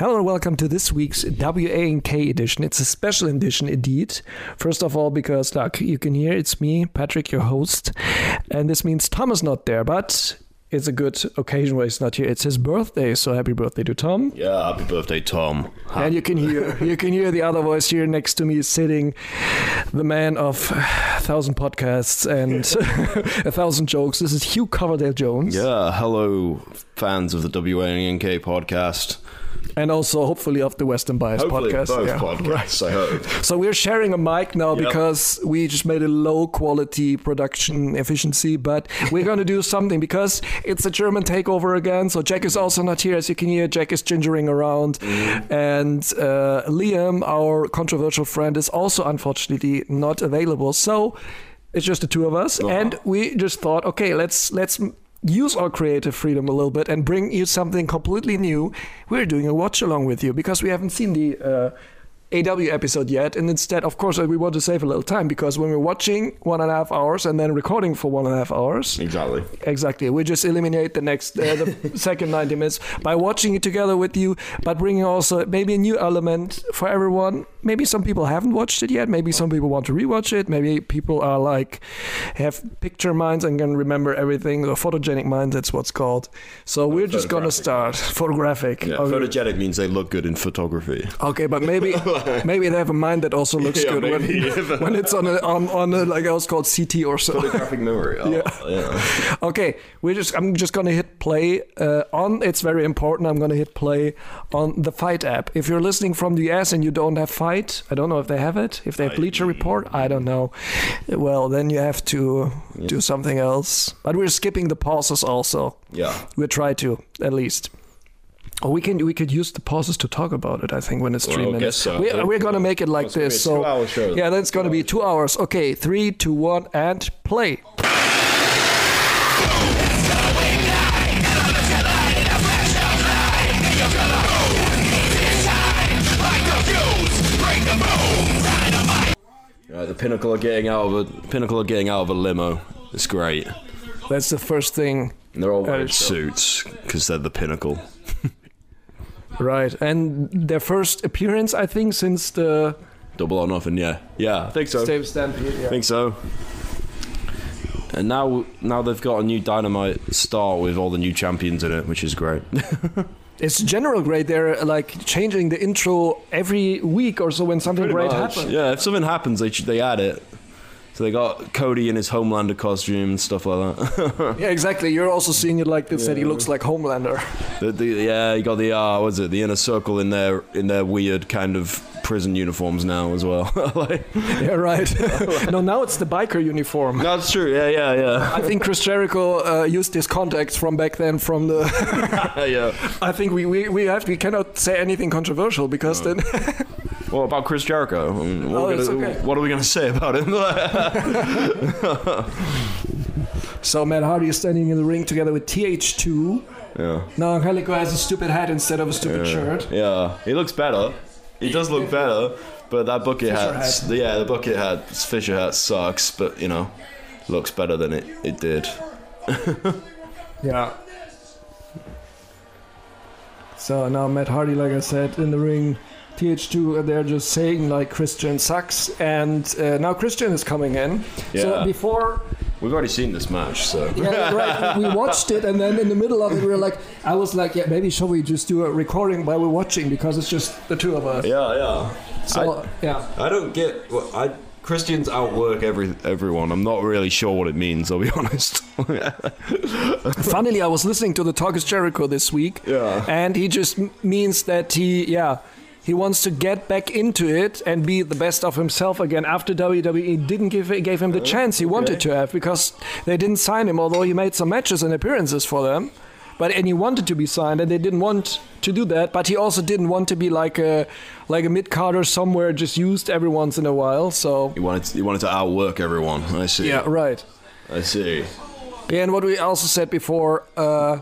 welcome to this week's WA&K edition. It's a special edition indeed. First of all, because, like you can hear, it's me, Patrick, your host. And this means Tom is not there, but it's a good occasion where he's not here. It's his birthday, so happy birthday to Tom. Yeah, happy birthday, Tom. And you can hear you can hear the other voice here next to me sitting, the man of a thousand podcasts and a thousand jokes. This is Hugh Coverdale Jones. Yeah, hello, fans of the WNK E podcast. And also hopefully of the Western Bias Hopefully, podcast. both Yeah. podcasts, I hope. So we're sharing a mic now Yep. because we just made a low quality production efficiency, but we're going to do something because it's a German takeover again. So Jack is also not here, as you can hear. Jack is gingering around, and uh, Liam, our controversial friend, is also unfortunately not available. So it's just the two of us, and we just thought, okay, let's let's. m- Use our creative freedom a little bit and bring you something completely new. We're doing a watch along with you because we haven't seen the uh, AW episode yet, and instead, of course, we want to save a little time because when we're watching one and a half hours and then recording for one and a half hours, Exactly. exactly, we just eliminate the next, uh, the second 90 minutes by watching it together with you, but bringing also maybe a new element for everyone. Maybe some people haven't watched it yet, maybe some people want to rewatch it, maybe people are like have picture minds and can remember everything, or photogenic minds, that's what's called. So we're just gonna start photographic. Yeah, Okay. photogenic means they look good in photography. Okay, but maybe maybe they have a mind that also looks Yeah, good maybe. when, when it's on a, on on a, like I was called CT or so. Photographic memory. Oh, yeah. Okay, we just I'm just gonna hit play uh, on. It's very important. I'm gonna hit play on the Fight app. If you're listening from the US and you don't have Fight, I don't know if they have it. If they have Bleacher Report, I don't know. Well, then you have to do something else. But we're skipping the pauses also. Yeah. We'll try to at least. Or we can we could use the pauses to talk about it. I think when it's three Well, I guess minutes, so. we, we're gonna make it like It's gonna this. be a So two-hour show. yeah, that's gonna be two hours. Okay, three, two, one, and play. Right, the pinnacle of getting out of a pinnacle of getting out of a limo. It's great. That's the first thing, And they're all wearing Uh, suits because they're the pinnacle. right? And their first appearance, I think, since the Double or nothing. Yeah. Yeah. I think so. Stave Stampede. Yeah. think so. And now, now they've got a new dynamite star with all the new champions in it, which is great. It's general grade. They're like changing the intro every week or so when something great happens. Yeah, if something happens, they they add it. So they got Cody in his Homelander costume and stuff like that. Yeah, exactly. You're also seeing it like this that he looks like Homelander. the, the, yeah, you got the uh, was it the Inner Circle in their in their weird kind of prison uniforms now as well. like, yeah, right. no, now it's the biker uniform. that's true. Yeah, yeah, I think Chris Jericho uh, used his contacts from back then. From the, yeah, yeah. I think we, we, we have we cannot say anything controversial because then What about Chris Jericho? I mean, What, Oh, are we it's gonna- okay. what are we gonna say about him? so Matt Hardy is standing in the ring together with TH2. yeah, Now Angelico has a stupid hat instead of a stupid shirt. yeah. He looks better. He does look better, but that bucket Fisher hat, hat. yeah, the bucket hat, Fisher hat sucks, but you know, looks better than it it did. Yeah. So now Matt Hardy, like I said, in the ring. TH2, and uh, they're just saying like Christian sucks, and uh, now Christian is coming in. So Yeah. before We've already seen this match, so Yeah, right. We watched it, and then in the middle of it, we were like, I was like, yeah, maybe shall we just do a recording while we're watching because it's just the two of us. yeah, yeah. So yeah, I, I don't get. Well, I Christians outwork every everyone. I'm not really sure what it means. I'll be honest. funnily, I was listening to the Talk is Jericho this week, Yeah. and he just m- means that he, yeah. He wants to get back into it and be the best of himself again after WWE didn't give gave him the chance he wanted to have because they didn't sign him, although he made some matches and appearances for them. But and he wanted to be signed, and they didn't want to do that. But he also didn't want to be like a like a mid carder somewhere, just used every once in a while. So you wanted to, you wanted to outwork everyone. I see. yeah, right. I see. Yeah, and what we also said before, uh,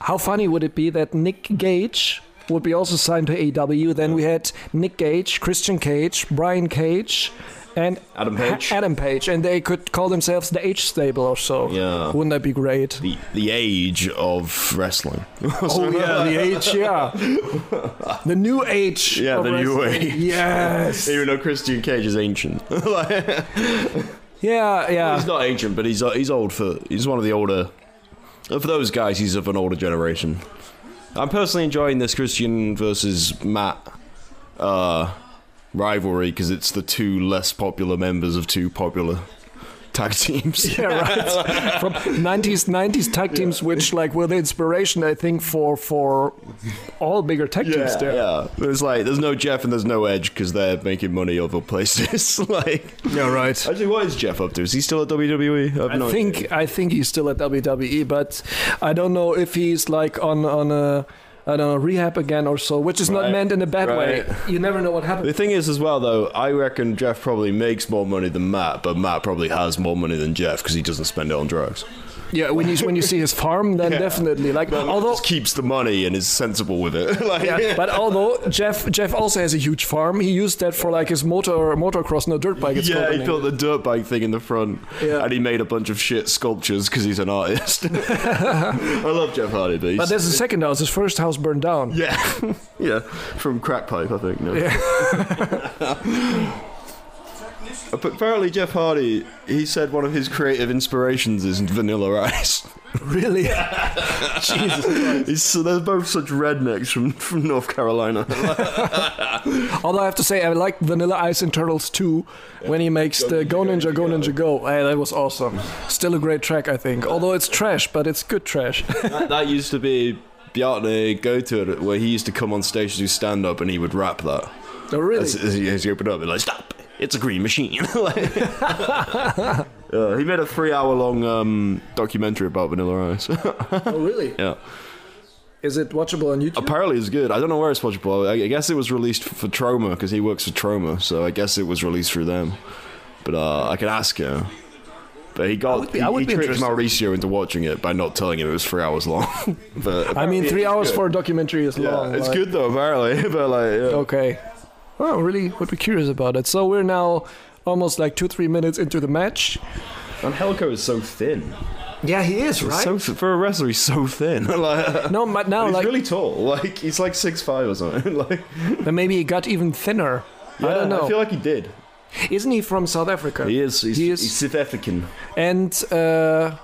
how funny would it be that Nick Gage would E be also signed to AW? Then we had Nick Gage, Christian Cage, Brian Cage, and Adam Page. Adam Page, and they could call themselves the H stable or so. Yeah. Wouldn't that be great? the the age of wrestling. Oh yeah, the H, yeah, the new H. Yeah, of the new wrestling. H. Yes. Even though Christian Cage is ancient, Like, Yeah, yeah. he's not ancient, but he's uh, he's old for he's one of the older. For those guys, he's of an older generation. I'm personally enjoying this Christian versus Matt uh, rivalry because it's the two less popular members of two popular tag teams. Yeah, right. From 90s 90s tag teams, which like were the inspiration, I think, for for all bigger tag teams there. yeah. There's like there's no Jeff and there's no Edge because they're making money other places. like Yeah, right. Actually, what is Jeff up to? Is he still at WWE? have I no idea. think I think he's still at WWE, but I don't know if he's like on on a I don't know rehab again or so, which is not Right, meant in a bad way. right. You never know what happens. The thing is, as well, though, I reckon Jeff probably makes more money than Matt, but Matt probably has more money than Jeff because he doesn't spend it on drugs. Yeah, when you when you see his farm, then definitely like Although although. Um, just keeps the money and is sensible with it. like, Yeah, but although Jeff Jeff also has a huge farm, he used that for like his motor motocross, no dirt bike. It's yeah, called, I he think. built the dirt bike thing in the front, Yeah. and he made a bunch of shit sculptures because he's an artist. I love Jeff Hardy, but, he's, But there's a second house. His first house burned down. yeah, yeah, from crack pipe, I think. No. but apparently, Jeff Hardy, he said one of his creative inspirations is Vanilla Ice. Really? Jesus. He's, so they're both such rednecks from, from North Carolina. Although I have to say, I like Vanilla Ice in Turtles 2 when he makes the Go Ninja, Go Ninja, Go. Hey, that was awesome. Still a great track, I think. Although it's trash, but it's good trash. that, that used to be Bjartne go to it, where he used to come on stage to do stand up and he would rap that. oh, really? As, as he, as he opened up, he'd like, stop, it's a green machine. Like- Yeah, he made a three hour long um, documentary about Vanilla Ice. Oh, really? yeah. Is it watchable on YouTube? Apparently it's good. I don't know where it's watchable. I, I guess it was released f- for Troma because he works for Troma, so I guess it was released through them. But uh, I can ask him. But he got would be- he, I would he be tricked interested. Mauricio into watching it by not telling him it was three hours long. but I mean, apparently three it's hours good. for a documentary is Yeah, long. it's like- good though apparently. but like, yeah. Okay. Oh, really? Would be curious about it. So we're now almost like two, three minutes into the match. and Helco is so thin. Yeah, he is, So th- for a wrestler, he's so thin. like, no, but now, he's Oh, like, really tall. Like he's like six five or something. like then maybe he got even thinner. I yeah, don't know. I feel like he did. Isn't he from South Africa? He is. He's, He is- he's South African. And uh,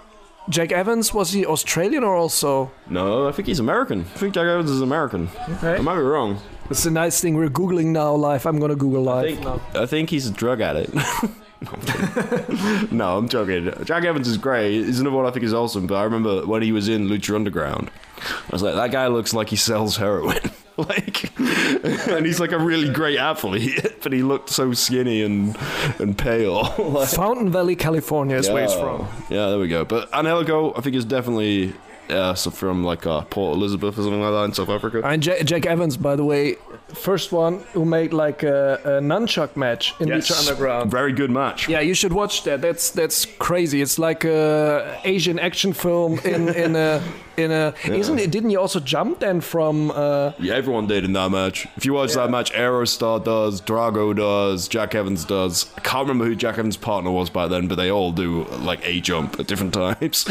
Jack Evans was he Australian or also? No, I think he's American. I think Jack Evans is American. Okay. I might be wrong. It's a nice thing we're googling now live. I'm gonna Google I live think, now. I think he's a drug addict. No, I'm joking. no, I'm joking. Jack Evans is great. He's another one I think is awesome. But I remember when he was in Lucha Underground, I was like, that guy looks like he sells heroin. like, and he's like a really great athlete, but he looked so skinny and and pale. like, Fountain Valley, California is where it's yeah. from. Yeah, there we go. But Anelgo, I think, is definitely uh, so from like uh, Port Elizabeth or something like that in South Africa. And Jack, Jack Evans, by the way, first one who made like a, a nunchuck match in Lucha Underground. Very good match. Yeah, you should watch that. That's that's crazy. It's like a Asian action film in in a in a. Isn't it? Didn't he also jump then from? Uh, Yeah, everyone did in that match. If you watch that match, Aerostar does, Drago does, Jack Evans does. I can't remember who Jack Evans' partner was by then, but they all do like a jump at different times.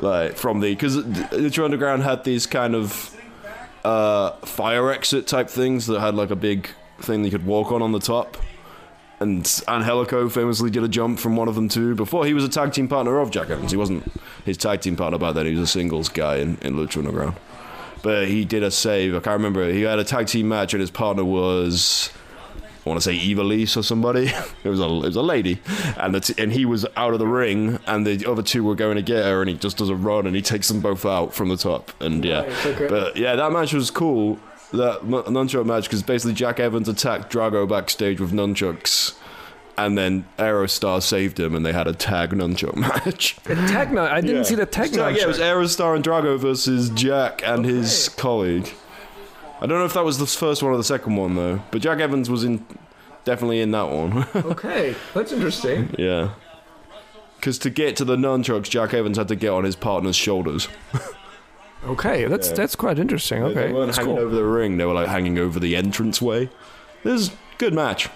like from the because Lucha Underground had these kind of uh, fire exit type things that had like a big thing that you could walk on on the top. And Angelico famously did a jump from one of them too. Before he was a tag team partner of Jack Evans, he wasn't his tag team partner by then. He was a singles guy in, in Lucha Underground but he did a save. I can't remember. He had a tag team match, and his partner was. I want to say Eva Lise or somebody. It was a it was a lady, and the t- and he was out of the ring, and the other two were going to get her, and he just does a run, and he takes them both out from the top, and yeah, Nice, okay. but yeah, that match was cool. That m- nunchuck match because basically Jack Evans attacked Drago backstage with nunchucks, and then Aerostar saved him, and they had a tag nunchuck match. a tag nun- I didn't Yeah. see the tag So, nunchuck. Yeah, it was Aerostar and Drago versus Jack and his colleague. I don't know if that was the first one or the second one though, but Jack Evans was in definitely in that one. okay, that's interesting. yeah. Because to get to the nunchucks, Jack Evans had to get on his partner's shoulders. Okay, that's that's quite interesting. Okay, they weren't that's hanging cool. over the ring; they were like hanging over the entranceway. This is a good match.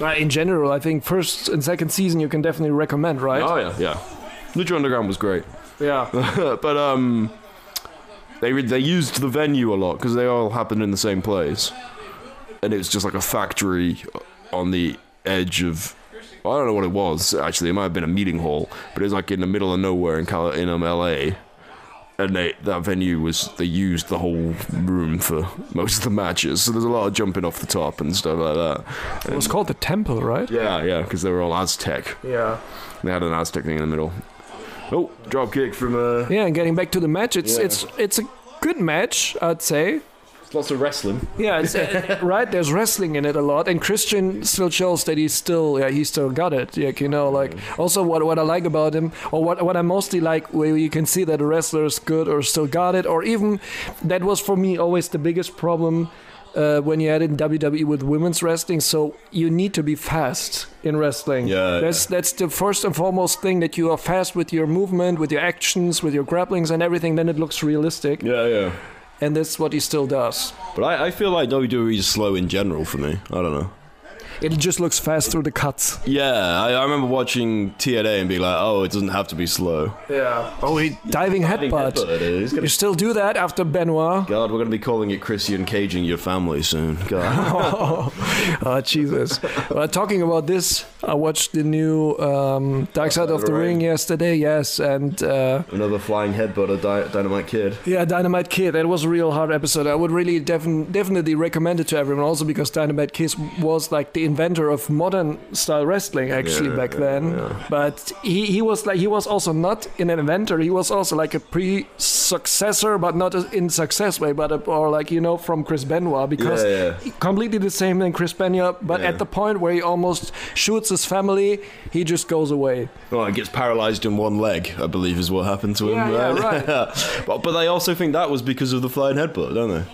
Uh, in general, I think first and second season you can definitely recommend, right? Oh yeah, yeah. Lucha Underground was great, Yeah. but um, they re- they used the venue a lot because they all happened in the same place, and it was just like a factory on the edge of. I don't know what it was actually. It might have been a meeting hall, but it was like in the middle of nowhere in Cal- in um, LA. And they, that venue was they used the whole room for most of the matches. So there's a lot of jumping off the top and stuff like that. It was called the Temple, right? Yeah, yeah, because they were all Aztec. Yeah. They had an Aztec thing in the middle. Oh, drop kick from uh, Yeah, and getting back to the match, it's Yeah. it's it's a good match, I'd say. lots of wrestling. Yeah, it's, uh, right. There's wrestling in it a lot, and Christian still shows that he's still yeah he still got it. Yeah, you know, like Mm. also what what I like about him, or what what I mostly like, where you can see that a wrestler is good or still got it, or even that was for me always the biggest problem. Uh, when you had it in WWE with women's wrestling, so you need to be fast in wrestling. Yeah, that's that's the first and foremost thing that you are fast with your movement, with your actions, with your grapplings and everything. Then it looks realistic, Yeah, yeah. and that's what he still does. But I, I feel like WWE is slow in general for me. I don't know. It just looks fast through the cuts. Yeah, I, I remember watching TNA and being like, oh, it doesn't have to be slow. Yeah. Oh, he diving headbutt. You still do that after Benoit? God, we're going to be calling it Christian caging your family soon. God. Oh, oh, Jesus. well, talking about this, I watched the new um, Dark Side of the Ring. Ring yesterday, yes, and uh, Another flying headbutt of Di- Dynamite Kid. yeah, uh, Dynamite Kid. That was a real hard episode. I would really defin- definitely recommend it to everyone, also because Dynamite Kid was like the inventor of modern style wrestling actually Yeah, back yeah, then. yeah. But he, he was like he was also not an inventor. He was also like a pre-successor, but not a- in success way, but a, or like you know from Chris Benoit because Yeah, completely the same than Chris Benoit. But Yeah. at the point where he almost shoots his family, he just goes away. Well, Oh, it gets paralyzed in one leg, I believe, is what happened to him. Yeah, yeah, but, but they also think that was because of the flying headbutt, don't they?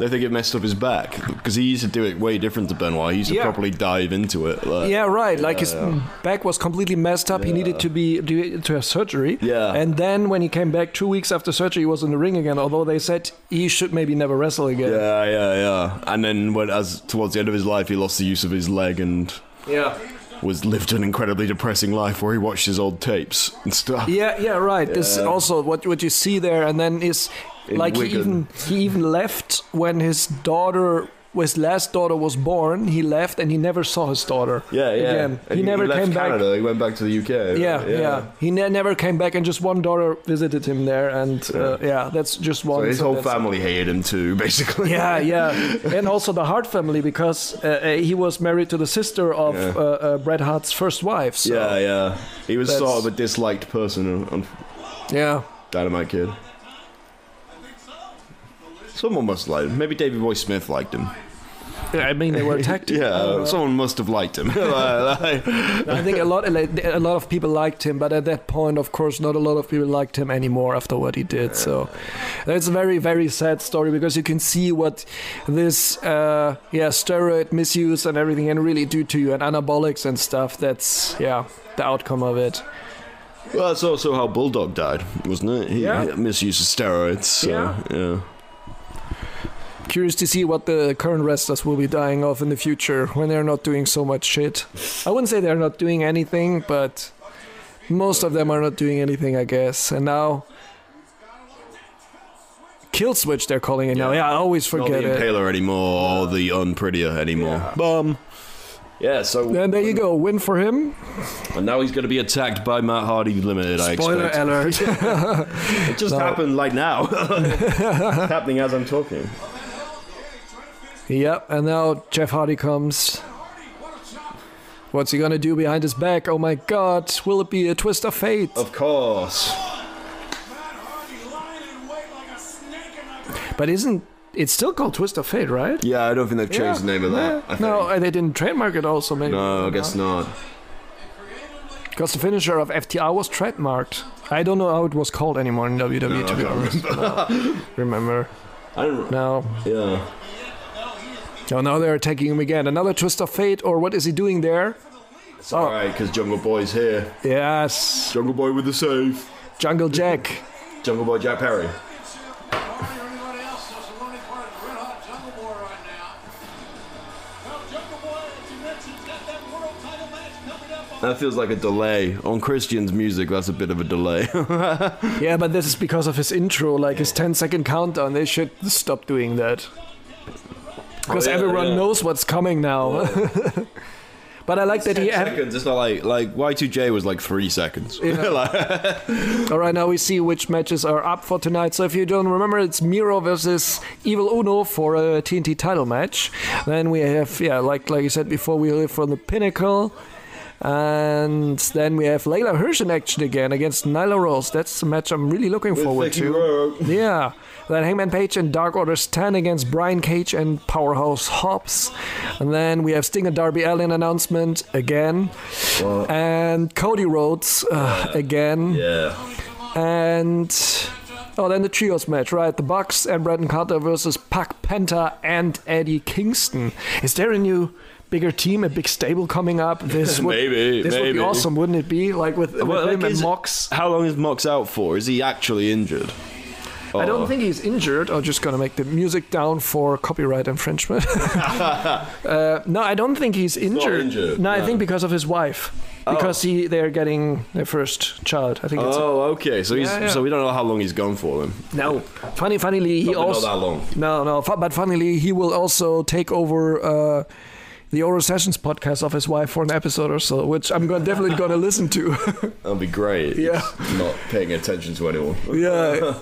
They think it messed up his back because he used to do it way different to Benoit. He used to Yeah. properly dive into it. Like, Yeah, right. Like his back was completely messed up. He needed to be to to have surgery. Yeah. And then when he came back two weeks after surgery, he was in the ring again. Although they said he should maybe never wrestle again. yeah, yeah, yeah. And then when, as towards the end of his life, he lost the use of his leg and Yeah. was lived an incredibly depressing life where he watched his old tapes and stuff. Yeah. yeah, Right. This is Yeah. also what what you see there, and then is In like he Wigan. even he even left when his daughter. His last daughter was born. He left, and he never saw his daughter. Yeah, yeah. Again, And he never left came back. Canada. He went back to the UK. Yeah, yeah. He ne- never came back, and just one daughter visited him there, and uh, yeah, that's just one. So his so whole that's- family hated him too, basically. Yeah, yeah, and also the Hart family because uh, uh, he was married to the sister of Yeah. uh, uh, Bret Hart's first wife. So, Yeah, yeah. He was That's- sort of a disliked person on, on yeah, Dynamite Kid. Someone must like him. Maybe David Boy Smith liked him. yeah. I mean, they were attacked. Yeah, someone must have liked him. Like- like- I think a lot, a lot of people liked him, but at that point, of course, not a lot of people liked him anymore after what he did. So, that's a very, very sad story because you can see what this, uh, yeah, steroid misuse and everything can really do to you, and anabolics and stuff. That's yeah, the outcome of it. well, that's also how Bulldog died, wasn't it? He Yeah. he misused steroids. So, Yeah. yeah. Curious to see what the current wrestlers will be dying of in the future when they're not doing so much shit. I wouldn't say they're not doing anything, but most of them are not doing anything, I guess. And now. Kill switch, they're calling it now. Yeah, I always Not forget the it. impaler anymore, or the unprettier anymore. Yeah. Bum. Yeah, so And there you go, win for him. and now he's going to be attacked by Matt Hardy Limited. I Spoiler expect. alert. It just happened like now. it's happening as I'm talking. yep, and now Jeff Hardy comes. What's he gonna do behind his back? Oh my god, will it be a twist of fate? Of course. But isn't it's still called Twist of Fate, right? Yeah, I don't think they've changed the name of that. I Yeah. think. No, uh, they didn't trademark it also, maybe. No, I guess not. Because the finisher of FTR was trademarked. I don't know how it was called anymore in WWE, to be honest. No. Remember. I don't. No. Yeah. Oh, now they're attacking him again. Another Twist of Fate, or what is he doing there? It's alright, because Jungle Boy's here. Yes. Jungle Boy with the save. Jungle Jack. Jungle Boy Jack Perry. Jungle Boy, as you mentioned, got that That feels like a delay. On Christian's music, that's a bit of a delay. Yeah, but this is because of his intro, like his 10 second countdown. They should stop doing that. Because Oh, yeah, everyone yeah. knows what's coming now. but I like that he. Ad- seconds. It's not like like Y2J was like three seconds. Like- All right, now we see which matches are up for tonight. So if you don't remember, it's Miro versus Evil Uno for a TNT title match. Then we have, yeah, like like you said before, we live from the Pinnacle. And then we have Layla Hirsch in action again against Nyla Rose. That's a match I'm really looking forward Vicky to. Guerrero. Yeah. Then Hangman Page and Dark Order 10 against Brian Cage and Powerhouse Hobbs. And then we have Sting and Darby Allin announcement again. And Cody Rhodes uh, again. yeah. And oh, then the trios match, right? The Bucks and Brendan Carter versus Pac Penta and Eddie Kingston. Is there a new bigger team, a big stable coming up? This would, Maybe, this would be maybe. awesome, wouldn't it be? Like with, with him and Mox. How long is Mox out for? Is he actually injured? Oh. I don't think he's injured. I'm just gonna make the music down for copyright infringement. uh, no, I don't think he's injured. injured, no, I think because of his wife. Because he, they're getting their first child. I think it's Oh, okay. So he's Yeah, yeah. so we don't know how long he's gone for then. no. Funny, funnily, he Probably also not that long. No, no. fu- But funnily, he will also take over uh, the Oral Sessions podcast of his wife for an episode or so, which I'm going definitely going to listen to. That'd be great. Yeah. Just Not paying attention to anyone. yeah.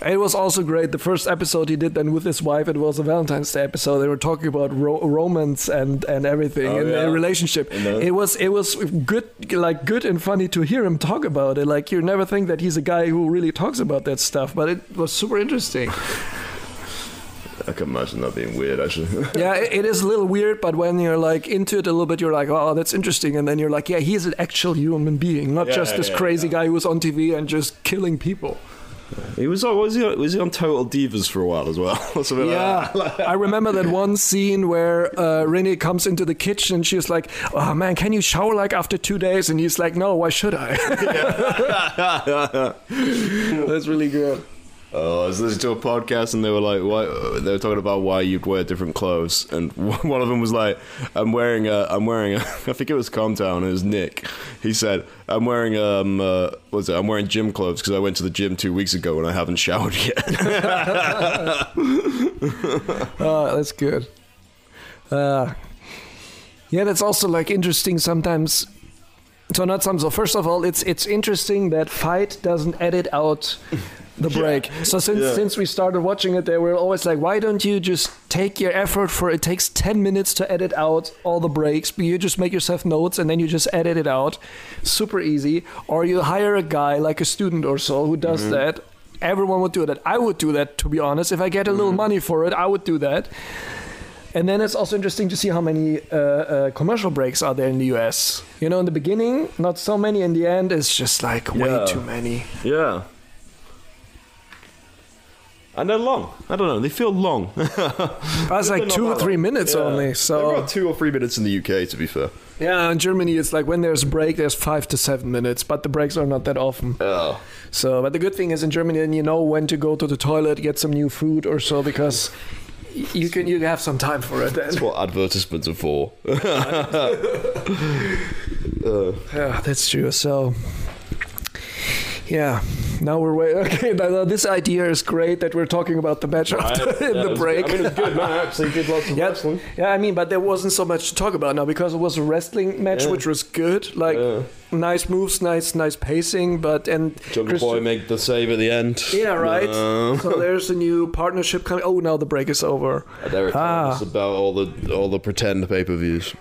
It was also great. The first episode he did then with his wife, it was a Valentine's Day episode. They were talking about ro- romance and, and everything Oh, and their yeah. relationship. And the- It was it was good like good and funny to hear him talk about it. Like you never think that he's a guy who really talks about that stuff, but it was super interesting. I can imagine that being weird actually. yeah, it it is a little weird, but when you're like into it a little bit, you're like, oh, that's interesting. And then you're like, yeah, he's an actual human being, not Yeah, just this yeah, crazy guy who was on TV and just killing people. he was on was he on, was he on Total Divas for a while as well? Or something like that. I remember that one scene where uh, Renee comes into the kitchen and she's like, oh man, can you shower like after two days? And he's like, no, why should I? that's really good. Oh, I was listening to a podcast and they were like, why? uh, They were talking about why you'd wear different clothes, and one of them was like, "I'm wearing a, I'm wearing a, I think it was Comtown, it was Nick. He said, "I'm wearing um, uh, what's it? I'm wearing gym clothes because I went to the gym two weeks ago and I haven't showered yet." Oh, that's good. Uh, yeah, that's also like interesting sometimes. So not some. So first of all, it's it's interesting that fight doesn't edit out the break. So since Yeah. since we started watching it, they were always like, why don't you just take your effort for it takes ten minutes to edit out all the breaks, but you just make yourself notes and then you just edit it out, super easy. Or you hire a guy like a student or so who does that. Everyone would do that. I would do that to be honest. If I get a little money for it, I would do that. And then it's also interesting to see how many uh, uh, commercial breaks are there in the US. You know, in the beginning, not so many. In the end, it's just like way Yeah. too many. yeah. And they're long. I don't know. They feel long. That's like not two that or long. three minutes only. So two or three minutes in the UK, to be fair. yeah, in Germany, it's like when there's a break, there's five to seven minutes, but the breaks are not that often. Oh, So, but the good thing is in Germany, then you know when to go to the toilet, get some new food or so, because y- you can you have some time for it. Then. that's what advertisements are for. Yeah, Ah, that's true. So, yeah, now we're waiting. Okay, now, now this idea is great that we're talking about the match after in the break. it's good. Man, actually did lots of Yeah, yeah, I mean, but there wasn't so much to talk about now because it was a wrestling match, which was good. Like, Yeah. nice moves, nice, nice pacing. But and Jungle Christian- Boy make the save at the end. Um, yeah, right. No. So there's a new partnership coming. Oh, now the break is over, Derek Ah. told us about all the all the pretend pay per views.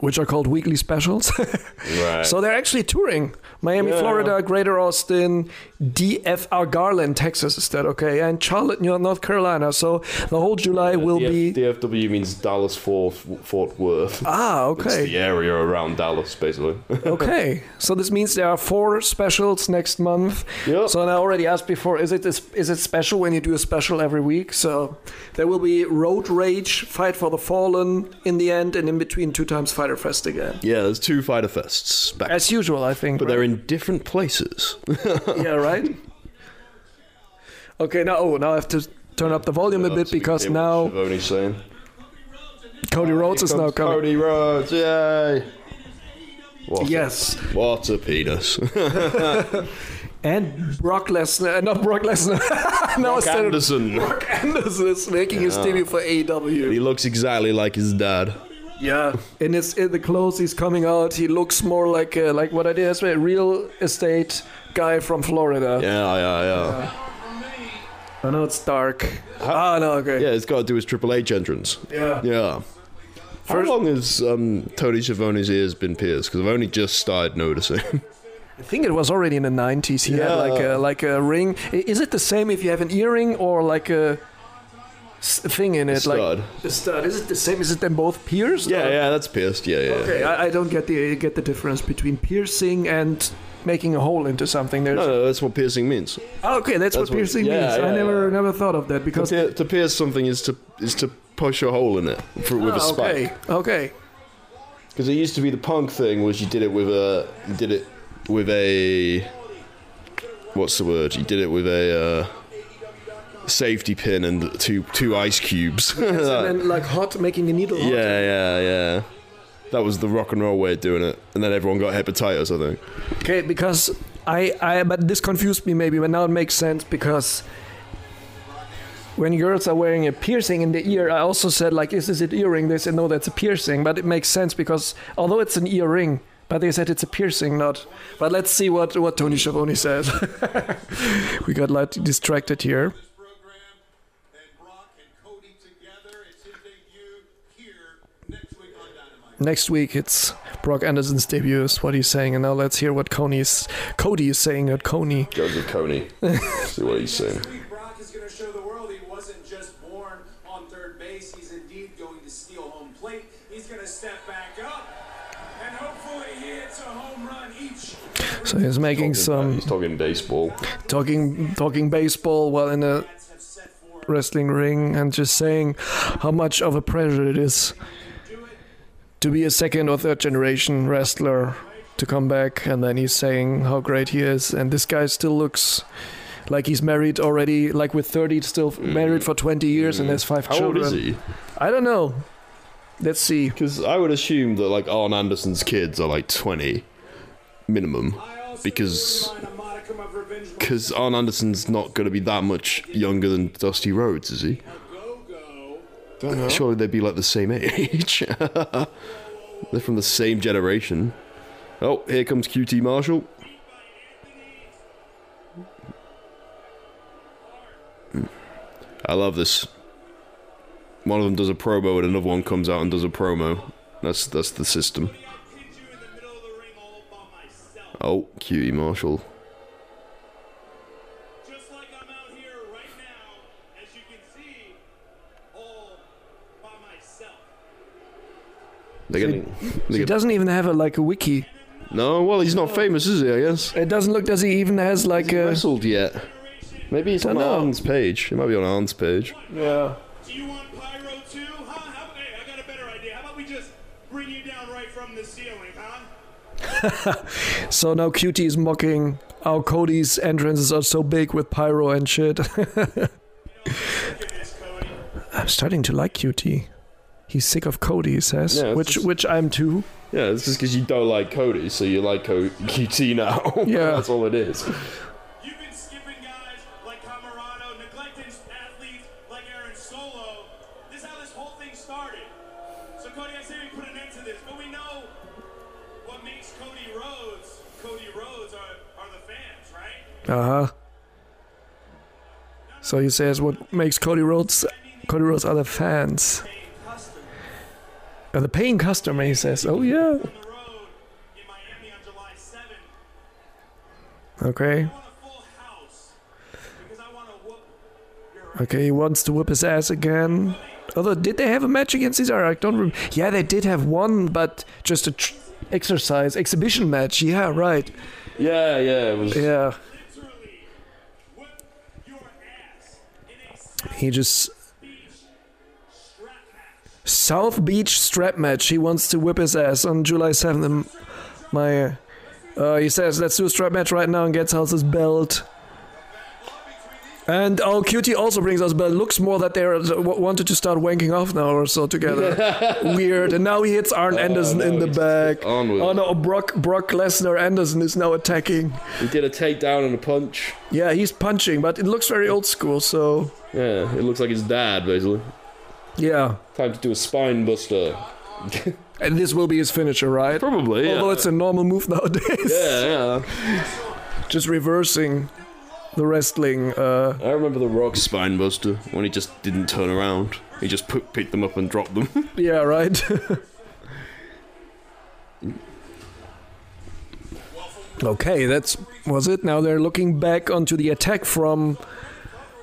which are called weekly specials. right. So they're actually touring Miami, Yeah. Florida, Greater Austin, DFR, Garland, Texas. Is that okay? And Charlotte, New- North Carolina. So the whole July will be. DFW means Dallas Fort Fort Worth. Ah, It's okay. the area around Dallas, basically. okay. So this means there are four specials next month. Yep. So and I already asked before, is it is, is it special when you do a special every week? So there will be Road Rage, Fight for the Fallen in the end, and in between two times Fighter Fest again. yeah, there's two fighter fests back, As usual, I think. but they're in different places. yeah, right. Okay, now oh, now I have to turn up the volume a bit because now Only saying. Oh, Cody Rhodes is now coming. Cody Rhodes, yay! What Yes. A, what a penis. And Brock Lesnar, uh, not Brock Lesnar. no, it's still- Anderson. Brock Anderson is making his debut for He AEW. looks exactly like his dad. Yeah, in his in the clothes he's coming out, he looks more like uh, like what I did as a real estate guy from Florida. Yeah, yeah, yeah. I know it's dark. Ah, no, okay. Yeah, it's got to do his Triple H entrance. Yeah. Yeah. How long has um, Tony Schiavone's ears been pierced? Because I've only just started noticing. I think it was already in the 90s. He had Yeah. like a like a ring. I- Is it the same if you have an earring or like a s- thing in it? stud. Like a stud. Is it the same? Is it then both pierced? yeah, or- yeah, that's pierced. Yeah, yeah. Okay, I, I don't get the get the difference between piercing and making a hole into something. There's Ah, No, no, that's what piercing means. okay, that's, that's what what- piercing yeah, means. I yeah, never yeah. never thought of that because To, to pierce something is to is to push a hole in it for, with a Ah, spike. okay, okay, Because it used to be the punk thing was you did it with a you did it with a what's the word? You did it with a uh, safety pin and two two ice cubes. and yeah, then like hot making a needle. hot. yeah, yeah. That was the rock and roll way of doing it, and then everyone got hepatitis. I think. Okay, because I, I, but this confused me maybe, but now it makes sense because when girls are wearing a piercing in the ear, I also said like, is this an earring? They said no, that's a piercing, but it makes sense because although it's an earring, but they said it's a piercing, not. But let's see what what Tony Schiavone said. we got like distracted here. program and Brock and Cody together. It's his debut here next week on Dynamite. Next week it's Brock Anderson's debut. Is what he's saying, and now let's hear what Coney's Cody is saying at Coney. Goes with Coney. See what he's saying. Next week, Brock is going to show the world he wasn't just born on third base. He's indeed going to steal home plate. He's going to step back up, and hopefully he hits a home run each. So he's making some. He's talking baseball. talking talking baseball while in a Nats have set for wrestling ring and just saying how much of a pressure it is to be a second or third generation wrestler to come back and then he's saying how great he is and this guy still looks like he's married already like with 30 still married for 20 years and has five Mm. How old children is he? i don't know let's see Because I would assume that like Arn Anderson's kids are like twenty, minimum, because a modicum of revenge. because Arn Anderson's not going to be that much younger than Dusty Rhodes, is he? Go, go. Surely they'd be like the same age. They're from the same generation. Oh, here comes QT Marshall. I love this. One of them does a promo and another one comes out and does a promo. That's that's the system. I pinned you in the middle of the ring all by myself. Oh, QT Marshall. Just like I'm out here right now, as you can see, all by myself. They're getting, he they're getting, doesn't even have a like a wiki no, well, he's not famous, is he? I guess. it doesn't look does he even has like a wrestled yet. Maybe it's on Dunno. Arn's page. It might be on Arn's page. yeah Do you want pyro too? Huh? How, hey, I got a better idea. How about we just bring you down right from the ceiling, huh? So now Cutie is mocking how Cody's entrances are so big with pyro and shit. Look at this, Cody. I'm starting to like Cutie. He's sick of Cody, he says, Yeah, it's which just- which I'm too. Yeah, it's just because you don't like Cody, so you like Co- QT now. Yeah. that's all it is. You've been skipping guys like Camarado, neglecting athletes like Aaron Solo. This is how this whole thing started. So, Cody, I say we put an end to this, but we know what makes Cody Rhodes Cody Rhodes are, are the fans, right? Uh huh. So he says, what makes Cody Rhodes Cody Rhodes are the fans, Paying customers. are the paying customer. He says, oh yeah, On the road in Miami on July 7th. okay, I want a full house because I want to whoop your okay. He wants to whip his ass again. Although, did they have a match against Cesaro? I don't remember. Yeah, they did have one, but just a tr- exercise exhibition match. Yeah, right. Yeah, yeah, it was. Yeah. literally whoop your ass in a South He just Beach strap match. South Beach strap match. He wants to whip his ass on July 7th. in My, uh, he says, let's do a strap match right now and gets out his belt. And oh, cutie also brings us, but it looks more that they are- w- wanted to start wanking off now or so together. Weird. And now he hits Arn Anderson in the back. onward. Oh no, Brock Brock Lesnar Anderson is now attacking. He did a takedown and a punch. Yeah, he's punching, but it looks very old school. So Yeah, it looks like his dad, basically. yeah, Time to do a spine buster. and this will be his finisher, right? Probably, yeah. Although it's a normal move nowadays. Yeah, yeah. Just reversing the wrestling. Uh, I remember The Rock's spine buster when he just didn't turn around. He just put, picked them up and dropped them. yeah, right. okay, that's was it. Now they're looking back onto the attack from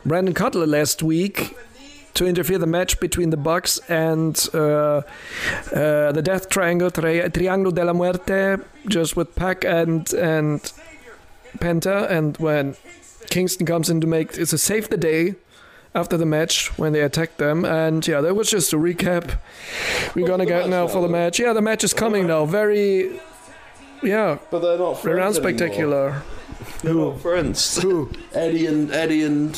Brandon Cutler last week to interfere the match between the Bucks and uh, uh, the Death Triangle, tri- Trianglo de la Muerte, just with Pac and and Penta. And when Kingston comes in to make it's a save the day after the match when they attacked them. And yeah, that was just a recap. We're gonna get now for the match. Yeah, the match is coming now. Very. Yeah, but they're not friends. very anymore. unspectacular. They're not friends. Who? Eddie and Eddie and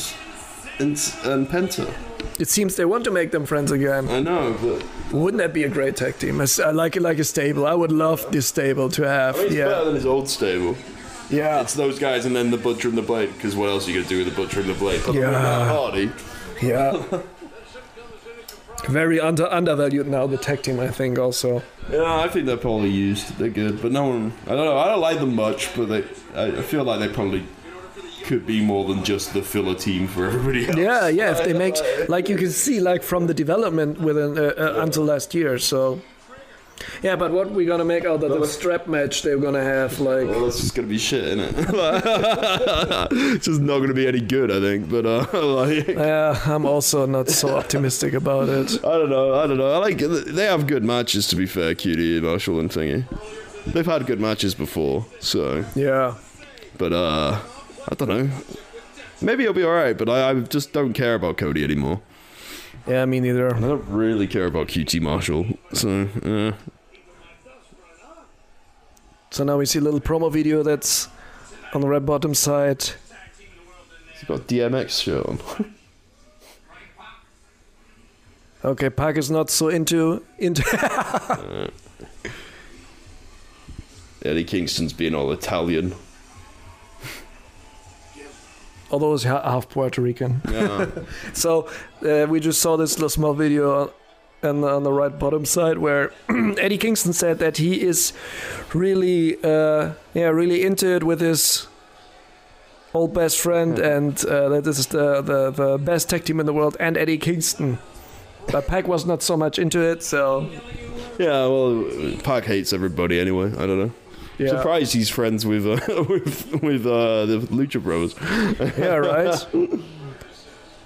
and and Penta. It seems they want to make them friends again. I know, but Wouldn't that be a great tag team? As- I like it like a stable. I would love this stable to have. it's better yeah, than his old stable. yeah, It's those guys and then the Butcher and the Blade. Because what else are you gonna do with the Butcher and the Blade? Other than Yeah. Hardy. yeah. Very under undervalued now the tag team. I think also. Yeah, I think they're probably used. They're good, but no one. I don't know. I don't like them much, but they. I, I feel like they probably could be more than just the filler team for everybody else. Yeah, yeah. If they make like you can see like from the development within uh, uh, until last year. So. Yeah, but what we gonna make out of the strap match they're gonna have? Like, Well, that's just gonna be shit, isn't it? it's just not gonna be any good, I think. But uh, like, yeah, I'm also not so optimistic about it. I don't know. I don't know. I like they have good matches to be fair, Cutie, Marshall, and Thingy. They've had good matches before, so Yeah, but uh, I don't know. Maybe he'll be all right, but I, I just don't care about Cody anymore. yeah, me neither. I don't really care about QT Marshall, so uh, So now we see a little promo video that's on the red bottom side. he's got DMX shirt on. Okay, Park is not so into into. Eddie Kingston's being all Italian. Although he's ha- half Puerto Rican. so uh, we just saw this little small video on, on the right bottom side where Eddie Kingston said that he is really uh, yeah really into it with his old best friend and uh, that this is the, the the best tag team in the world and Eddie Kingston. But Pac was not so much into it, so Yeah, well, Park hates everybody anyway. I don't know. yeah, Surprised he's friends with uh, with with uh, the Lucha Bros. yeah right.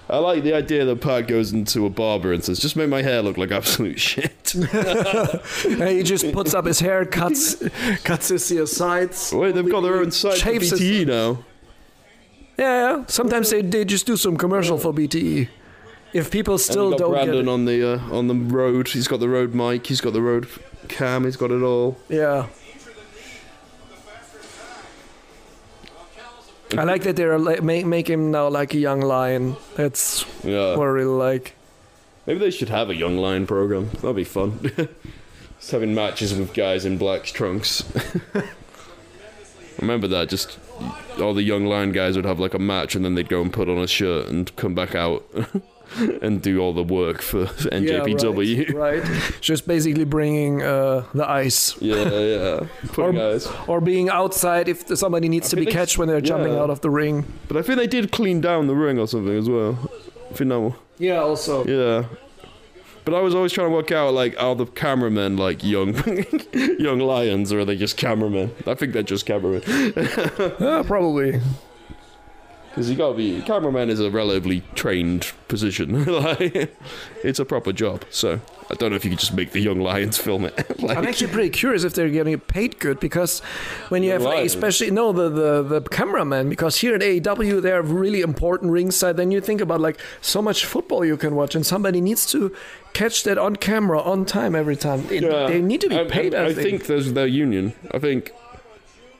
I like the idea that Pat goes into a barber and says, "Just make my hair look like absolute shit." And he just puts up his hair, cuts cuts his ear sides. Wait, they've got their own site for E. Shaves his- BTE now. Yeah, yeah. Sometimes they, they just do some commercial for BTE. If people And still we've got don't Brandon get on the uh, on the road. He's got the road mic. He's got the road cam. He's got it all. it, yeah. I like that they're like, make make him now like a young lion. That's Yeah. what I really like. Maybe they should have a young lion program. That'd be fun. just having matches with guys in black trunks. Remember that? Just all the young lion guys would have like a match, and then they'd go and put on a shirt and come back out and do all the work for NJPW. Yeah, right, right. Just basically bringing uh, the ice Yeah, yeah. Poor guys. or being outside if somebody needs to be think they- catched when they're jumping yeah. out of the ring. But I think they did clean down the ring or something as well. If you know. Yeah, also. Yeah. But I was always trying to work out like are the cameramen like young young lions or are they just cameramen? I think they're just cameramen. probably. Because you gotta be cameraman is a relatively trained position. like it's a proper job. So I don't know if you could just make the young lions film it. like, I'm actually pretty curious if they're getting paid good because when you have, Right. especially no the, the the cameraman because here at AEW they have really important ringside. Then you think about like so much football you can watch, and somebody needs to catch that on camera on time every time. They, Yeah. they need to be I- paid. I, I think. there's their union. I think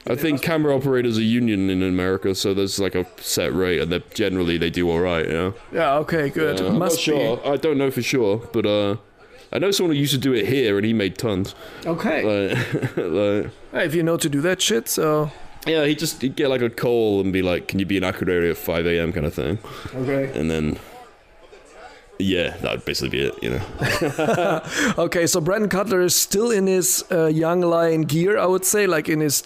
I think camera operators are union in America, so there's like a set rate, and they generally they do all right. Yeah, Yeah, okay, good. Uh, I'm Must not sure. I don't know for sure, but uh, I know someone who used to do it here, and he made tons. be. Okay. Like, like, Hey, if you know to do that shit, so. yeah, he just he'd get like a call and be like, "Can you be in Akron area at 5 a.m." kind of thing, Okay. and then yeah, that'd basically be it. You know, Okay, so Brandon Cutler is still in his uh, young lion gear, I would say, like in his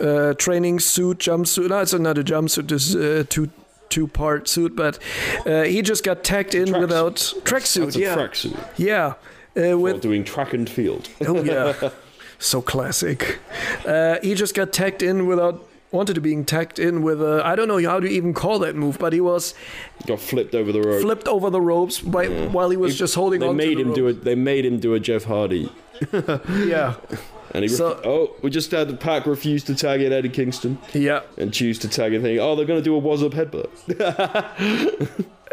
uh, training suit, jumpsuit. No, it's not a jumpsuit, it's a two two part suit, but uh, he just got tagged in Tracksuit. without tracksuit. it's a Yeah. tracksuit. yeah. Uh, Or with doing track and field. oh yeah, so classic. Uh, he just got tagged in without wanted to being tagged in with a I don't know how to even call that move, but he was Got flipped over the road. flipped over the ropes by, while he was just holding Mm. They on. made to him do it. They made him do a Jeff Hardy, it. Yeah, and he. So- refu- oh, we just had the pack refuse to tag in Eddie Kingston yeah. and choose to tag in thing. Oh, they're gonna do a was up headbutt.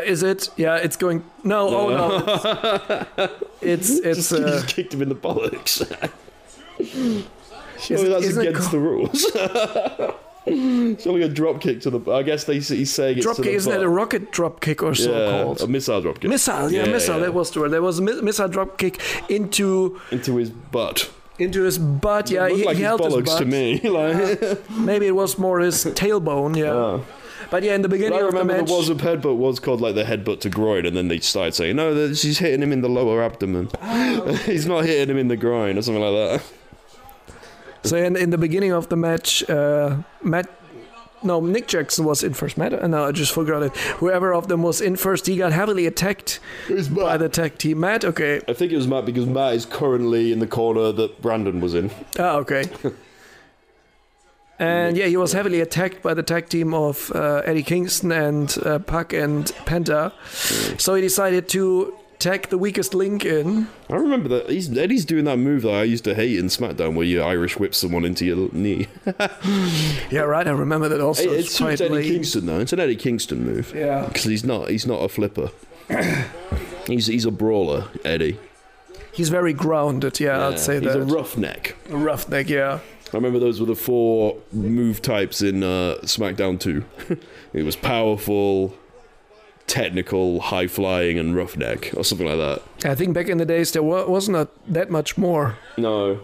Is it? Yeah, it's going. No, oh no. It's it's. he Uh, just kicked him in the bollocks. Isn't- Surely that's isn't it against called- the rules. Surely a drop kick to the. I guess they he's saying it's drop to the kick, isn't butt. it a rocket drop kick or so yeah, called? a missile drop kick missile, yeah, missile. That was the word. There was a mi- missile drop kick into into his butt. into his butt. Yeah, it looked Uh, he, like he his held his bollocks butt. to me. Like, Maybe it was more his tailbone. Yeah. But yeah, in the I beginning of the remember the match, was up headbutt was called like the headbutt to groin, and then they started saying, "No, that- she's hitting him in the lower abdomen. He's not hitting him in the groin or something like that." so in, in the beginning of the match, uh, Matt. No, Nick Jackson was in first. Matt, uh, no, I just forgot it. Whoever of them was in first, he got heavily attacked by the tag team. Matt, okay, I think it was Matt because Matt is currently in the corner that Brandon was in. Oh, okay. and yeah, he was heavily attacked by the tag team of uh, Eddie Kingston and uh, Puck and Penta. Mm. So he decided to tag the weakest link in. I remember that he's Eddie's doing that move that I used to hate in SmackDown, where you Irish whip someone into your knee. Yeah, right. I remember that also. It- it suits quite Eddie late. Kingston though. It's an Eddie Kingston move. Yeah. because he's not he's not a flipper. he's he's a brawler, Eddie. He's very grounded. Yeah, I'd say he's that. a roughneck. A roughneck. Yeah. I remember those were the four move types in uh, SmackDown 2. it was powerful, technical, high flying, and roughneck, or something like that. I think back in the days there wa- wasn't a, that much more. No.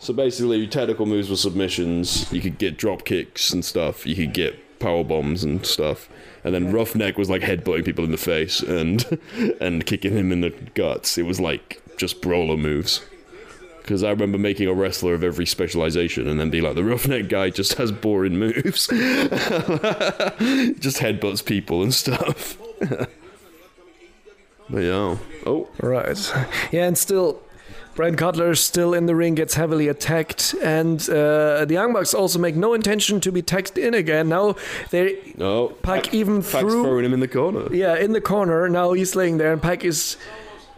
So basically, your technical moves were submissions. You could get drop kicks and stuff. You could get power bombs and stuff. And then Roughneck was like headbutting people in the face and and kicking him in the guts. It was like just brawler moves. Because I remember making a wrestler of every specialization and then being like, the Roughneck guy just has boring moves. just headbutts people and stuff. but yeah. Oh. Right. Yeah, and still, Brian Cutler is still in the ring, gets heavily attacked, and uh, the Young Bucks also make no intention to be tagged in again. Now they No. Pac even Pac's threw- oh. throwing him in the corner. Yeah, in the corner. Now he's laying there, and Pack is.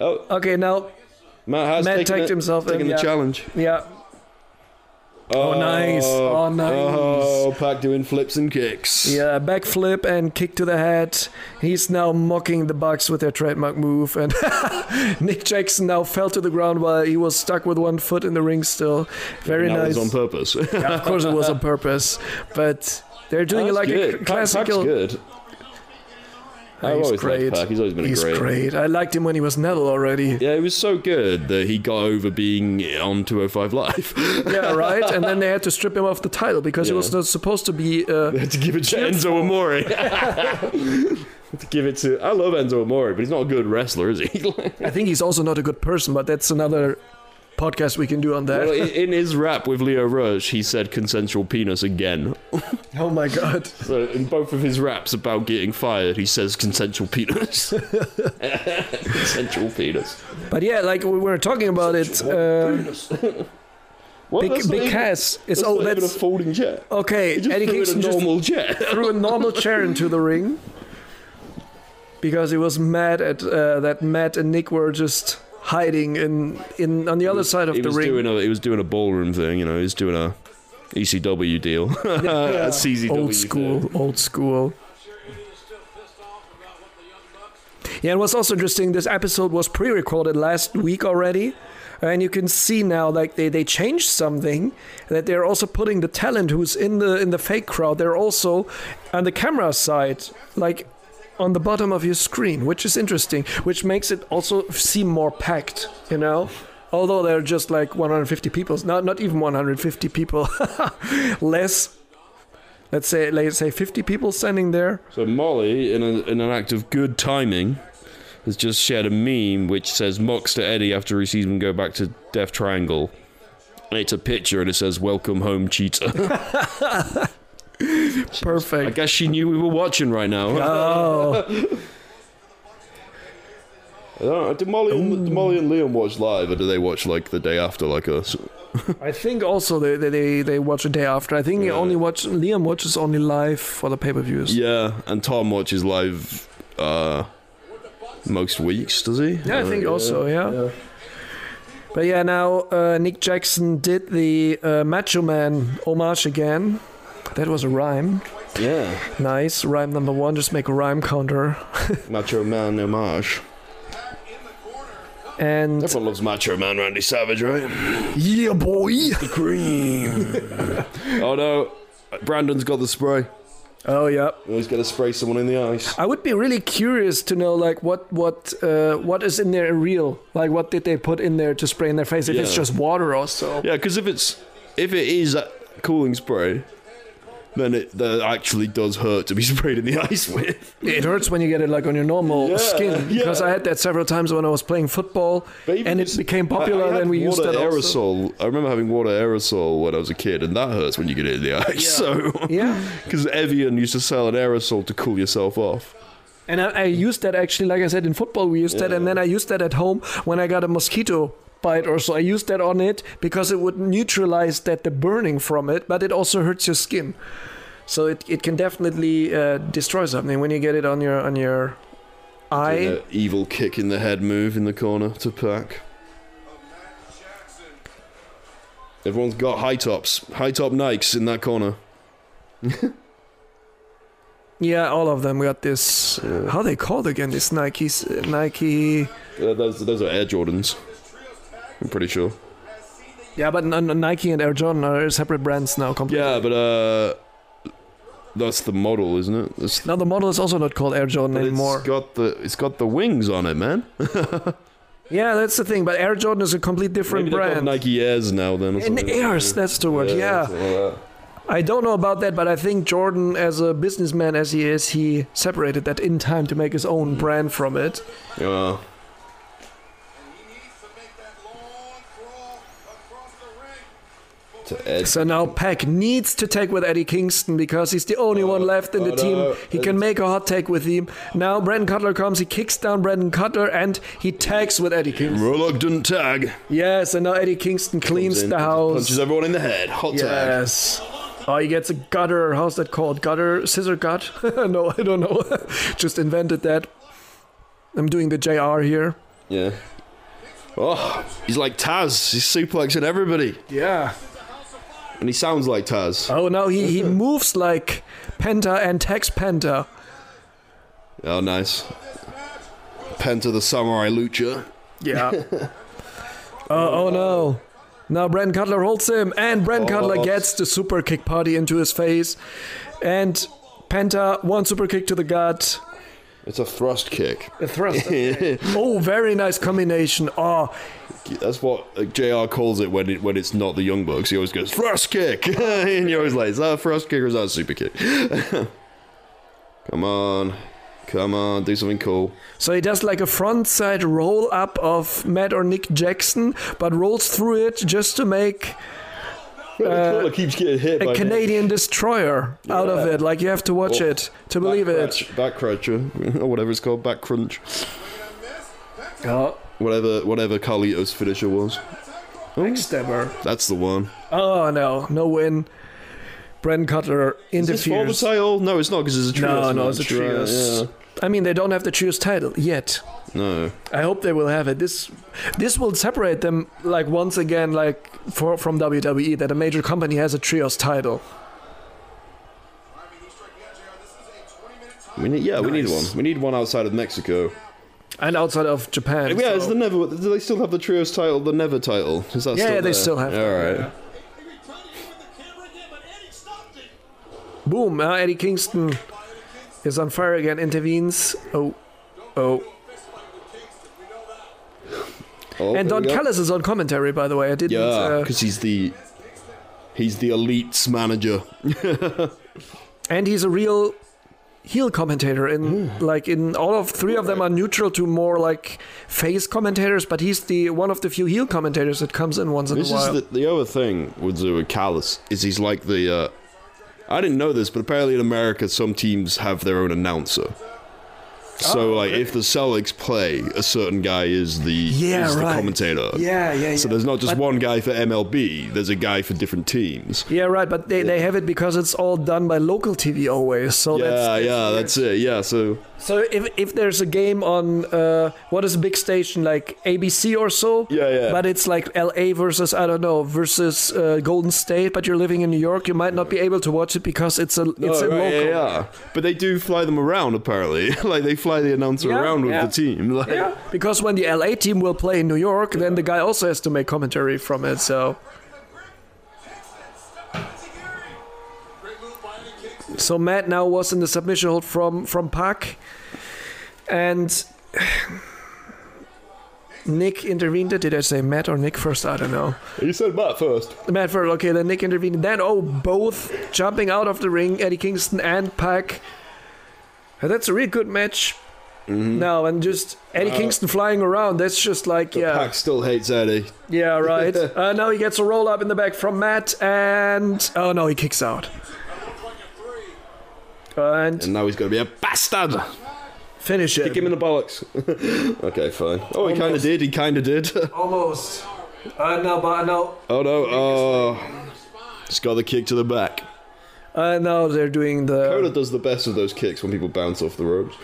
Oh. Okay, now. Matt has Matt taken tagged it- himself in, taken the yeah. challenge. Yeah. Oh, nice. Oh, nice. Oh, Pac doing flips and kicks. Yeah, backflip and kick to the head. He's now mocking the Bucks with their trademark move, and Nick Jackson now fell to the ground while he was stuck with one foot in the ring. Still, very And that nice. was on purpose. Yeah, of course, it was on purpose, but they're doing like a classical. Oh, Pac's good. I've He's always great. liked Pac. He's always been a He's great. great. I liked him when he was Neville already. Yeah, it was so good that he got over being on 205 Live. Yeah, right. And then they had to strip him off the title because he Yeah. was not supposed to be. Uh, to give it to Enzo Amore. to give it to. I love Enzo Amore, but he's not a good wrestler, is he? I think he's also not a good person, but that's another podcast we can do on that. well, in, in his rap with Leo Rush, he said consensual penis again. oh my god. So in both of his raps about getting fired, he says consensual penis. consensual penis. But yeah, like we were talking about it. Uh, What? Big, That's not Big even- Cass is That's oh not even a that's folding chair. okay. He just Eddie threw in Kingston a just normal chair. threw a normal chair into the ring because he was mad at uh, that Matt and Nick were just hiding in in on the other side of He the was ring. doing E a he was doing a ballroom thing, you know. He was doing a ECW deal, a CZW old school, thing. old school. Yeah, it was also interesting. This episode was pre-recorded last week already, and you can see now like they, they changed something that they're also putting the talent who's in the in the fake crowd they're also on the camera side like on the bottom of your screen which is interesting which makes it also seem more packed you know although they're just like 150 people not not even 150 people less let's say let's say 50 people standing there So Molly, in, a, in an act of good timing, has just shared a meme which says mocks to Eddie after he sees him go back to Death Triangle. And it's a picture and it says "Welcome home, cheater." I perfect guess she knew we were watching right now. oh I don't know, did Molly, and, did Molly and Liam watch live, or do they watch like the day after, like us? i think also they they- they, they watch a day after i think they only watch liam watches only live for the pay-per-views Yeah, and Tom watches live uh, most weeks, does he? Uh, Yeah, I think also, yeah. But yeah, now uh, Nick Jackson did the uh, Macho Man homage again. That was a rhyme. Yeah. Nice. Rhyme number one, just make a rhyme counter. Macho Man homage. And Everyone loves Macho Man Randy Savage, right? yeah, boy. Oh no, Brandon's got the spray. Oh, yeah. He's gonna spray someone in the eyes. I would be really curious to know, like, what what uh, what is in there real? Like, what did they put in there to spray in their face? If it's Yeah. just water or so. Yeah, because if it's if it is a cooling spray, then it that actually does hurt to be sprayed in the eyes with. It hurts when you get it like on your normal skin yeah. because I had that several times when I was playing football, But even and it just- became I- popular. I had and we used water that also. aerosol. I remember having water aerosol when I was a kid, and that hurts when you get it in the eyes. So Yeah. because Evian used to sell an aerosol to cool yourself off. And I, I used that actually, like I said, in football we used that, and then I used that at home when I got a mosquito bite or so. I used that on it because it would neutralize that the burning from it, but it also hurts your skin. So it, it can definitely uh, destroy something when you get it on your on your eye. An evil kick in the head move in the corner to Pack. Everyone's got high tops, high top Nikes in that corner. Yeah, all of them got this. How they called again? This Nike's uh, Nike. Uh, those, those are Air Jordans. I'm pretty sure. Yeah, but n- n- Nike and Air Jordan are separate brands now. Completely. Yeah, but uh, that's the model, isn't it? That's Now the model is also not called Air Jordan but anymore. It's got the it's got the wings on it, man. yeah, that's the thing. But Air Jordan is a complete different Maybe they're called brand. Nike Airs now then. Or In something. airs, that's the word. Yeah, something like that. I don't know about that, but I think Jordan, as a businessman as he is, he separated that in time to make his Mm. own brand from it. Yeah. To Ed. So now Pack needs to tag with Eddie Kingston because he's the only one left in the oh, no, team. no, He can make a hot tag with him. Now Brandon Cutler comes, he kicks down Brandon Cutler, and he tags with Eddie Kingston. Reluctant tag. Yes, and now Eddie Kingston Mm. Comes cleans in, the house. Punches everyone in the head. Hot tag. Yes. Oh, he gets a gutter. How's that called? Gutter, scissor gut? no, I don't know. Just invented that. I'm doing the JR here. Yeah. Oh, he's like Taz. He's suplexing everybody, Yeah. and he sounds like Taz. Oh, now he, he moves like Penta and Tex Penta. Oh, nice. Penta the Samurai Lucha. Yeah. Uh, oh, oh no. Now Brent Cutler holds him, and Brent Cutler gets the super kick party into his face. And Penta, one super kick to the gut. It's a thrust kick. A thrust. oh, very nice combination. Oh, That's what uh, Jr. calls it when it when it's not the Young Bucks. He always goes thrust kick, and you're always like, is that a thrust kick or is that a super kick? come on, come on, do something cool. So he does like a front side roll up of Matt or Nick Jackson, but rolls through it just to make Cutler keeps getting hit a by Canadian destroyer out of it. Like you have to watch it to Oh, back believe it. crunch, back cruncher or whatever it's called, back crunch, Oh, whatever whatever Carlito's finisher was. backstabber. That's the one. Oh no, no win. Brent Cutler Is this for the interferes. title? No, it's not because it's a trios. No, no, it's a match, right, trios. yeah. I mean, they don't have the trios title yet. No, I hope they will have it. This this will separate them like once again, like for, from WWE, that a major company has a trios title. we need yeah, we need one. We need one outside of Mexico. and outside of Japan. Yeah, is so- the Never? Do they still have the trio's title? The Never title? Is that Yeah, still they there? still have All right. He he tried to hit with the camera again, but Eddie stopped it. boom. Uh, Eddie Kingston is on fire again. Intervenes. Oh, oh. Oh, And there Don we go. Callis is on commentary, by the way. I didn't. Yeah, uh, because he's the he's the elite's manager. and he's a real heel commentator in Hmm. like in all of three of them are neutral to more like face commentators but he's the one of the few heel commentators that comes in once in This a while is the, the other thing with Zua Callis is he's like the. Uh, I didn't know this, but apparently in America, some teams have their own announcer. Oh, So like, if the Celtics play, a certain guy is the Yeah, is the right. commentator. Yeah, yeah, So yeah. there's not just one guy for MLB. There's a guy for different teams. yeah right but they, they have it because it's all done by local tv always so Yeah, that's yeah, that's it. Yeah, so so if, if there's a game on uh, what is a big station like abc or so Yeah, yeah. but it's like la versus i don't know versus uh, golden state but you're living in new york you might not be able to watch it because it's a it's Oh, a right, local yeah, yeah. But they do fly them around apparently. like they fly the announcer Yeah, around with yeah. the team. Like, Because when the LA team will play in New York, then the guy also has to make commentary from it. So, so Matt now was in the submission hold from from Pac, and Nick intervened. Did I say Matt or Nick first? I don't know. You said that first. Matt first. Okay, then Nick intervened. Then oh, both jumping out of the ring, Eddie Kingston and Pac. Uh, That's a really good match. Mm-hmm. Now and just Eddie Kingston flying around. That's just like yeah. Pac still hates Eddie. Yeah, right. uh, now he gets a roll up in the back from Matt, and oh no, he kicks out. And And now he's gonna be a bastard. finish it. Give him the bollocks. okay, fine. Oh, he kind of did. He kind of did. Almost. Uh, no, but no. oh no. Oh, just got the kick to the back. Uh, now they're doing Coda the. does the best of those kicks when people bounce off the ropes.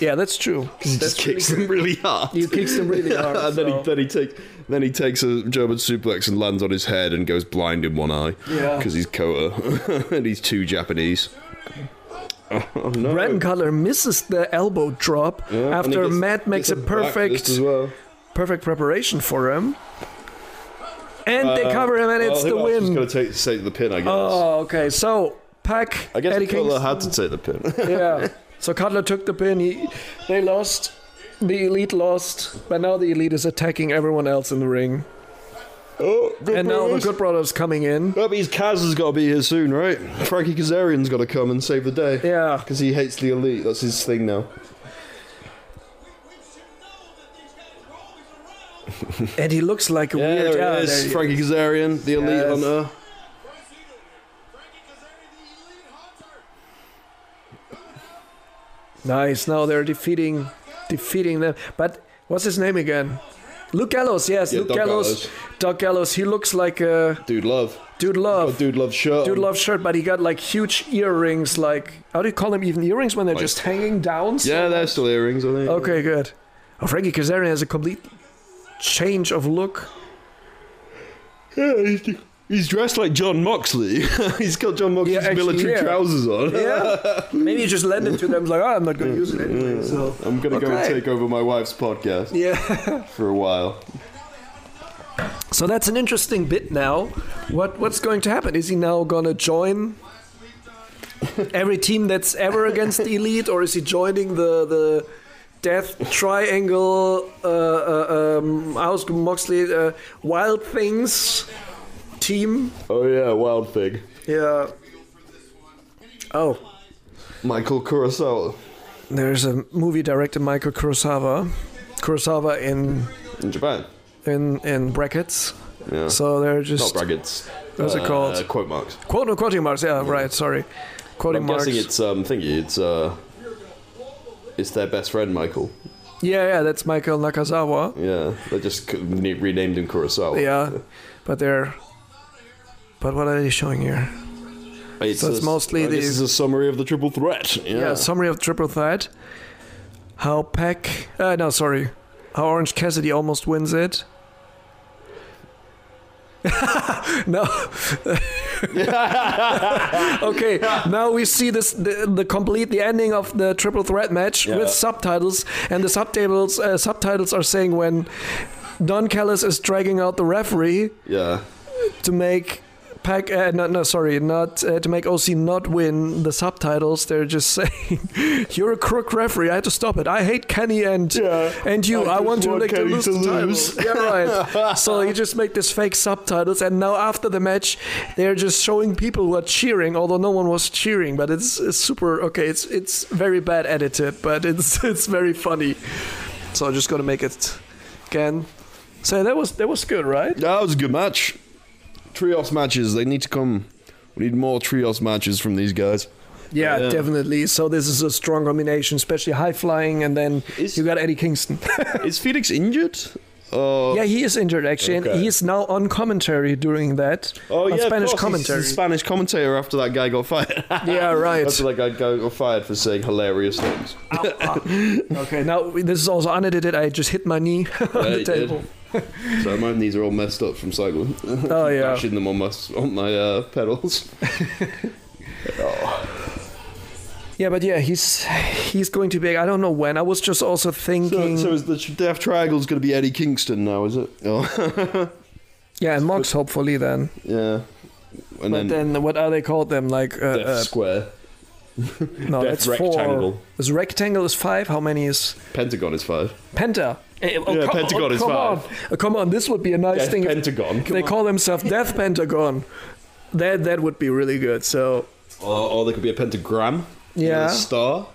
Yeah, that's true. he just kicks them really hard. You kicks him really hard. and then, he, so- then he takes then he takes a German suplex and lands on his head and goes blind in one eye. Yeah. Because he's Kota and he's too Japanese. Oh no. Brandon Cutler misses the elbow drop Yeah, and he after gets- Matt makes a gets back perfect, fist as well. perfect preparation for him, and they cover him, and Uh, Well, it's who the else is win. gonna take, take the pin, I guess. Oh, okay. So Pack I guess Eddie Kota Kingston. had to take the pin. yeah. So Cutler took the pin. He, they lost. The elite lost, but now the elite is attacking everyone else in the ring. oh, good And now the brothers. Good Brothers coming in. That means Kaz has got to be here soon, right? Frankie Kazarian's got to come and save the day. Yeah. Because he hates the elite. That's his thing now. And he looks like a weird. there yeah, it is. there he- Frankie Kazarian, the elite Yes. hunter. Nice. Now they're defeating, defeating them. But what's his name again? Luke Gallows. Yes, Yeah, Luke Doc Gallows. Gallows. Doc Gallows. He looks like a Dude Love. dude Oh, love. Dude Love shirt. Dude on. love shirt, but he got like huge earrings. Like how do you call them? Even earrings when they're just hanging down. so Yeah, they're still earrings, I think. Okay, good. Oh, Frankie Kazarian has a complete change of look. Yeah, he's, he's dressed like John Moxley. he's got John Moxley's actually, military yeah. trousers on. Yeah. Maybe you just lend it to them. Like, oh, I'm not going to use it anyway. So Mm, I'm gonna go and Okay. take over my wife's podcast yeah. for a while. So that's an interesting bit now. What what's going to happen? Is he now going to join every team that's ever against the elite, or is he joining the the Death Triangle, uh, uh, um, House Moxley, uh, Wild Things team? Oh yeah, Wild Pig. Yeah. Oh, Michael Kurosawa There's a movie director Michael Kurosawa, Kurosawa in in Japan. in in brackets. Yeah. So they're Not just brackets. Those are uh, called- quote marks. quote no quoting marks. Yeah, right. Sorry, quoting I'm marks. guessing it's um thingy. It's uh, it's their best friend Michael. yeah, yeah. That's Michael Nakazawa. Yeah, they just c- ne- renamed him Kurosawa. Yeah, but they're. But what are they showing here? it's, so it's mostly I guess the- it's a summary of the triple threat. Yeah. Yeah, summary of triple threat. How Peck? Uh, no, sorry. How Orange Cassidy almost wins it. no, okay, now we see this the, the complete the ending of the triple threat match with subtitles, and the subtitles uh, subtitles are saying when Don Callis is dragging out the referee Yeah. to make. Pack, uh, no, no, sorry, not uh, to make OC not win the subtitles. They're just saying, "You're a crook referee. I had to stop it. I hate Kenny and and you. I, just want you want like, to Kenny lose to the title." lose. Yeah, right. so you just make this fake subtitles, and now after the match, they're just showing people who are cheering, although no one was cheering. But it's, it's super okay. It's it's very bad edited, but it's it's very funny. So I'm just gonna make it again. So that was that was good, right? That was a good match. Trios matches, they need to come. We need more trios matches from these guys. Yeah, definitely. So this is a strong combination, especially high flying, and then Is- you got Eddie Kingston. Is Felix injured? Uh, yeah, he is injured actually, and Okay. he is now on commentary during that. oh, on yeah, of Spanish course, he's commentary. the Spanish commentator after that guy got fired. yeah, right. after that guy got got fired for saying hilarious things. Okay, now this is also unedited. I just hit my knee on Yeah, the you table. So my knees are all messed up from cycling. Oh yeah. Dashing them on my, on my uh, pedals. Yeah, but yeah, he's he's going to be. I don't know when. I was just also So, thinking. so is the Death Triangle's going to be Eddie Kingston now, is it? Oh, yeah, and Mox hopefully then. yeah. And But then, then what are they called them? Like uh, Death uh, Square. no, Death that's four. Rectangle. Is rectangle is five? How many is Pentagon is five. penta? Eh, oh, Yeah, co- Pentagon oh, is come five. On. Oh, come on, this would be a nice Death thing. if Pentagon. they call themselves Death Pentagon. That that would be really good. So Or, or there could be a pentagram. Yeah. With a star.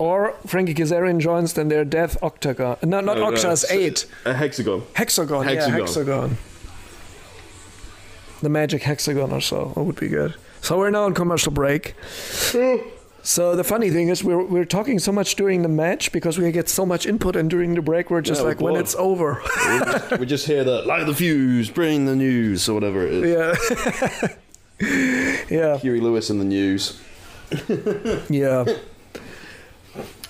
or Frankie Kazarian joins then their Death Octagon. No, not Oh, No, no, Octa's it's- eight. A hexagon. Hexagon, yeah, Hexagon. hexagon. The magic hexagon or so. That would be good. So we're now on commercial break. So the funny thing is we're, we're talking so much during the match because we get so much input and during the break we're just Yeah, we're like when bored. it's over. we, just, we just hear the light the fuse, bring the news, or whatever it is. yeah. yeah. Huey Lewis in the news. Yeah.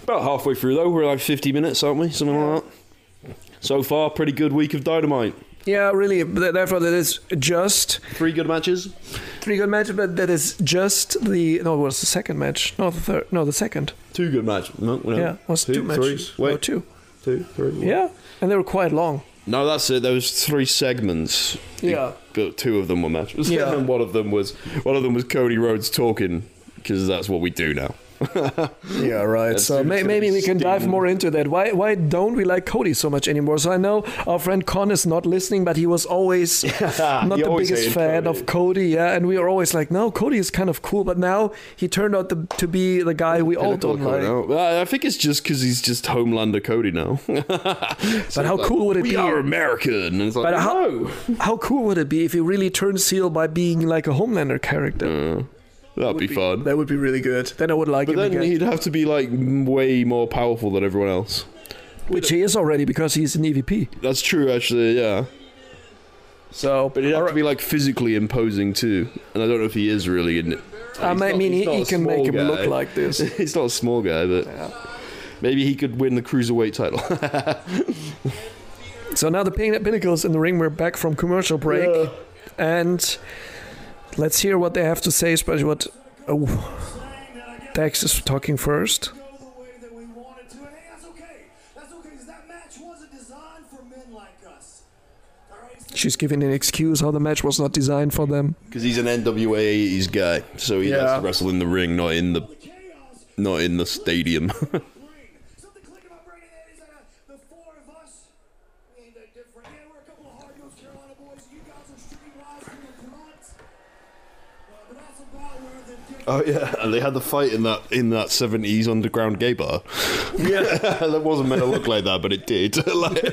About halfway through though, we're like 50 minutes, aren't we? Something like that. So far, pretty good week of Dynamite. Yeah, really. th- Therefore that is just Three good matches. three good matches, but that is just the no it was the second match. No the third no the second. Two good matches. No, no. Yeah. It was two, matches. Three. Wait, No, two. two, three. one. Yeah. And they were quite long. No, that's it. There was three segments. Yeah. But two of them were matches. Yeah. and one of them was one of them was Cody Rhodes talking because that's what we do now. Yeah, right. So it's may, gonna maybe be we can dive steam. more into that. Why why don't we like Cody so much anymore? So I know our friend Con is not listening, but he was always not He the always biggest hated fan Cody. of Cody. Yeah, and we are always like, no, Cody is kind of cool, but now he turned out to, to be the guy we all don't Coming like. out. I I think it's just because he's just Homelander Cody now. But how cool would it we be? are American. And it's like, But how no. how cool would it be if he really turns heel by being like a Homelander character? That'd be Mm, fun. That would be really good. Then I would like but him then again, he'd have to be like m- way more powerful than everyone else. which he is already because he's an E EVP. That's true, actually. Yeah. So, But he'd have to be like physically imposing too. And I don't know if he is really in it. I he's mean, not- he's he, not he a can make small him look guy. like this. he's not a small guy, but maybe he could win the cruiserweight title. So now the Pin- Pinnacles in the ring. We're back from commercial break, and let's hear what they have to say. Especially what oh, Dax is talking first. go the way that we wanted to, and hey, that's okay. That's okay, because that match wasn't designed for men like us. All right, so She's giving an excuse how the match was not designed for them. Because he's an NWA 80s guy, so he has Yeah. to wrestle in the ring, not in the chaos, not in the stadium. brain. Something clicked in my brain, and that is that uh, the four of us, we ain't that different. Yeah, we're a couple of hard-nosed Carolina boys. You guys are streetwise from the Vermont. Uh, but that's about where the difference oh yeah, and they had the fight in that in that 70s underground gay bar. Yeah, that wasn't meant to look like that, but it did. Like- But you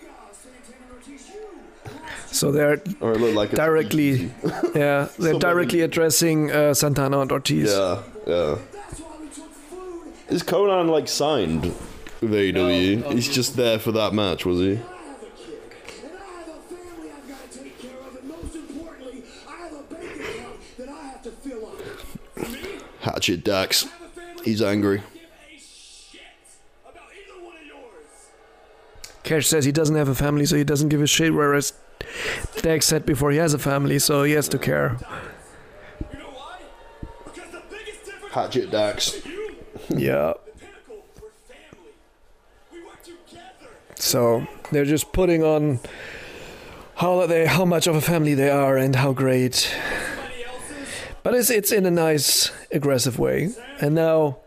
guys, Santana and Ortiz, you lost So they're or it looked like a- directly, yeah, they're directly addressing uh, Santana and Ortiz. Yeah, yeah. you. That's why we took food. Is Conan like signed with AEW? He's just there for that match, was he? I have a kid, and I have a family I've got to take care of, and most importantly, I have a bank account that I have to fill up. Hatchet Dax. He's angry. Give a shit about either one of yours. Cash says he doesn't have a family, so he doesn't give a shit, whereas Dex said before he has a family, so he has to care. You know why? Because the biggest difference Hatchet Dax. you, Yeah. the pinnacle, were family. We were together. So they're just putting on how they how much of a family they are and how great. Somebody else's But it's it's in a nice aggressive way. And now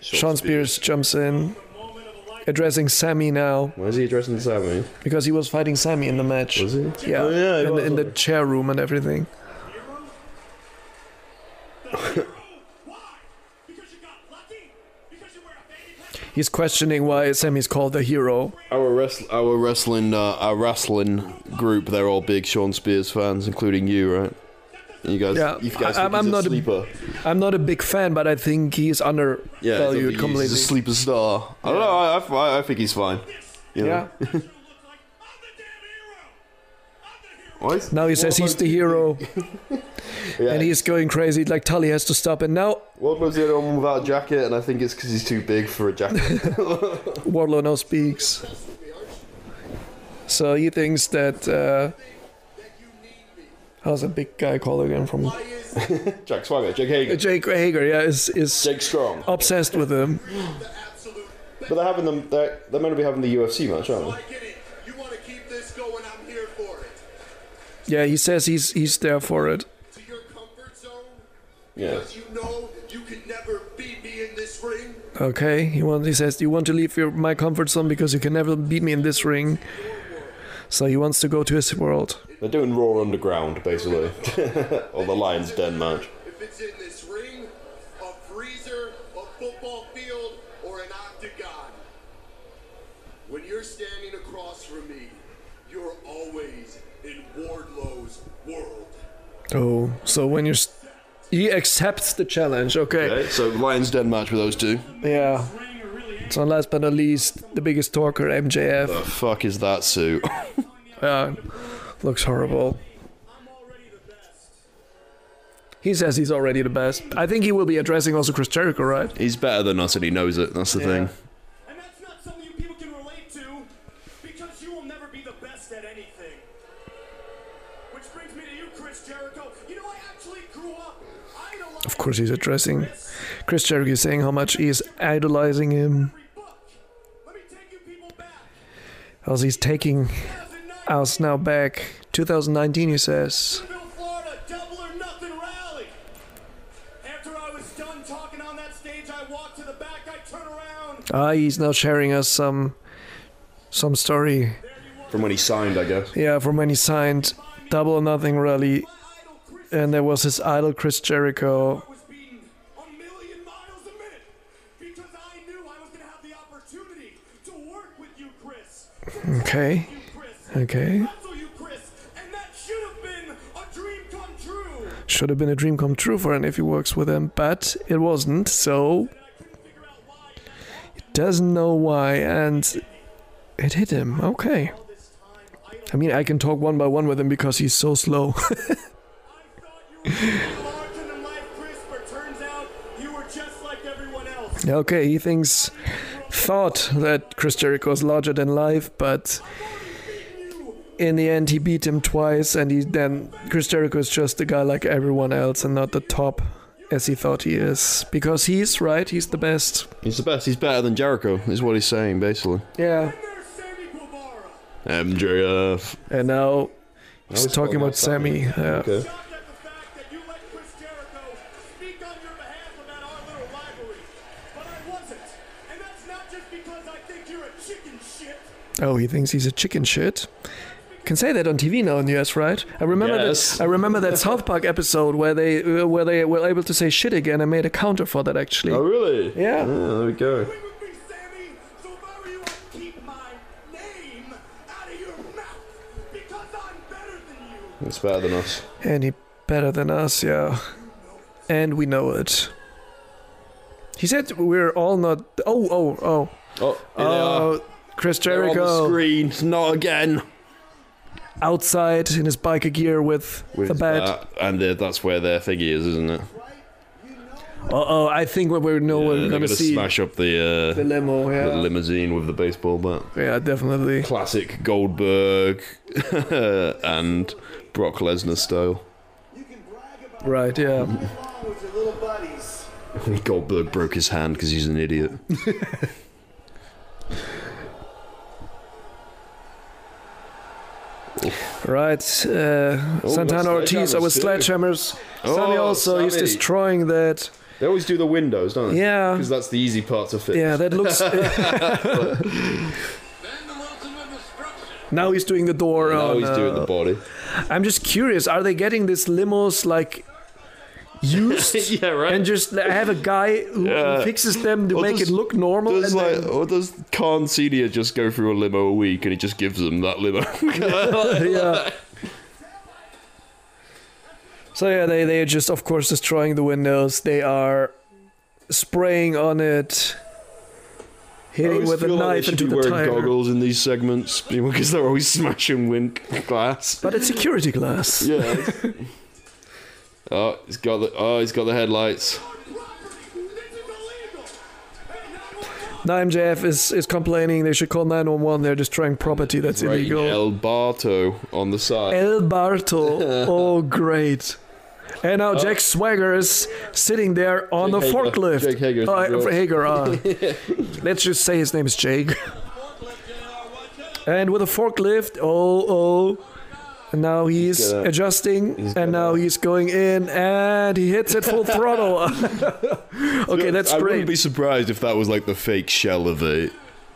Sean Spears jumps in, moment of a life. addressing Sammy now Why is he addressing Sammy? because he was fighting Sammy in the match. Was he? Yeah, Oh, yeah, he in, was, in the wasn't chair room and everything. Why? Because you got lucky? Because you were a fanny pack? He's questioning why Sammy's called the hero. Our, wrestl- our wrestling uh, our wrestling group, they're all big Sean Spears fans, including you, right? You guys, Yeah, you guys I- I'm- I'm think he's a not a- sleeper. I'm not a big fan, but I think he's undervalued yeah, he's a- he's, completely. a sleeper star. I don't know. I, I, I think he's fine. You know? yeah. You look like I'm the damn hero. I'm the hero. Why is- Now he what says he's about- the hero, Yeah. and he's going crazy. Like Tully has to stop, and now Wardlow's the only one without a jacket, and I think it's because he's too big for a jacket. Wardlow now speaks. So he thinks that. Uh, how's a big guy called again from Jack Swagger, Jake Hager, Jake Hager? Yeah, is is Jake Strong. obsessed with him. But they're having them. They're, they're meant to be having the UFC match, aren't I get it. You want to keep this going, I'm here for it. Yeah, he says he's he's there for it. To your comfort zone, they? Yeah. because you know you could never beat me in this ring. Okay, he wants. He says, "You want to leave your, my comfort zone because you can never beat me in this ring." So he wants to go to his world. They're doing Raw Underground, basically, or the Lions Den match. If it's in this ring, a freezer, a football field, or an octagon. When you're standing across from me, you're always in Wardlow's world. Oh, so when you're, s he accepts the challenge. Okay. Okay, so Lions Den match with those two. Yeah. So last but not least, the biggest talker, MJF. The fuck is that suit? Uh, looks horrible. I'm already the best. He says he's already the best. I think he will be addressing also Chris Jericho, right? he's better than us, and he knows it. That's the thing. And that's not something you people can relate to because you will never be the best at anything. Which brings me to you, Chris Jericho. You know, I actually grew up idolizing Of course, he's addressing Chris Jericho, is saying how much he's idolizing him, every book. Let me take you people back. as he's taking 2009, us now back 2019. He says. Jacksonville, Florida, double or nothing rally. After I was done talking on that stage, I walked to the back, I turned around. Ah, he's now sharing us some some story. From when he signed, I guess. Yeah, from when he signed Double or Nothing Rally, My idol, Chris and there was his idol Chris Jericho. was beaten a million miles a minute because I knew I was going to have the opportunity to work with you, Chris. To Okay, you, Chris. okay. Wrestle you, Chris. And that should have been a dream come true. Should have been a dream come true for him if he works with him, but it wasn't, so And I couldn't figure out why. doesn't know why, and it hit him. Okay. I mean, I can talk one by one with him because he's so slow. I thought you were going to be larger than life, Chris, but turns out you were just like everyone else. okay, he thinks, thought that Chris Jericho is larger than life, but in the end, he beat him twice, and he then Chris Jericho is just a guy like everyone else and not the top as he thought he is because he's right. He's the best. He's the best. He's better than Jericho, is what he's saying, basically. Yeah. There's Sammy Guevara. MJF. And now he's he's talking calling about uh, out Sammy. Sammy. Yeah. Okay. shocked at the fact that you let Chris Jericho speak on your behalf about our little rivalry. But I wasn't. And that's not just because I think you're a chicken shit. Oh, he thinks he's a chicken shit. Can say that on TV now in the US, right? I remember Yes. that. I remember that South Park episode where they uh, where they were able to say shit again. I made a counter for that actually. Oh, really? Yeah. there we go. It would be Sammy, so if I were you, I'd keep my name out of your mouth. Because I'm better than you. It's better than us. Any better than us, yeah. And we know it. He said we're all not. Oh, oh, oh. Oh, here Oh, Chris they are. They're on the Jericho screen. Not again. outside in his biker gear with, the bat. That- and the, that's where their thingy is, isn't it? Uh oh, I think what we know They're we're gonna gonna see smash up the, uh, the limo. the Yeah, limousine with the baseball bat. yeah, definitely. Classic Goldberg and Brock Lesnar style. You can brag about Right. Yeah. it along with your little buddies. Goldberg broke his hand because he's an idiot. Right, Oh, uh, Santana that's Ortiz are with sledgehammers sledgehammers. Sammy Oh, also, he's Sammy. destroying that. They always do the windows, don't they? Yeah. Because that's the easy part to fix. Yeah, that looks. Then the ultimate destruction. now he's doing the door. Now on, he's doing the uh, body. I'm just curious. Are they getting these limos like used? Yeah, right. And just like, have a guy who Yeah. fixes them to Or make does- it look normal. Does And like, then, or does Khan Senior just go through a limo a week and he just gives them that limo? yeah. So yeah, they they are just of course destroying the windows. They are spraying on it, hitting with a feel like they knife should into be the wearing tire. goggles in these segments because they're always smashing wind glass. But it's security glass. Yeah. oh, he's got the oh, he's got the headlights. Now MJF is, is complaining they should call 911. They're destroying property. That's Right, illegal. El Barto on the side. El Barto. oh, great. And now Jack Swagger is sitting there on Jake a Uh, Hager. forklift. Jake Hager is the Oh, real- Hager, ah. Let's just say his name is Jake. And with a forklift, oh, oh. And now he's, gonna- adjusting, and now he's going in, and he hits it full throttle. okay, that's I great. wouldn't be surprised if that was like the fake shell of a,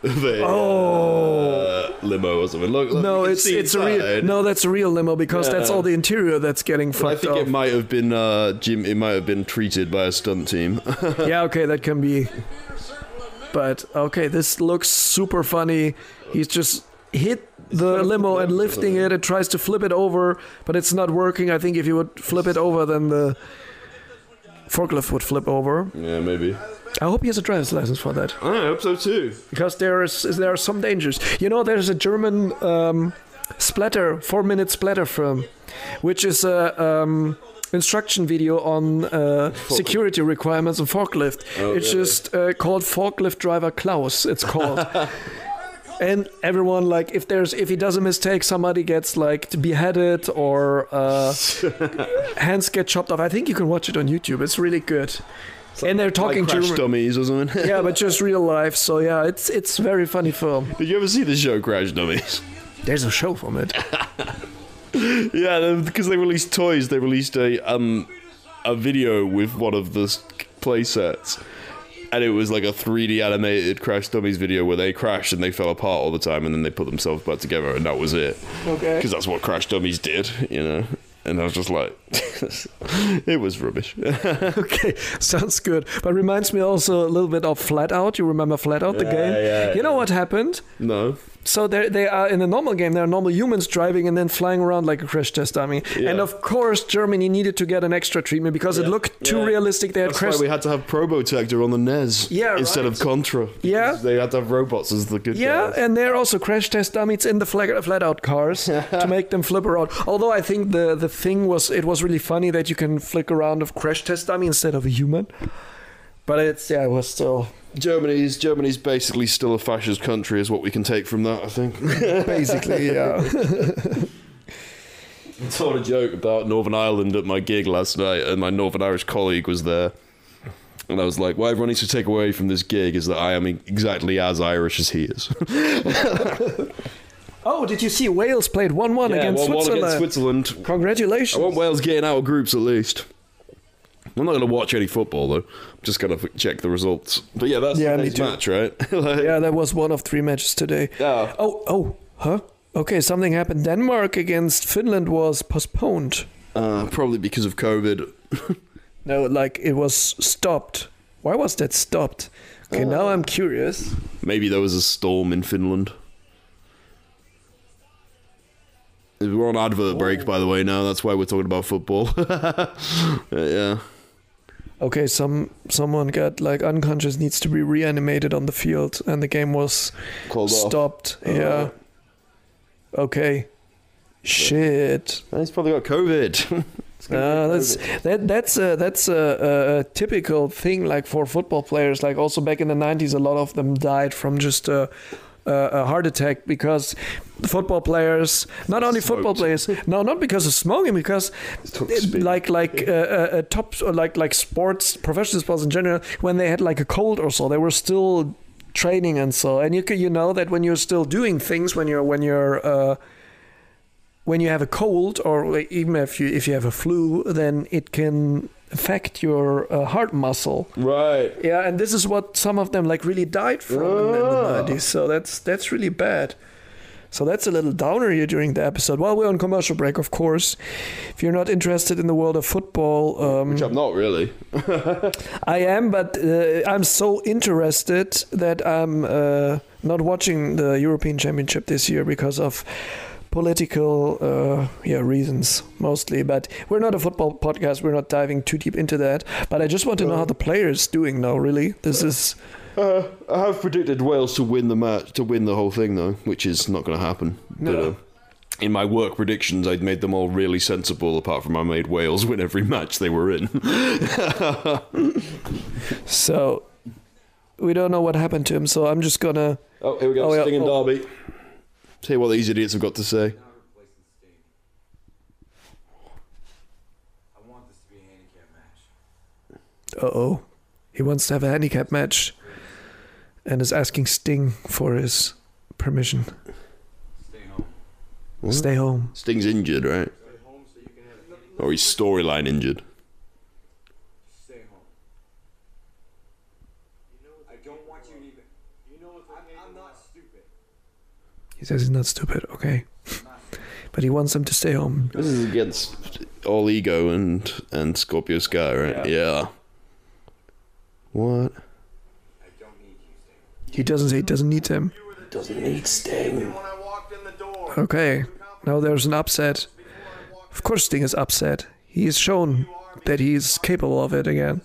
of a uh, limo or something. Look, look Oh. No, you can it's see it's a real inside. no. That's a real limo because that's all the interior that's getting I fucked think it up. might have been uh, Jim. It might have been treated by a stunt team. yeah, okay, that can be. But okay, this looks super funny. He's just hit the limo and lifting it and tries to flip it over, but it's not working. I think if you would flip it over, then the forklift would flip over. yeah, maybe. I hope he has a driver's license for that I hope so too. because there is there are some dangers. You know, there's a German um, splatter four minute splatter film, which is a um, instruction video on uh, security requirements on forklift. Oh, it's just uh, called forklift driver Klaus. It's called. And everyone like if there's if he does a mistake, somebody gets like beheaded or uh, hands get chopped off. I think you can watch it on YouTube. It's really good. and they're talking Like crash German dummies or something. yeah, but just real life. So yeah, it's it's very funny film. Did you ever see the show Crash Dummies? There's a show from it. yeah, because they released toys. They released a um a video with one of the s- play sets, and it was like a 3D animated Crash Dummies video where they crashed and they fell apart all the time, and then they put themselves back together, and that was it. Okay. Because that's what Crash Dummies did, you know. And I was just like, it was rubbish. okay, sounds good. But reminds me also a little bit of Flat Out. You remember Flat Out, the game? yeah, you know what happened? no. So they they are in a normal game. They are normal humans driving and then flying around like a crash test dummy. And of course, Germany needed to get an extra treatment because it looked too Yeah. realistic. They had That's crash. why we had to have Probotector on the NES Yeah, instead right. of Contra. Yeah. They had to have robots as the good Yeah, guys. and they're also crash test dummies in the flat, flat out cars to make them flip around. Although I think the the thing was it was really funny that you can flick around a crash test dummy instead of a human. But it's yeah, it was still Germany's Germany's basically still a fascist country, is what we can take from that. I think. basically yeah. Told a joke about Northern Ireland at my gig last night, and my Northern Irish colleague was there. And I was like, what everyone needs to take away from this gig is that I am exactly as Irish as he is. Oh, did you see Wales played one one against one, Switzerland? against Oh. Switzerland. I Congratulations! want Wales getting out of groups at least. I'm not going to watch any football though. I'm just going to check the results. But yeah, that's Yeah, yeah, me the next too. match, right? Like- yeah, that was one of three matches today. Yeah. Oh oh huh. Okay, something happened. Denmark against Finland was postponed. Uh, probably because of COVID. No, like it was stopped. Why was that stopped? Okay, now I'm curious. Maybe there was a storm in Finland. We're on advert break, by the way. Now that's why we're talking about football. Uh, yeah, Okay, some someone got like unconscious needs to be reanimated on the field, and the game was called stopped. yeah. Okay. Shit. He's probably got COVID. Uh, that's that, that's a, that's a, a, a typical thing like for football players. Like also back in the '90s, a lot of them died from just a, a, a heart attack because football players, not only football players, no, not because of smoking, because it- like like uh, uh, uh, top or like like sports, professional sports in general, when they had like a cold or so, they were still training and so. And you c- you know that when you're still doing things, when you're when you're uh, when you have a cold or even if you if you have a flu, then it can affect your uh, heart muscle. Right. Yeah, and this is what some of them like really died from in the nineties. So that's that's really bad. So that's a little downer here during the episode. While we're on commercial break, of course, if you're not interested in the world of football, um, Which I'm not really. I am, but uh, I'm so interested that I'm uh, not watching the European Championship this year because of political uh, yeah reasons mostly. But we're not a football podcast. We're not diving too deep into that. But I just want to know how the players doing now. Really, this is Uh, I have predicted Wales to win the match, to win the whole thing though, which is not going to happen. But, uh, in my work predictions, I'd made them all really sensible, apart from I made Wales win every match they were in. so. We don't know what happened to him, so I'm just gonna. oh, here we go, Oh, yeah. Sting and Derby. See what these idiots have got to say. I want this to be a handicap match. Uh oh, he wants to have a handicap match, and is asking Sting for his permission. Stay home. Stay home. Sting's injured, right? Or he's storyline injured. Stay home. I don't want you to even. You know what I'm, I'm not stupid. He says he's not stupid, okay. but he wants him to stay home. This is against All Ego and and Scorpio Sky, right? Yeah. What? I don't need you, Stay home. He doesn't say he doesn't need him. Doesn't need Sting. When I walked in the door. Okay, now there's an upset. Before I walked Of course, Sting is upset. He has shown that he is capable of it again.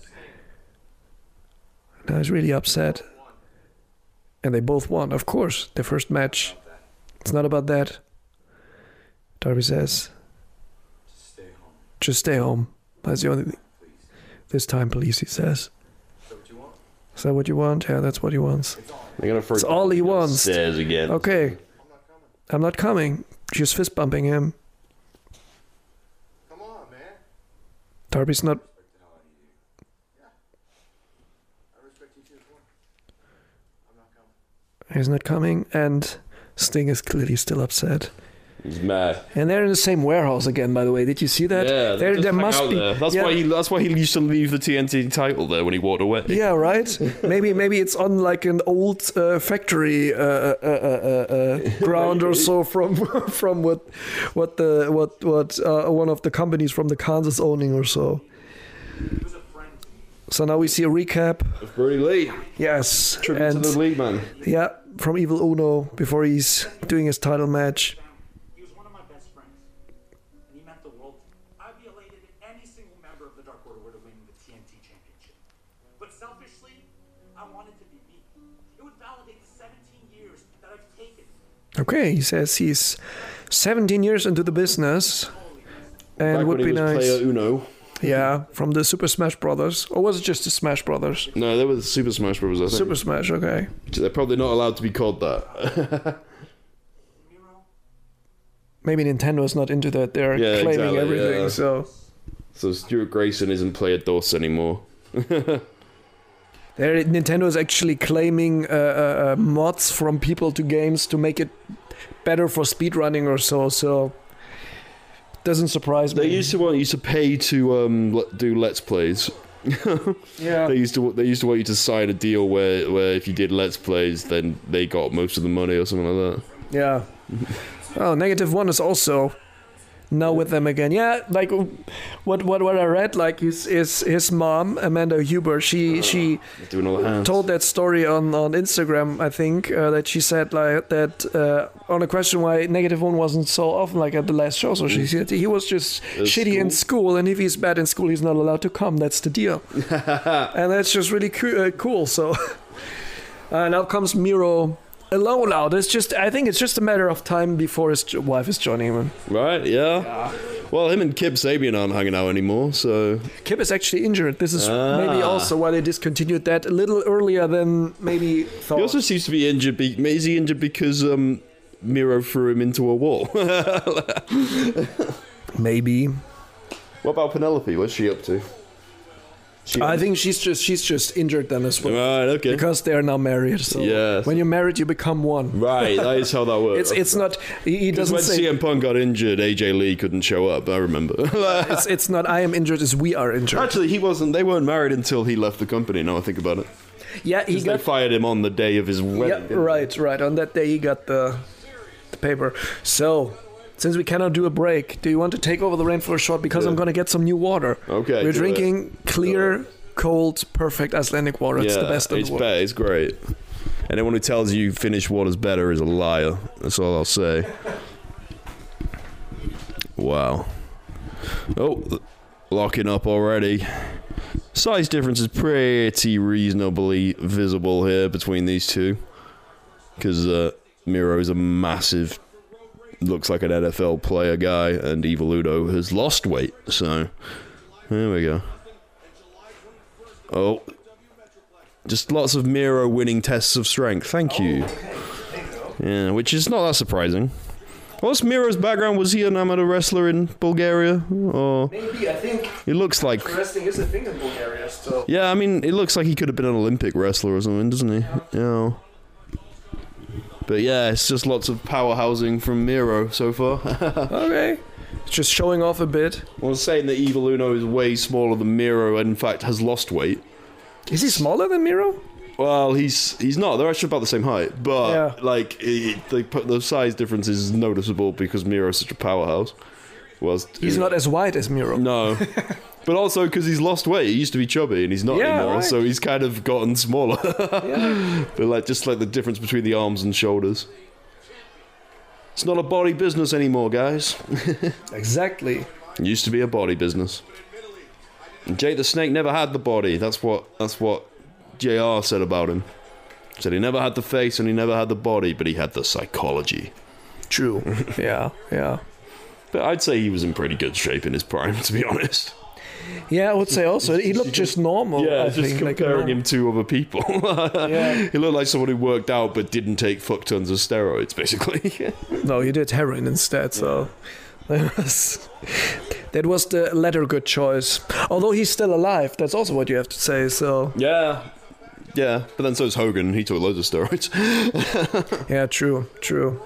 Now he's really upset. And they both won, of course, their first match. It's not about that. Darby says, Just stay home. just stay home. That's the only thing. This time, please, he says. Is that what you want? Is that what you want? Yeah, that's what he wants. They're gonna throw It's all he wants. Stairs again. Okay. I'm not coming. She's fist bumping him. Come on, man. Darby's not. I respect you too. Come on. I'm not coming. He's not coming, and Sting is clearly still upset. He's mad. And they're in the same warehouse again, by the way. Did you see that? Yeah, there, just there hang must out be. there. That's yeah, why he. That's why he used to leave the TNT title there when he walked away. Yeah, right. Maybe, maybe it's on like an old uh, factory uh, uh, uh, uh, uh, ground or so from from what what the what what uh, one of the companies from the Kansas owning or so. So now we see a recap. Brody Lee, Yes, tribute to and- the league man. Yeah, from Evil Uno before he's doing his title match. He was one of my best friends, and he meant the world. to me. I'd be elated if any single member of the Dark Order were to win the TNT Championship. But selfishly, I wanted to be me. It would validate the 17 years that I've taken. Okay, he says he's 17 years into the business and Back would when be he was nice. Player Uno. Yeah, from the Super Smash Brothers. Or was it just the Smash Brothers? No, they were the Super Smash Brothers. I think. Super Smash, okay. They're probably not allowed to be called that. Miro, Maybe Nintendo's not into that. They're Yeah, claiming exactly, everything, yeah. so. so Stuart Grayson isn't Player Dos anymore. There, Nintendo is actually claiming uh, uh, uh, mods from people to games to make it better for speedrunning or so, so. Doesn't surprise They me. used to want you to pay to um le- do Let's Plays. yeah. They used to they used to want you to sign a deal where where if you did Let's Plays, then they got most of the money or something like that. Yeah. oh, negative one is also now with them again. Yeah, like what what what I read like is is his mom Amanda Huber. She Uh. she Doing all the hands. told that story on on Instagram. I think uh, that she said like that uh, on a question why negative one wasn't so often like at the last show. So she said he was just shitty in school, and if he's bad in school, he's not allowed to come. That's the deal, and that's just really coo- uh, cool. So uh, now comes Miro. Alone out. It's just. I think it's just a matter of time before his jo- wife is joining him. Right? Yeah. Well, him and Kip Sabian aren't hanging out anymore, so Kip is actually injured. This is maybe also why they discontinued that a little earlier than maybe thought. he also seems to be injured. Be- is he injured because um, Miro threw him into a wall? what maybe. about Penelope? What's she up to? She- I think she's just she's just injured then as well. Right. Okay. Because they are now married. So Yes. when you're married you become one. right. That is how that works. It's it's not he, he Because doesn't when say CM Punk got injured, AJ Lee couldn't show up. I remember. it's it's not I am injured, it's we are injured. Actually, he wasn't. They weren't married until he left the company. Now I think about it, Yeah, he they got fired him on the day of his wedding. Yeah, didn't they? right, right. On that day, he got the, the paper. So, since we cannot do a break, do you want to take over the reign for a shot? Because I'm going to get some new water. Okay, We're do drinking clear, cold, perfect Icelandic water. it's the best in It's the world. better. It's great. Anyone who tells you Finnish water's better is a liar. That's all I'll say. Wow. Oh, locking up already. Size difference is pretty reasonably visible here between these two, because uh, Miro is a massive, looks like an NFL player guy, and Evoludo has lost weight. So there we go. Oh, just lots of Miro winning tests of strength. Thank you. Yeah, which is not that surprising. What's Miro's background? Was he an amateur wrestler in Bulgaria? Or Maybe, I think, it looks like. wrestling is a thing in Bulgaria, so. Yeah, I mean, it looks like he could have been an Olympic wrestler or something, doesn't he? Yeah. But yeah, it's just lots of power housing from Miro so far. Okay. It's Just showing off a bit. well, saying that Evil Uno is way smaller than Miro and in fact has lost weight. Is he smaller than Miro? Well, he's he's not. They're actually about the same height, but Yeah. like it, they put the size difference is noticeable because Miro's such a powerhouse. Whereas He's not as wide as Miro. No. But also because he's lost weight, he used to be chubby and he's not Yeah, anymore, right. so he's kind of gotten smaller. But like just like the difference between the arms and shoulders. It's not a body business anymore, guys. Exactly. It used to be a body business. And Jake the Snake never had the body. That's what that's what JR said about him. Said he never had the face and he never had the body, but he had the psychology. True. yeah, yeah. But I'd say he was in pretty good shape in his prime, to be honest. Yeah, I would say also. He looked just normal. Yeah, I just think, like a comparing normal- him to other people. He looked like someone who worked out but didn't take fuck tons of steroids, basically. No, he did heroin instead, so that was that was the latter good choice. Although he's still alive, that's also what you have to say. So yeah. Yeah, but then so's Hogan. He took loads of steroids. yeah, true, true.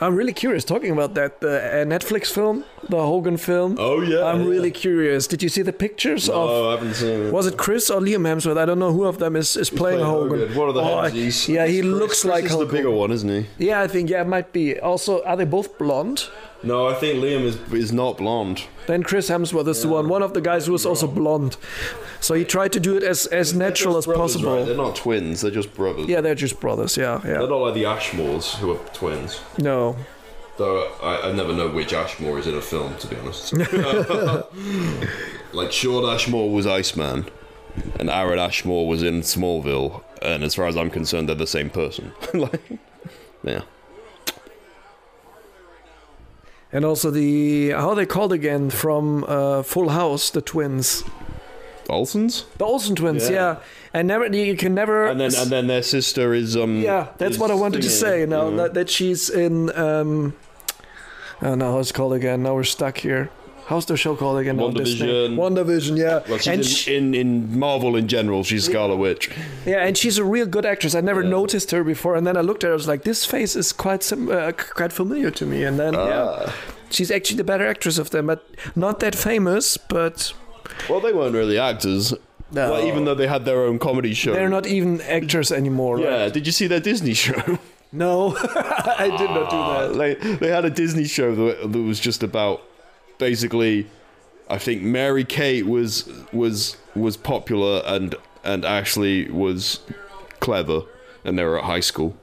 I'm really curious talking about that the uh, Netflix film, the Hogan film. Oh, yeah, I'm yeah. really curious. Did you see the pictures of? Oh, haven't seen Was it Chris or Liam Hemsworth? I don't know who of them is, is playing playing Hogan. Hogan. What are the Oh, I- Hemsies? Yeah, he Chris- looks Chris like is Hulk. the bigger one, isn't he? Yeah, I think yeah, it might be. Also, are they both blonde? No, I think Liam is is not blonde. Then Chris Hemsworth is the one, one of the guys who is also blonde. So he tried to do it as, as natural as possible. They're not twins. They're just brothers. Yeah, they're just brothers. Yeah, They're yeah. not like the Ashmores who are twins. No. Though I, I never know which Ashmore is in a film, to be honest. like Sean Ashmore was Iceman, and Aaron Ashmore was in Smallville. And as far as I'm concerned, they're the same person. like, yeah. And also the how are they called again from uh, Full House, the twins, Olsen's. the Olsen twins. Yeah, Yeah. and never you can never. And then and then their sister is um. yeah, that's is what I wanted to singing, say. Now you know. that, that she's in. Um, oh no, how's it called again? Now we're stuck here. How's the show called again? on Disney? WandaVision. WandaVision, yeah. Well, she's and in, she- in in Marvel in general, she's Scarlet Witch. Yeah, and she's a real good actress. I never noticed her before, and then I looked at her. I was like, "This face is quite sim- uh, c- quite familiar to me." And Ah. then, yeah, she's actually the better actress of them, but not that famous. But Well, they weren't really actors. No. Well, even though they had their own comedy show. they're not even actors anymore. right? Yeah. Did you see their Disney show? No, I did not do that. They they had a Disney show that, that was just about basically, I think Mary Kate was was was popular and and Ashley was clever, and they were at high school,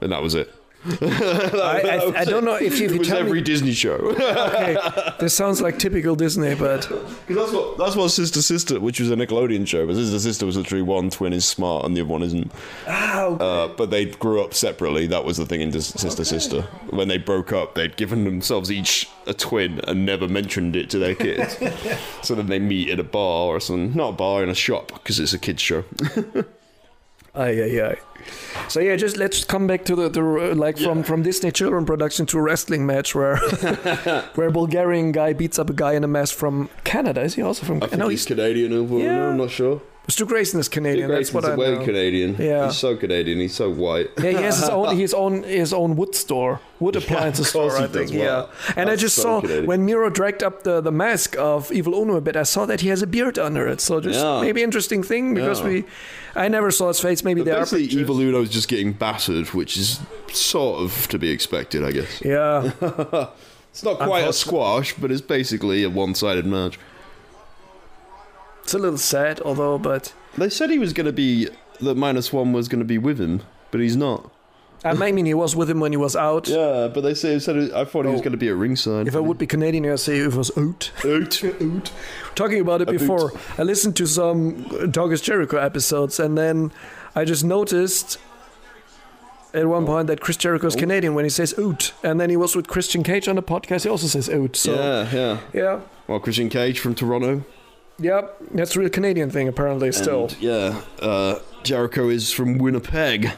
and that was it. I, I, I don't know if you, if It you was tell me. every Disney show. Okay, this sounds like typical Disney, but 'Cause that's what that's what Sister Sister, which was a Nickelodeon show, but Sister Sister was literally one twin is smart and the other one isn't. Uh, but they grew up separately. That was the thing in Dis- Sister Sister. When they broke up, they'd given themselves each a twin and never mentioned it to their kids. so then they meet at a bar or something. Not a bar, in a shop, because it's a kids' show. Aye, aye, aye. So yeah, just let's come back to the, the uh, like from from Disney children production to a wrestling match where where Bulgarian guy beats up a guy in a mask from Canada. Is he also from? I think no, he's he's, Canadian over Yeah. no, I'm not sure. Stu Grayson is Canadian. Grayson's that's what I way know. Canadian. Yeah. He's so Canadian, he's so white. Yeah, he has his own his own his own wood store, wood appliances course store. he I does, think. wow. Yeah, and I That's just so saw Canadian. when Miro dragged up the, the mask of Evil Uno a bit, I saw that he has a beard under it. So just Yeah. maybe interesting thing because Yeah. we, I never saw his face. Maybe they are. Basically, Evil Uno's just getting battered, which is sort of to be expected, I guess. Yeah, It's not quite a squash, but it's basically a one-sided match. it's a little sad, although, but They said he was going to be that minus one was going to be with him, but he's not. I mean he was with him when he was out. Yeah, but they say said I thought he was going to be at ringside. If I would be Canadian, I'd say it was out. Oot, oot. Talking about it boot. before, I listened to some Doggers Jericho episodes, and then I just noticed at one point that Chris Jericho Oh. is Canadian when he says oot. And then he was with Christian Cage on the podcast, he also says oot. So, Yeah, yeah. yeah. Well, Christian Cage from Toronto. yeah, that's a real Canadian thing, apparently, still. And, yeah, uh, Jericho is from Winnipeg.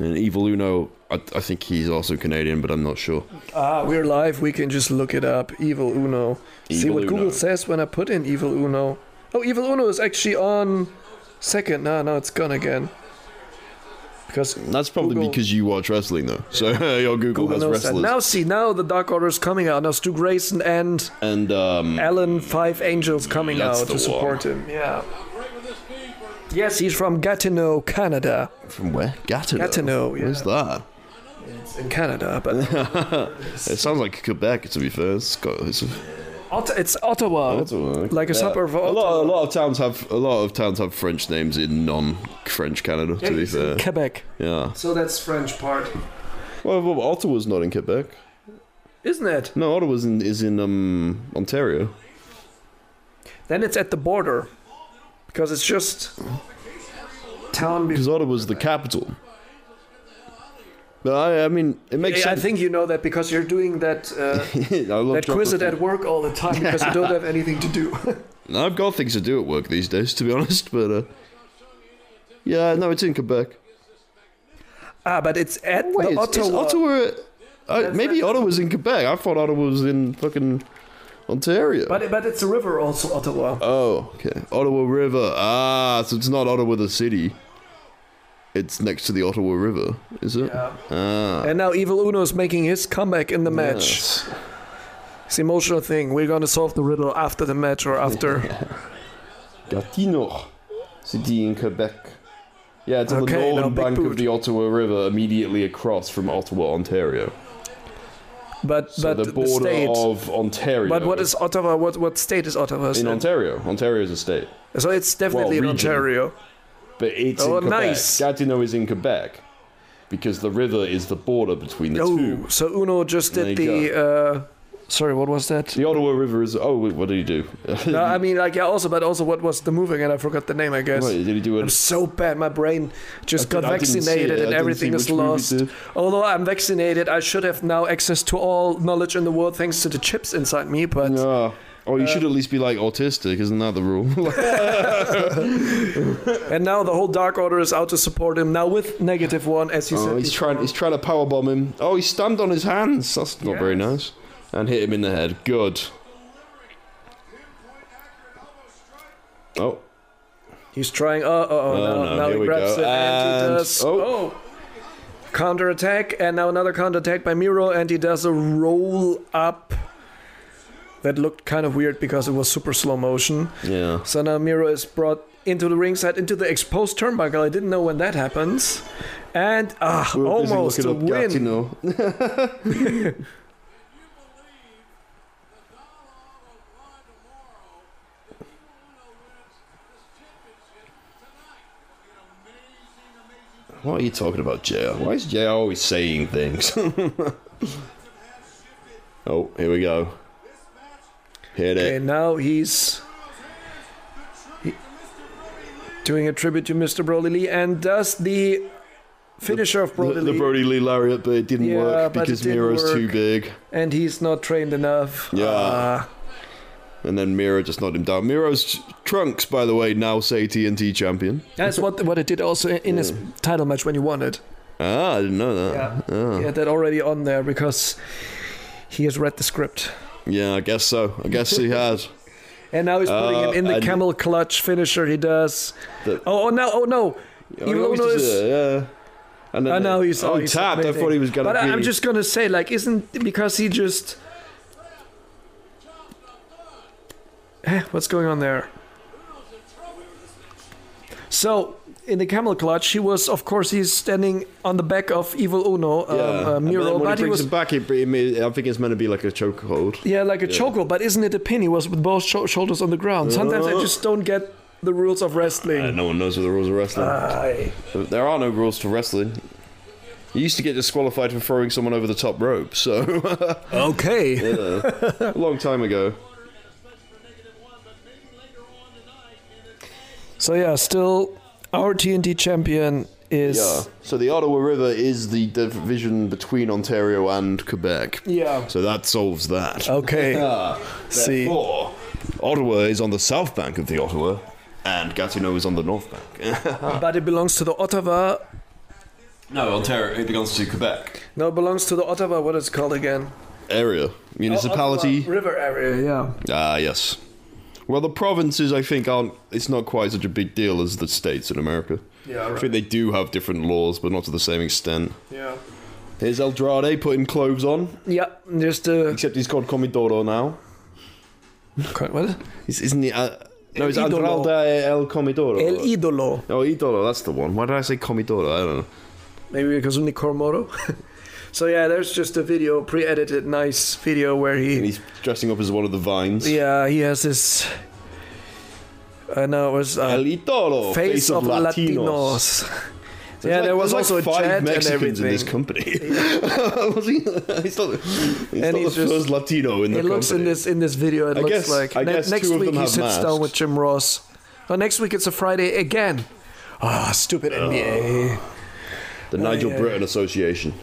And Evil Uno, I, I think he's also Canadian, but I'm not sure. Ah, we're live, we can just look it up. Evil Uno. See Evil what Google Uno. says when I put in Evil Uno. Oh, Evil Uno is actually on second. No, no, it's gone again. Because That's probably Google- because you watch wrestling, though. So your Google, Google has knows that. wrestlers. Now see, now the Dark Order is coming out. Now Stu Grayson and And um, Alan Five Angels coming That's out the to support him. Yeah. Yes, he's from Gatineau, Canada. from where? Gatineau. Gatineau, yeah. Where's that? It's in Canada, but It sounds like Quebec, to be fair. It's got it's a, Ot- it's Ottawa, like a suburb of a Ottawa. lot. A lot of towns have a lot of towns have French names in non-French Canada. to be It's in fair, Quebec. yeah. So that's French part, Well, well, Ottawa's not in Quebec. isn't it? No, Ottawa's in, is in um Ontario. Then it's at the border, because it's just town. Be- Because Ottawa's the capital. But I, I mean, it makes I sense. think you know that because you're doing that uh, I love that quiz geography. at work all the time because you don't have anything to do. No, I've got things to do at work these days, to be honest. But uh, yeah, no, it's in Quebec. Ah, but it's at Wait, the is, Ottawa. is Ottawa? Uh, maybe not- Ottawa's in Quebec. I thought Ottawa was in fucking Ontario. But but it's a river also Ottawa. oh, okay. Ottawa River. Ah, so it's not Ottawa the city. It's next to the Ottawa River, is it? Yeah. Ah. and now Evil Uno is making his comeback in the match. yes. It's emotional thing. We're gonna solve the riddle after the match or after. Gatineau, city in Quebec. Yeah, it's on Okay, now the northern big bank boot. of the Ottawa River, immediately across from Ottawa, Ontario. But So but the the, border state. of Ontario. but what is Ottawa? What what state is Ottawa? in Ontario? Ontario is a state, So it's definitely Well, in region. Ontario. but it's Oh, in Quebec. nice. Gatineau is in Quebec because the river is the border between the Oh, two. so Uno just did There you the. Uh, sorry, what was that? The Ottawa River is. Oh, wait, what did he do? No, I mean like yeah. Also, but also what was the move again? I forgot the name. I guess. Wait, did he do I'm it? so bad. My brain just I got didn't see vaccinated it. I and didn't everything see is which movie lost. did. Although I'm vaccinated, I should have now access to all knowledge in the world thanks to the chips inside me. But Yeah. Oh, Uh, you should at least be like autistic, isn't that the rule? and now the whole Dark Order is out to support him now with negative one, as you Oh, said. he's trying. He's trying to powerbomb him. Oh, he stamped on his hands. That's not very nice. And hit him in the head. Good. Oh. He's trying. Oh, oh, oh, Oh, now, no, now here he we grabs go. it and, he And- does. oh. Oh. Counter attack, and now another counter attack by Miro, and he does a roll up that looked kind of weird because it was super slow motion. Yeah. So now Miro is brought into the ringside, into the exposed turnbuckle. I didn't know when that happens. And ah, almost a win. Gatineau. What are you talking about, JR? Why is JR always saying things? oh, here we go. Hit it. And now he's he- doing a tribute to Mr. Broly Lee and does the finisher of Brody The, the Lee, Brody Lee lariat, but it didn't Yeah, work but it because didn't Mira's too work. big. and he's not trained enough. Yeah. Uh, And then Mira just knocked him down. Mira's trunks, by the way, now say TNT champion. that's what what it did also in, in his title match when he won it. Ah, I didn't know that. Yeah, he had that already on there because he has read the script. Yeah, I guess so. I guess he has. And now he's putting Uh, him in the and- camel clutch finisher. He does. oh, oh no! Oh no! Even Oh, though he always does it's- it, yeah. And then I know he's oh, oh, he he's tapped. I submitting. thought he was gonna. But I- be, I'm just gonna say, like, isn't because he just. Eh, what's going on there? So in the camel clutch, he was, of course, he's standing on the back of Evil Uno, um, Yeah. uh, And then Miro, when he but brings he was him back, he, he made, I think it's meant to be like a chokehold. yeah, like a chokehold. But isn't it a pin? He was with both sho- shoulders on the ground. Sometimes I just don't get the rules of Uh, wrestling. no one knows what the rules of wrestling. Aye. Uh, there are no rules to wrestling. You used to get disqualified for throwing someone over the top rope, so okay. a long time ago. So yeah, still our TNT champion is Yeah. So the Ottawa River is the division between Ontario and Quebec. Yeah. So that solves that. okay. See. Therefore, Ottawa is on the south bank of the Ottawa, and Gatineau is on the north bank. But it belongs to the Ottawa. no, Ontario. It belongs to Quebec No, it belongs to the Ottawa. What is it called again? area Oh, Ottawa river area. Yeah. Ah, yes. Well, the provinces, I think, aren't. It's not quite such a big deal as the states in America. Yeah, I right. think they do have different laws, but not to the same extent. Yeah. Here's Eldrade putting clothes on, Yeah. There's the except he's called Comidoro now. what? He's, isn't he? Uh, no, it's El Idolo. Andrade El Comidoro. El Idolo. oh, Idolo, that's the one. Why did I say Comidoro? I don't know. Maybe because only Cormoro. so yeah, there's just a video, pre-edited, nice video where And he. he's dressing up as one of the vines. Yeah, he has this. I know it was. Uh, El Idolo, face, of, Latinos. Latinos. yeah, There's there like- was there's also like a five jet Mexicans and everything. in this company. was he? He's not, he's not he's the just- first Latino in the it company. looks in this in this video. It I looks guess- like I ne- guess next two of week them he have sits down masks. with Jim Ross. No, next week it's a Friday again. Ah, stupid Oh. NBA. The Nigel Oh, yeah. Britton Association.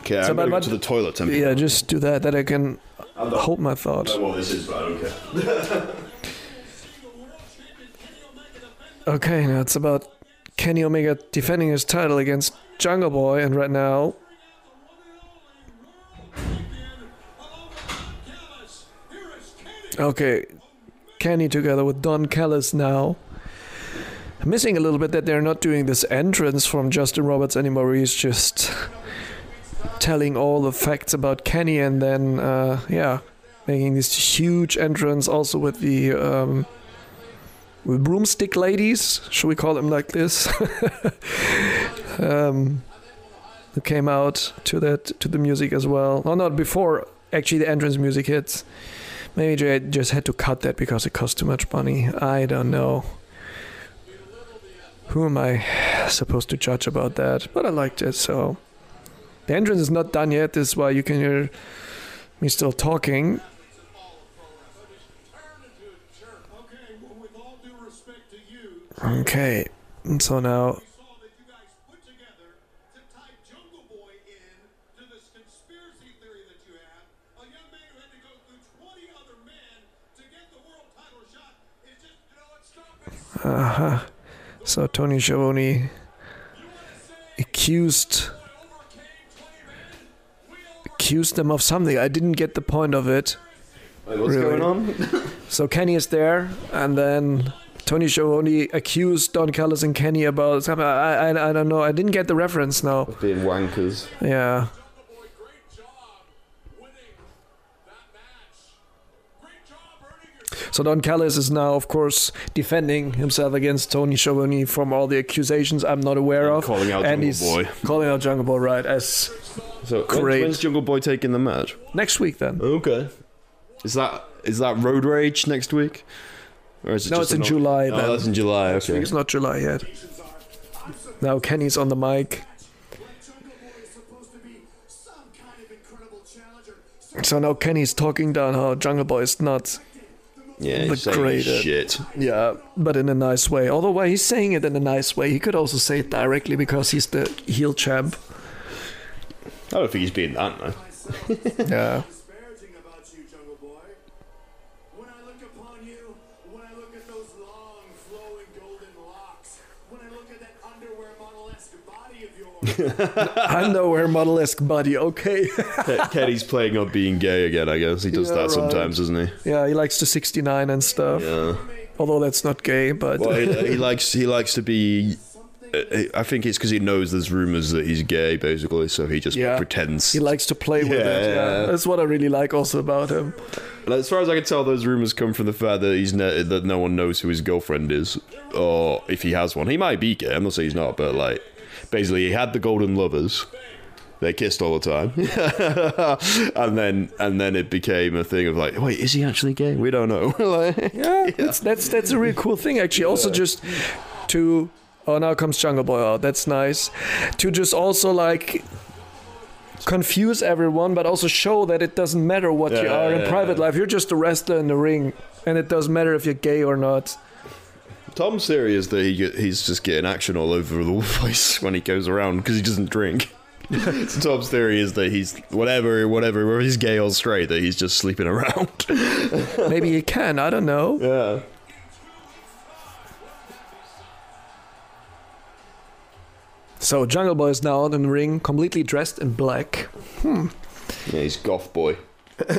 Okay, So, I'm but going to go what- to the toilet, Tim. Yeah, just do that. That I can hold my I thoughts. don't know what this is, but I don't care. Okay, now it's about Kenny Omega defending his title against Jungle Boy, and right now. Okay, Kenny together with Don Callis now. Missing a little bit that they're not doing this entrance from Justin Roberts anymore. He's just telling all the facts about Kenny and then, uh, yeah, making this huge entrance also with the um, with broomstick ladies, should we call them like this? um, who came out to that to the music as well? Oh, not before actually the entrance music hits. Maybe I just had to cut that because it cost too much money. I don't know. Who am I supposed to judge about that? But I liked it, so the entrance is not done yet. This is why you can hear me still talking. Okay, well, with all due respect to you, Okay, so now we saw that you guys put together to tie Jungle Boy in to this conspiracy theory that you have. A young man who had to go through 20 other men to get the world title shot is just, you know, it's stop it. So Tony Schiavone accused accused them of something. I didn't get the point of it. what's Really? going on? So Kenny is there, and then Tony Schiavone accused Don Callis and Kenny about something. I, I I don't know. I didn't get the reference now. Being wankers. Yeah. Jungle Boy, great job winning that match. Great job earning your So Don Callis is now, of course, defending himself against Tony Schiavone from all the accusations I'm not aware of, calling out and Jungle he's Boy. calling out Jungle Boy, right? As So when's- Great. When's Jungle Boy taking the match? next week then. Okay. Is that is that Road Rage next week? Or is it No, just it's in an- July Oh, then. that's in July. Okay. It's not July yet. Now Kenny's on the mic. Jungle Boy is supposed to be some kind of incredible challenger. So now Kenny's talking down how Jungle Boy is nuts. Yeah, the he's saying greater- shit. Yeah, but in a nice way. Although while he's saying it in a nice way, he could also say it directly because he's the heel champ. I don't think he's being that man. Yeah. disparaging about you, Jungle Boy. When I look upon you, when I look at those long, flowing golden locks, when I look at that underwear model-esque body of yours, Underwear model-esque body. Okay. Ke- Kenny's playing on being gay again. I guess he does Yeah, that right. sometimes, doesn't he? yeah, he likes the 69 and stuff. Yeah. Although that's not gay, but Well, he, he likes he likes to be. uh, I think it's because he knows there's rumors that he's gay, basically. So he just Yeah. pretends. he likes to play with it. Yeah. Yeah. That's what I really like also about him. And as far as I can tell, those rumors come from the fact that he's ne- that no one knows who his girlfriend is, or if he has one. He might be gay. I'm not saying he's not, but like, basically, he had the golden lovers. They kissed all the time, and then and then it became a thing of like, wait, is he actually gay? We don't know. Like- Yeah, That's, that's that's a real cool thing actually. Also just to oh now comes Jungle Boy out. That's nice. To just also like confuse everyone, but also show that it doesn't matter what you Yeah, are in yeah, private yeah. life. You're just a wrestler in the ring, and it doesn't matter if you're gay or not. Tom's theory is that he get, he's just getting action all over the place when he goes around because he doesn't drink. so Tom's theory is that he's whatever, whatever, whether he's gay or straight, that he's just sleeping around. Maybe he can. I don't know. yeah. So Jungle Boy is now out in the ring, completely dressed in black. Yeah, he's goth boy. see, I'm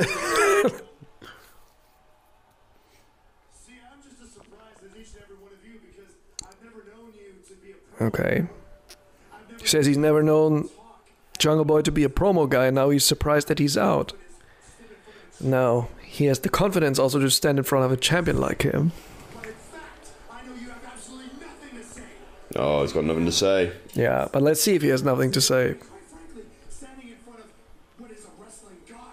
just as surprised as each and every one of you because I've never known you to be a pro. Okay. He says he's never known Jungle Boy to be a promo guy, and now he's surprised that he's out. Now he has the confidence also to stand in front of a champion like him. But in fact, I know you have absolutely nothing to say. Oh, he's got nothing to say. Yeah, but let's see if he has nothing to say. Quite frankly, standing in front of what is a wrestling god,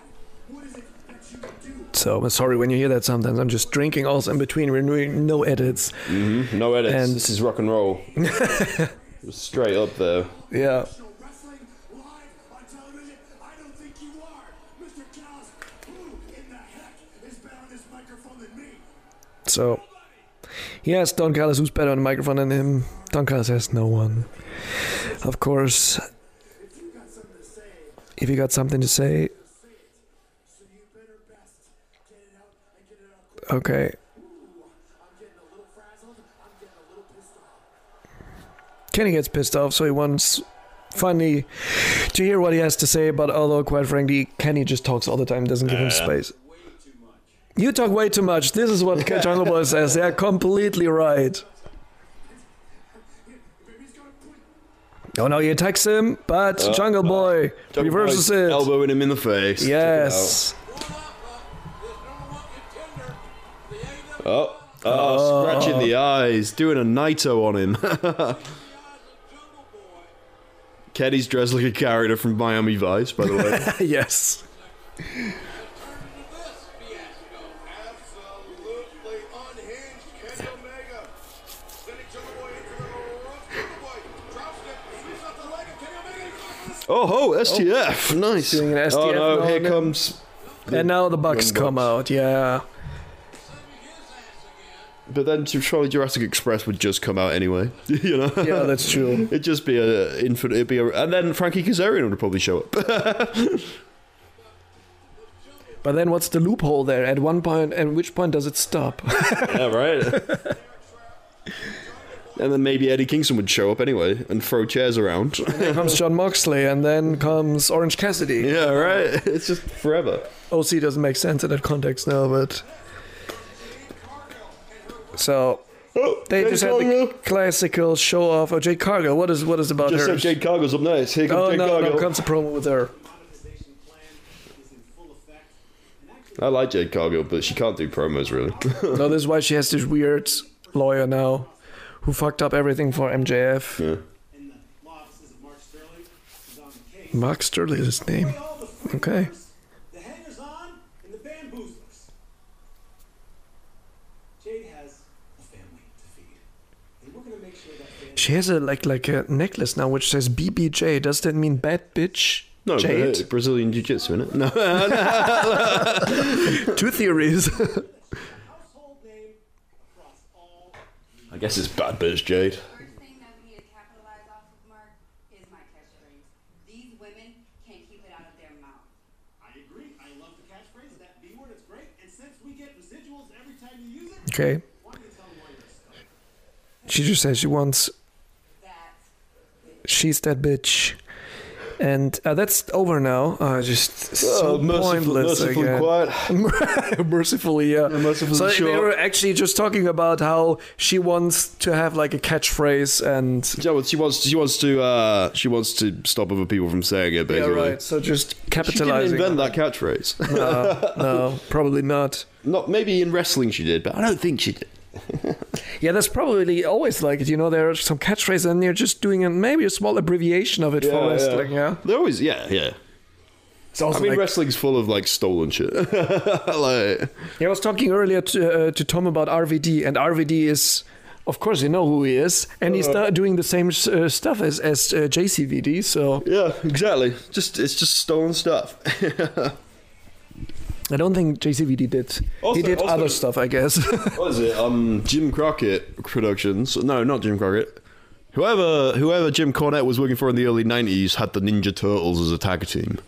what is it that you can do? So I'm sorry when you hear that sometimes. I'm just drinking also in between. We're doing no edits. No edits. Mm-hmm. And- this is rock and roll. Straight up there. Yeah. professional wrestling live on television? I don't think you are. Mr. Callis, who in the heck is better on this microphone than me? So he asked Don Callis who's better on the microphone than him. Don Callis has no one. Of course, If you got something to say, if you got something to say, say it. So you better best get it out and get it out quick. okay. Ooh, I'm getting a little frazzled. I'm getting a little pissed off. Kenny gets pissed off, so he wants finally to hear what he has to say. But although, quite frankly, Kenny just talks all the time, doesn't give him space. You talk way too much. This is what Jungle Boy says. They're completely right. Baby's got a point. Oh no, he attacks him, but Jungle Boy Uh, Jungle reverses Boy's it. Elbowing him in the face. Took it Yes. out. Oh. Oh, scratching the eyes, doing a Naito on him. Kenny's dressed like a character from Miami Vice, by the way. yes. Absolutely unhinged Kenny Omega. Sending Jungle Boy into the ropes. Jungle Boy drops it. He's off the leg of Kenny Omega. He's off the Oh ho, STF, nice. doing an oh STF no, now here and then. comes. And now the Bucks Young come Bucks. out. Yeah. But then surely Jurassic Express would just come out anyway. you know. Yeah, that's true. It'd just be a infinite. It'd be a, and then Frankie Kazarian would probably show up. But then, what's the loophole there? At one point, at which point does it stop? yeah, right. and then maybe Eddie Kingston would show up anyway and throw chairs around. comes John Moxley, and then comes Orange Cassidy. yeah, right. It's just forever. OC doesn't make sense in that context now, but so Oh, they just had the classical show off of Jade Cargill. What is what is about Just her? said Jade Cargill's up next. Here comes oh Jade no, Cargill. no, comes a promo with her. I like Jade Cargill, but she can't do promos really. no, this is why she has this weird lawyer now, who fucked up everything for MJF. yeah. In the law offices of Mark Sterling, he's on the case. Mark Sterling is his name. all the Okay. the hangers on, and the bamboozlers. Jade has a family to feed, and we're gonna make sure that family. She has a like like a necklace now which says BBJ. Does that mean bad bitch? No, Jade. but, uh, Brazilian Jiu Jitsu, innit? No. Two theories. I guess it's bad biz, Jade. First thing that we need to capitalize off of, Mark, is my catchphrase. These women can't keep it out of their mouth. I agree. I love the catchphrase. That B word is great. And since we get residuals every time you use it, Okay. why don't you tell them why you're a star? She just says she wants That she's that bitch. And uh, that's over now. Uh, Oh, just so pointless again. mercifully, yeah. mercifully so they short. were actually just talking about how she wants to have like a catchphrase and Yeah, well, she wants she wants to uh, she wants to stop other people from saying it. yeah, Basically, right. So just she didn't capitalizing. invent that catchphrase. no, probably not. Not maybe in wrestling she did, but I don't think she did. Yeah, that's probably always like it. You know, there are some catchphrases and you're just doing a, maybe a small abbreviation of it for wrestling. Yeah, They always, yeah, yeah. it's also I mean, like- wrestling's full of like stolen shit. like, Yeah, I was talking earlier to, uh, to Tom about RVD, and RVD is, of course, you know who he is, and he's Uh-huh. not doing the same uh, stuff as as uh, JCVD. So yeah, exactly. Just it's just stolen stuff. I don't think JCVD did. Also- he did also- other stuff, I guess. what is it? Um, Jim Crockett Productions. No, not Jim Crockett. Whoever, whoever Jim Cornette was working for in the early '90s had the Ninja Turtles as a tag team.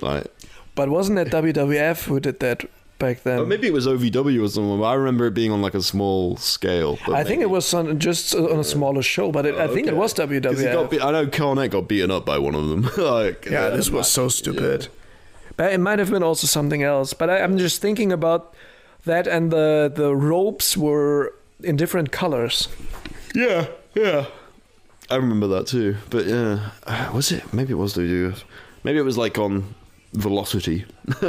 Like, but wasn't it WWF who did that back then? or maybe it was OVW or something. But I remember it being on like a small scale. but I think maybe- Uh, it was on just on a smaller show, but it, I think it Okay. was 'Cause he WWF. got beat- I know Cornette got beaten up by one of them. like, yeah, uh, this was so stupid. But it might have been also something else. But I, I'm just thinking about that, and the the ropes were in different colors. Yeah, yeah. I remember that too. But yeah, Uh, was it? Maybe it was WWF. Maybe it was like on Velocity.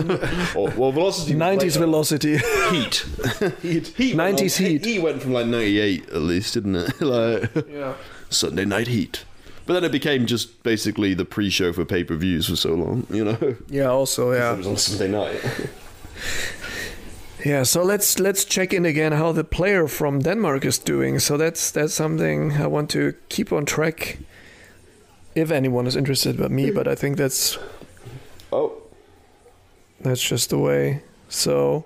or, well, Velocity. was 90s later. velocity. Heat. heat. 90s Heat. went on- Heat. Heat went from like 98 at least, didn't it? like Yeah. Sunday Night Heat. But then it became just basically the pre-show for pay-per-views for so long, you know. Yeah. Also, It yeah. was on Sunday night. Yeah. So let's let's check in again how the player from Denmark is doing. So that's that's something I want to keep on track. If anyone is interested but me, but I think that's Oh, that's just the way. So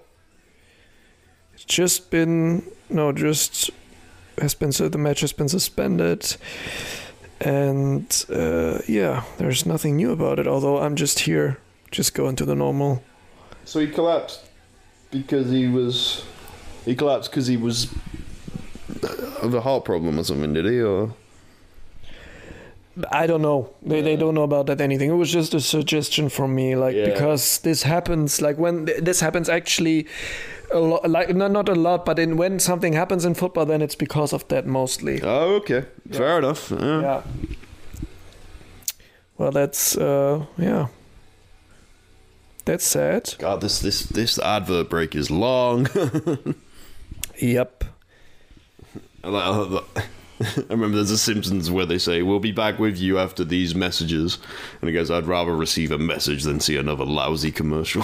it's just been no, just has been so the match has been suspended, and uh, yeah, there's nothing new about it. Although I'm just here, just going to the normal. so he collapsed because he was he collapsed because he was uh, of a heart problem or something, did he? Or I don't know. They, they don't know about that anything. It was just a suggestion from me, like Yeah. because this happens, like when th- this happens, actually, a lot, like not not a lot, but in when something happens in football, then it's because of that mostly. oh, okay, fair enough. Yeah. Yeah. Well, that's uh, yeah. That's sad. God, this this this advert break is long. Yep. I like- I love that. I remember there's a Simpsons where they say, We'll be back with you after these messages. And he goes, I'd rather receive a message than see another lousy commercial.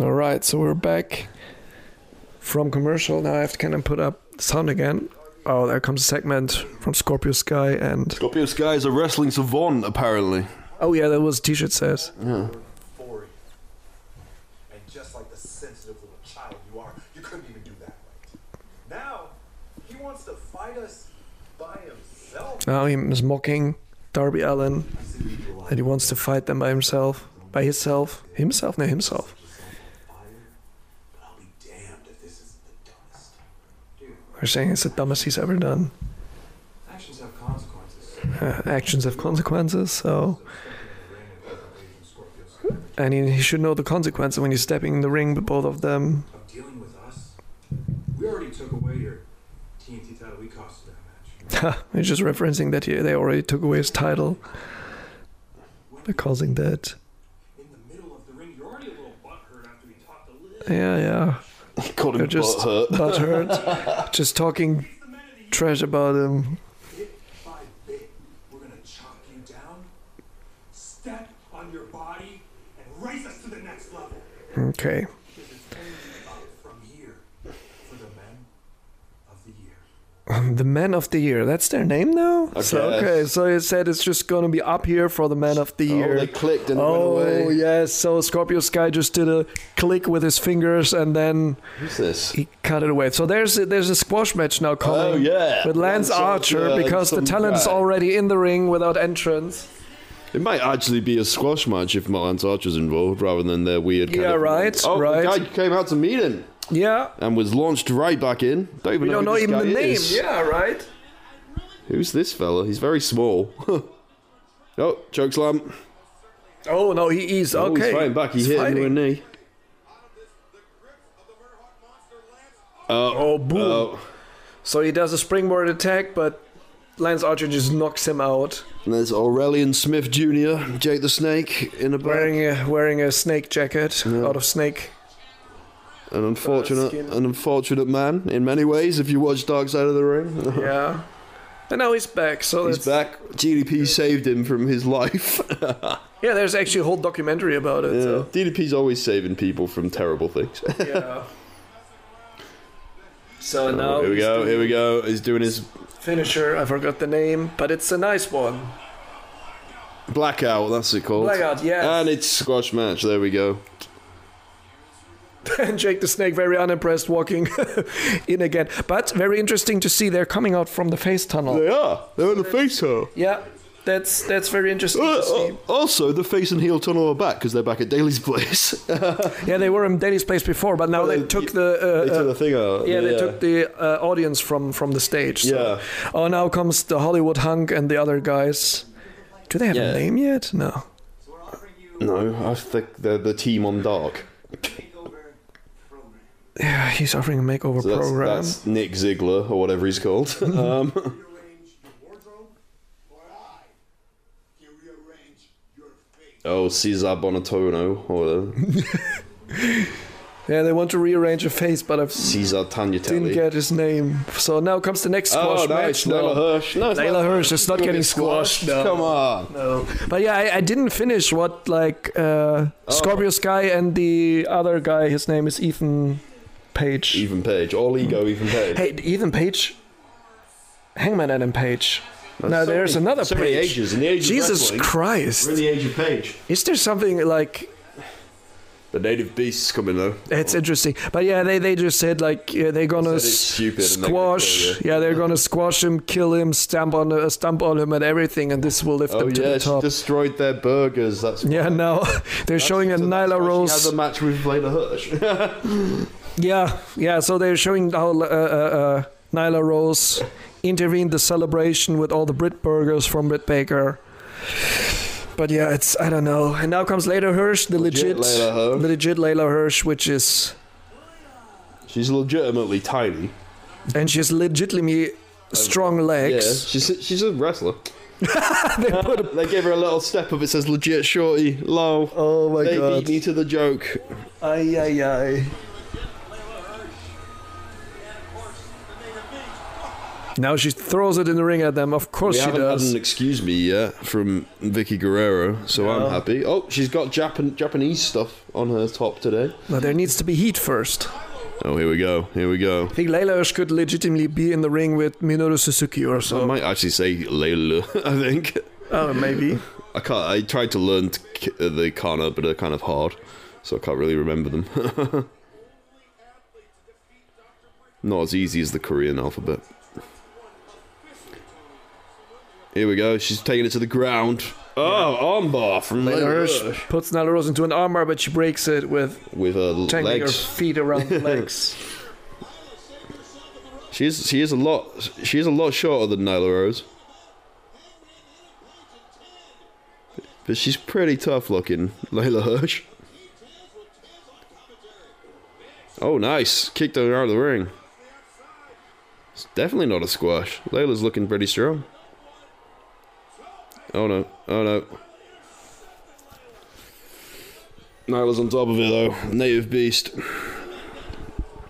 All right, so we're back from commercial. Now I have to kind of put up the sound again. Oh, there comes a segment from Scorpio Sky and. Scorpio Sky is a wrestling savant, apparently. Oh yeah, that was T-shirt says. for you. And just like the sensitive little child you are, you couldn't even do that right. Now, he wants to fight us by himself. Now he is mocking Darby Allen that he wants to fight them by himself, by himself, himself, no himself. But I'll be damned if this isn't the dumbest. We're saying it's the dumbest he's ever done. Actions have consequences. Uh, actions have consequences, so. And he, he should know the consequence when he's stepping in the ring with both of them. Of dealing with us? We already took away your TNT title. We cost you that match. he's just referencing that he, they already took away his title by causing that. In the middle of the ring, you're already a little butthurt after we talked a little. Yeah, yeah. Called him They're just butthurt. Oh, butthurt, just talking trash about him. Bit by bit, we're gonna chop you down, step on your body, and raise us to the next level. Okay. It is only up from here for the men of the year. the Man of the Year. That's their name now. So, guess. Oh, okay, so it said it's just gonna be up here for the Man of the Year. they clicked and it went oh away. yes. So Scorpio Sky just did a click with his fingers and then Who's this? he cut it away. So there's a, there's a squash match now coming. Oh, yeah. With Lance, Lance Archer Archer and because the some talent is guy. already in the ring without entrance. It might actually be a squash match if Lance Archer's involved rather than their weird. Kind Yeah, of- right, Oh, right. the guy came out to meet him Yeah. and was launched right back in. Don't We even know don't know who this even the guy name. is. Yeah, right. Who's this fella? He's very small. oh, chokeslam. Oh no, he, he's Oh, okay. he's fighting back. He He's hit him fighting. with a knee. Oh boom. Oh, So he does a springboard attack, but Lance Archer just knocks him out and there's Aurelian Smith Jr., Jake the Snake, in a back. wearing a wearing a snake jacket out of snake. An unfortunate, skin. an unfortunate man in many ways. If you watch Dark Side of the Ring, Yeah. And now he's back. So he's that's, back. GDP saved him from his life. yeah, there's actually a whole documentary about it. So. DDP's always saving people from terrible things. Yeah. So now Oh, here we he's go. doing Here we go. He's doing his finisher. I forgot the name, but it's a nice one. blackout. That's it called. Blackout, yes. And it's squash match. There we go. and Jake the Snake, very unimpressed, walking in again. But very interesting to see they're coming out from the face tunnel. They are. They're in the face Uh, tunnel. Yeah, that's that's very interesting to see. also, the face and heel tunnel are back because they're back at Daly's place. Yeah, they were in Daddy's Place before, but now they they- took the. Uh, they took uh, the thing out. yeah, they took the uh, audience from from the stage. So. Yeah. Oh, now comes the Hollywood hunk and the other guys. Do they have a Yeah. name yet? No. So we're offering you No, I think they're the team on Dark. takeover program. Yeah, he's offering a makeover So that's, program. that's Nick Ziggler or whatever he's called. um, Rearrange your wardrobe, or I can rearrange your fate. oh, Cesar Bonatono or uh, Yeah, they want to rearrange a face, but I Cesar Tagliatelle. didn't get his name. So now comes the next squash oh, no, match. it's Layla Hirsch. No, it's Layla not- Hirsch is not Gonna getting get squashed, no. Come on. But yeah, I, I didn't finish what like uh, Oh. Scorpio Sky and the other guy. His name is Ethan Page. Even Page. All ego, Even Page. Hey, Ethan Page, Hangman Adam Page. now so there's many- another so Page. many ages in the age of Jesus wrestling. Christ! We're in the age of Page. Is there something like The native beasts coming though. it's interesting? But yeah, they they just said like yeah, they're gonna Said it's s- stupid and they're gonna squash. kill you. yeah, they're gonna squash him, kill him, stamp on uh, stamp on him, and everything, and this will lift Oh them to yeah, the she top. destroyed their burgers. That's Yeah, now they're showing a Nyla Rose. Had the match with Layla Hirsch. Yeah, yeah. So they're showing how uh, uh, uh, Nyla Rose intervened the celebration with all the Brit burgers from Britt Baker. But yeah, it's I don't know. And now comes Layla Hirsch, the legit, Legit Layla Hirsch. the legit Layla Hirsch, which is she's legitimately tiny. and she's legitimately strong Yeah, legs. she's she's a wrestler. they, gave her a little step up. It says legit shorty. Lol. Oh my they god. beat me to the joke. Ay ay ay. Now she throws it in the ring at them. Of course We she haven't had does. an excuse me yet from Vicky Guerrero, so I'm happy. Oh, she's got Japan Japanese stuff on her top today. But there needs to be heat first. Oh, here we go. Here we go. I think Layla Hirsch could legitimately be in the ring with Minoru Suzuki or I so. might actually say Layla. I think. Oh, maybe. I can't. I tried to learn t- k- uh, the kana, but they're kind of hard, so I can't really remember them. Not as easy as the Korean alphabet. Here we go. She's taking it to the ground. Oh, armbar from Layla Hirsch Puts Nyla Rose into an armbar, but she breaks it with with her tangling her legs. feet around the legs. She is. She is a lot. She is a lot shorter than Nyla Rose. But she's pretty tough looking, Layla Hirsch. Oh, nice. Kicked her out of the ring. It's definitely not a squash. Layla's looking pretty strong. Oh no. Oh no. Nyla's on top of it though. Native beast.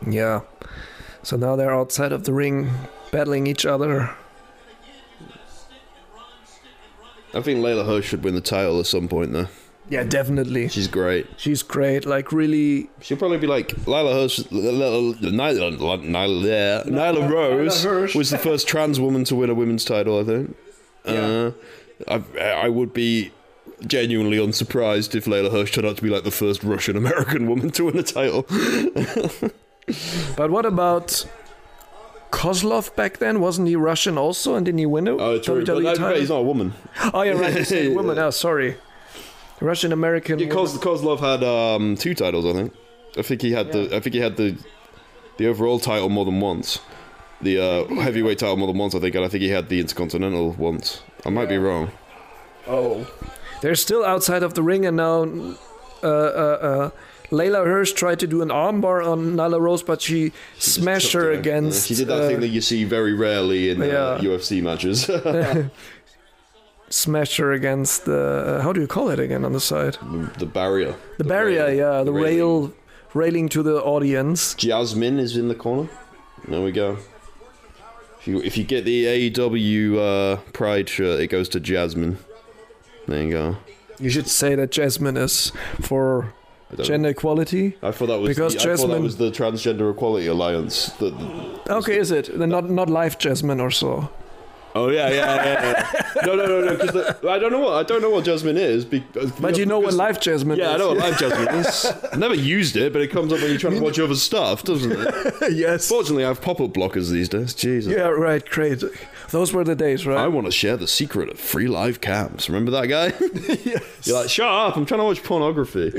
Yeah. So now they're outside of the ring, battling each other. I think Layla Hirsch should win the title at some point though. Yeah, definitely. She's great. She's great. Like really, She'll probably be like Lila Hirsch. Lila, Lila, Lila, Lila Rose Hirsch. was the first trans woman to win a women's title, I think. Uh, I, I would be genuinely unsurprised if Lila Hirsch turned out to be like the first Russian American woman to win a title. But what about Kozlov back then? Wasn't he Russian also? And didn't he win it? E Oh, true. But, no, but he's not a woman. Oh, yeah, right. He's a woman. Oh, sorry. Russian American. Yeah, Koz, Kozlov had um, two titles, I think. I think he had the. I think he had the, the overall title more than once, the uh, heavyweight title more than once. I think, and I think he had the intercontinental once. I might be wrong. Oh. They're still outside of the ring, and now uh, uh, uh, Layla Hirsch tried to do an armbar on Nyla Rose, but she, smashed her Yeah. against. She did that uh, thing that you see very rarely in uh, Yeah. UFC matches. Smashed her against the. How do you call it again on the side? the barrier. The, barrier, rail- yeah. The railing. rail railing to the audience. Jasmine is in the corner. There we go. If you, if you get the AEW uh, Pride shirt, it goes to Jasmine. There you go. You should say that Jasmine is for don't gender equality. I thought that was Because the, I thought that Jasmine- was the Transgender Equality Alliance. The, the- Okay, is it? Then Not not live Jasmine or so. oh yeah, yeah, yeah. yeah. no, no, no, no. Because I don't know what I don't know what Jasmine is. Be, But you know what because- live Jasmine Yeah, I is. know what live Jasmine is. I've never used it, but it comes up when you're trying to watch other stuff, doesn't it? yes. Fortunately, I have pop-up blockers these days. Jesus. Yeah, right, great. Those were the days, right? I want to share the secret of free live cams. Remember that guy? You're like, shut up! I'm trying to watch pornography.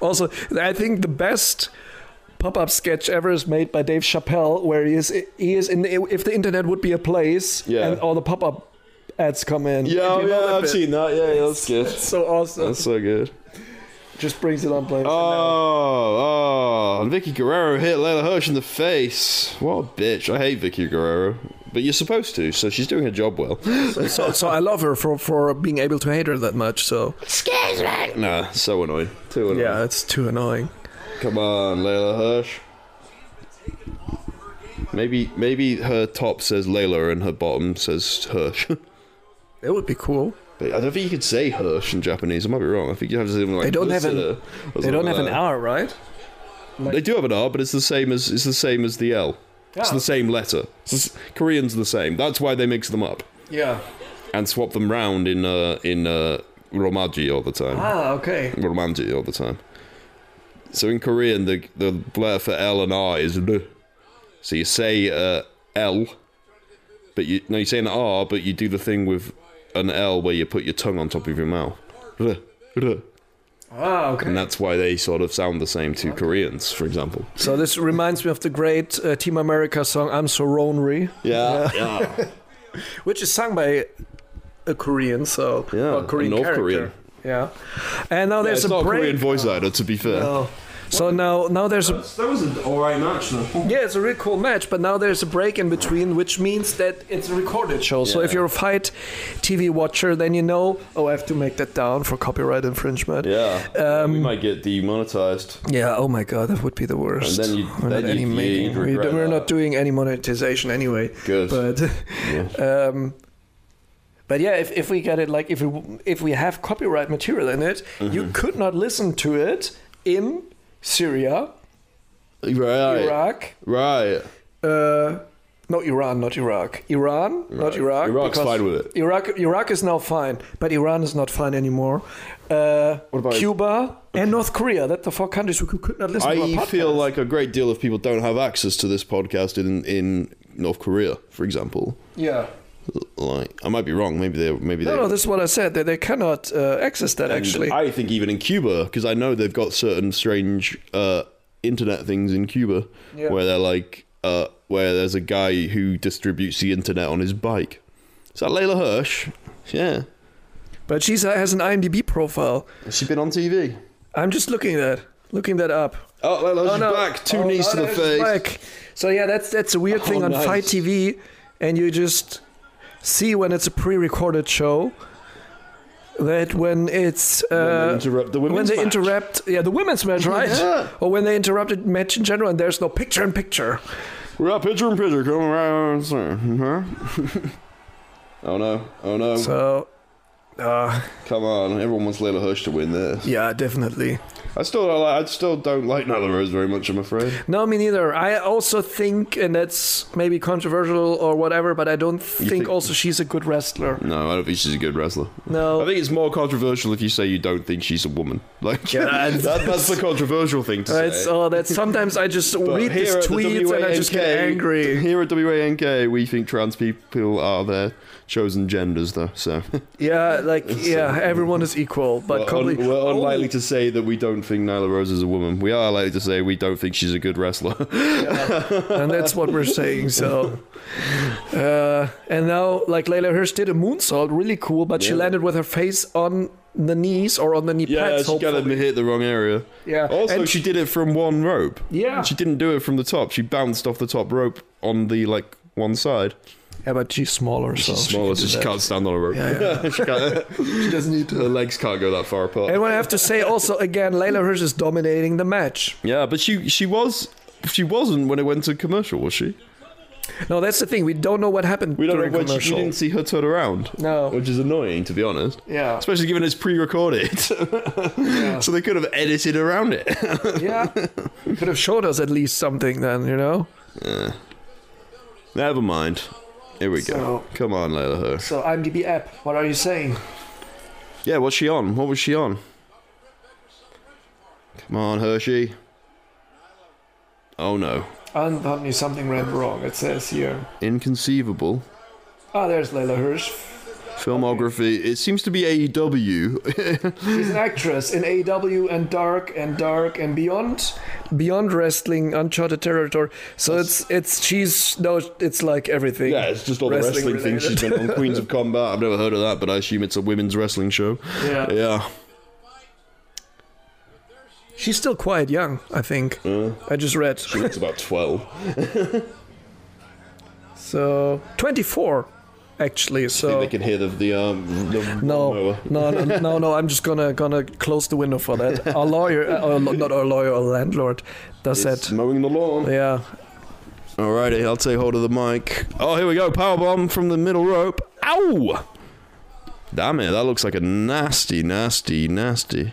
also, I think the best pop-up sketch ever is made by Dave Chappelle, where he is he is in the, if the internet would be a place, Yeah. and all the pop-up ads come in. yeah, Do oh, you know yeah, that I've bit? seen that. Yeah, yeah, that's good. It's so awesome. That's so good. Just brings it on play. Uh, Oh, oh, and Vicky Guerrero hit Layla Hirsch in the face. What a bitch. I hate Vicky Guerrero. But you're supposed to, so she's doing her job well. so, so I love her for for being able to hate her that much. So nah, so annoying. Too annoying. yeah, it's too annoying. Come on, Layla Hirsch. Maybe maybe her top says Layla and her bottom says Hirsch. but It would be cool. I don't think you could say Hirsch in Japanese. I might be wrong. I think you have to say something like They don't have an- Hirsch or They don't something have an like hour, right? that. They do have an R, but it's the same as it's the same as the L. It's Yeah. the same letter. It's the s- Koreans are the same. That's why they mix them up. Yeah. and swap them round in uh, in uh, Romaji all the time. Ah, okay. Romaji all the time. So in Korean, the the letter for L and R is L. So you say uh, L, but you no, you say an R, but you do the thing with an L where you put your tongue on top of your mouth. L, L. Ah, okay. And that's why they sort of sound the same to Koreans, for example. So this reminds me of the great uh, Team America song "I'm So Lonely," Yeah, yeah, which is sung by a Korean, so Yeah, or Korean a North character. Korean. Yeah, and now there's it's not a a break. Korean voice actor, to be fair. Oh. So now, now there's a That was an alright match, though. yeah, it's a really cool match, but now there's a break in between, which means that it's a recorded show. So if you're a fight TV watcher, then you know, oh, I have to make that down for copyright infringement. Yeah, Um, we might get demonetized. Yeah, oh my god, that would be the worst. And then you- we're then not any you'd- making, you'd we regret are that. not doing any monetization anyway. Good. But, um, but yeah, if, if we get it, like if we if we have copyright material in it, Mm-hmm. you could not listen to it in Syria, Right, Iraq. right. Uh, no, Iran, not Iraq. Iran, not Iraq. Iraq's because fine with it. Iraq, Iraq is now fine, but Iran is not fine anymore. Uh, about- Cuba and North Korea? That the four countries who could could not listen to our I podcast. feel like a great deal of people don't have access to this podcast in in North Korea, for example. yeah. Like, I might be wrong. Maybe they maybe No, they. no, this is what I said. That they cannot uh, access that And actually. I think even in Cuba, because I know they've got certain strange uh, internet things in Cuba Yeah. where they're like, uh, where there's a guy who distributes the internet on his bike. Is that Layla Hirsch? Yeah, but she has an IMDb profile. has she been on TV? I'm just looking at looking that up. Oh, Layla Hirsch Oh is no! back, two Oh, knees no, to the no, she's face. back. So yeah, that's that's a weird Oh, thing on nice. Fight TV, and you just see when it's a pre-recorded show. That when it's uh, interrupt the when women's they match. interrupt yeah the women's match right Yeah. or when they interrupt a match in general and there's no picture in picture We're out picture in picture. Come around, sir. Huh? oh no! Oh no! so Uh, Come on, everyone wants Layla Hirsch to win this. yeah, definitely. I still don't like, I still don't like Nyla Rose very much, I'm afraid. No, me neither. I also think, and that's maybe controversial or whatever, but I don't think, think- also she's a good wrestler. No, I don't think she's a good wrestler. No. I think it's more controversial if you say you don't think she's a woman. Like Yeah, that's- that, that's the controversial thing to Uh, say. It's all that. Sometimes I just But read these eh? here at the tweets and I just get WANK angry. Here at WANK, we think trans people are their chosen genders, though. So Yeah, like yeah, everyone is equal, but uh, we're, completely. un- we're Oh, unlikely to say that we don't think Nyla Rose is a woman. We are likely to say we don't think she's a good wrestler. and that's what we're saying. So, uh, and now like Layla Hirsch did a moonsault, really cool, but she Yeah. landed with her face on the knees or on the knee yeah, pads. she got hopefully. him hit the wrong area. Yeah, Also, and- she did it from one rope. Yeah. She didn't do it from the top. She bounced off the top rope on the like one side. yeah, but she's smaller, so She's she smaller, can so do she that. can't stand on a rope. she, can't, she doesn't need to. Her legs can't go that far apart. And what I have to say also again, Layla Hirsch is dominating the match. yeah, but she she was she wasn't when it went to commercial, was she? No, that's the thing. We don't know what happened We don't during know when she, commercial. we didn't see her turn around. No. which is annoying to be honest. Yeah. especially given it's pre-recorded, so they could have edited around it. yeah, could have showed us at least something then, you know. Never mind. Here we go. Come on, Layla Hirsch. So IMDb app, what are you saying? Yeah, what's she on? What was she on? Come on, Hershey. Oh no. Unfortunately, something went wrong. It says here. Inconceivable. Ah, there's Layla Hirsch. Filmography. It seems to be E AEW. She's an actress in AEW and Dark and Dark and Beyond, Beyond Wrestling, Uncharted Territory. So it's it's she's no, it's like everything. yeah, it's just all the Wrestling wrestling things she's been on. Queens of Combat. I've never heard of that, but I assume it's a women's wrestling show. Yeah. Yeah. She's still quite young, I think. I just read. It's about 12. So 24, actually. So They can hear the the um the No, mower. no, no, no, no. I'm just gonna gonna close the window for that. Our lawyer, uh, our, not our lawyer, our landlord, does It's that. mowing the lawn. Yeah, Alrighty, I'll take hold of the mic. Oh, here we go. Power bomb from the middle rope. Ow! Damn it, that looks like a nasty, nasty, nasty.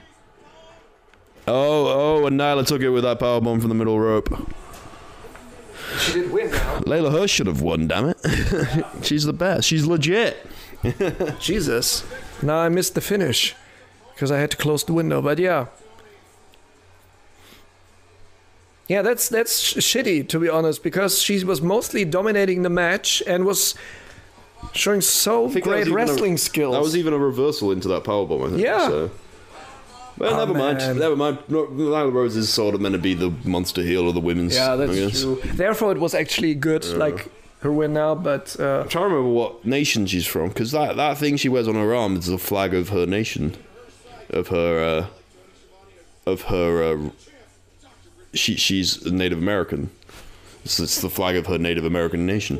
Oh, oh, and Nyla took it with that power bomb from the middle rope. she did win. Now. Layla Hirsch should have won, damn it. She's the best. She's legit. Jesus. Now I missed the finish because I had to close the window. But yeah, yeah, that's that's sh- shitty to be honest because she was mostly dominating the match and was showing so think that great was even a- wrestling skills. That was even a reversal into that power bomb, I think. Yeah. So. Well, Ah, never man. mind. Never mind. No, Nyla Rose is sort of meant to be the monster heel of the women's. yeah, I guess. that's true. Therefore, it was actually good, like her win now. But uh, I'm trying to remember what nation she's from because that, that thing she wears on her arm is the flag of her nation, of her, uh, of her. Uh, she she's Native American. It's, it's the flag of her Native American nation.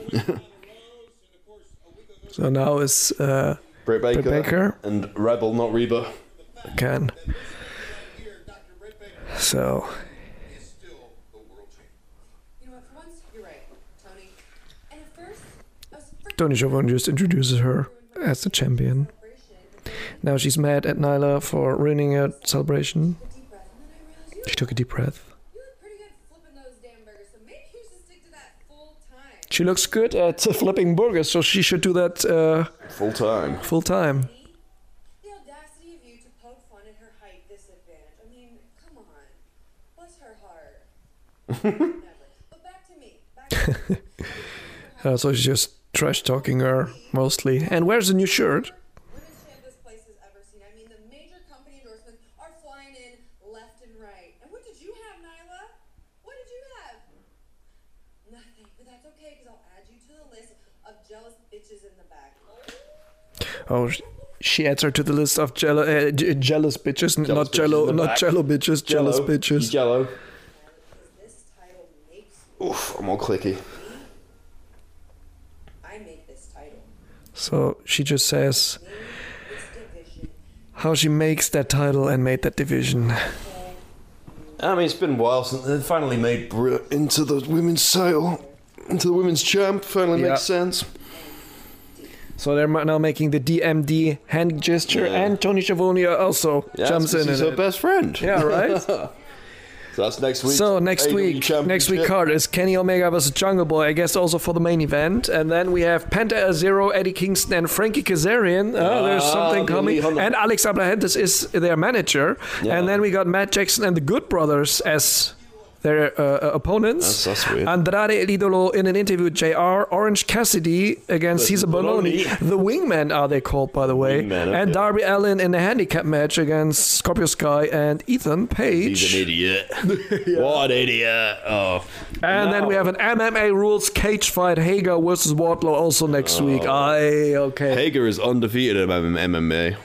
so now is. Uh, Britt Baker, Baker. and Rebel, not Reba. can. So, You know what? For once, you're right, Tony. And at first, I was freaking Tony Giovanni just introduces her as the champion. Now she's mad at Nyla for ruining her celebration. deep breath, and then I realized you, She took a deep breath. you look pretty good flipping those damn burgers. So maybe you should stick to that full time. She looks good at flipping burgers, so she should do that uh, Full time. full time. The audacity of you to poke fun at her height disadvantage. I mean, come on. Bless her heart. Never. But back to me. Back to me. Uh, so she's just trash talking her mostly. And where's the new shirt? Women's champ this place has ever seen. I mean, the major company endorsements are flying in left and right. And what did you have, Nyla? What did you have? Nothing. But that's okay, because I'll add you to the list of jealous bitches in the back. Oh, sh- she adds her to the list of jello, uh, j- jealous bitches, n- Jealous not bitches jello, in the not back. jello bitches, jealous Jello. bitches. Jello. This title makes Oof, I'm all clicky. I make this title. So she just says It's division. how she makes that title and made that division. I mean, it's been a while since they finally made Brit into the women's title, into the women's champ. Finally Yeah. makes sense. So they're ma- now making the DMD hand gesture, Yeah. and Tony Schiavone also Yeah, jumps in. He's in her it. best friend. yeah, right. So that's next week. So next AEW week, next week Championship. card is Kenny Omega versus Jungle Boy. I guess also for the main event, and then we have Penta Zero, Eddie Kingston, and Frankie Kazarian. Oh, there's Ah, something the coming. Lee Honda- And Alex Abrahantes is their manager, and then we got Matt Jackson and the Good Brothers as. Their uh, uh, opponents. That's- that's weird. Andrade El Idolo in an interview with JR. Orange Cassidy against Cesar Bononi. Bononi. The Wingman are they called, by the way. Wingman, okay. And Darby Allen in a handicap match against Scorpio Sky and Ethan Page. He's an idiot. What an idiot. Oh. And then we have an MMA rules cage fight Hager versus Wardlow also next Oh. week. I okay. Hager is undefeated in MMA,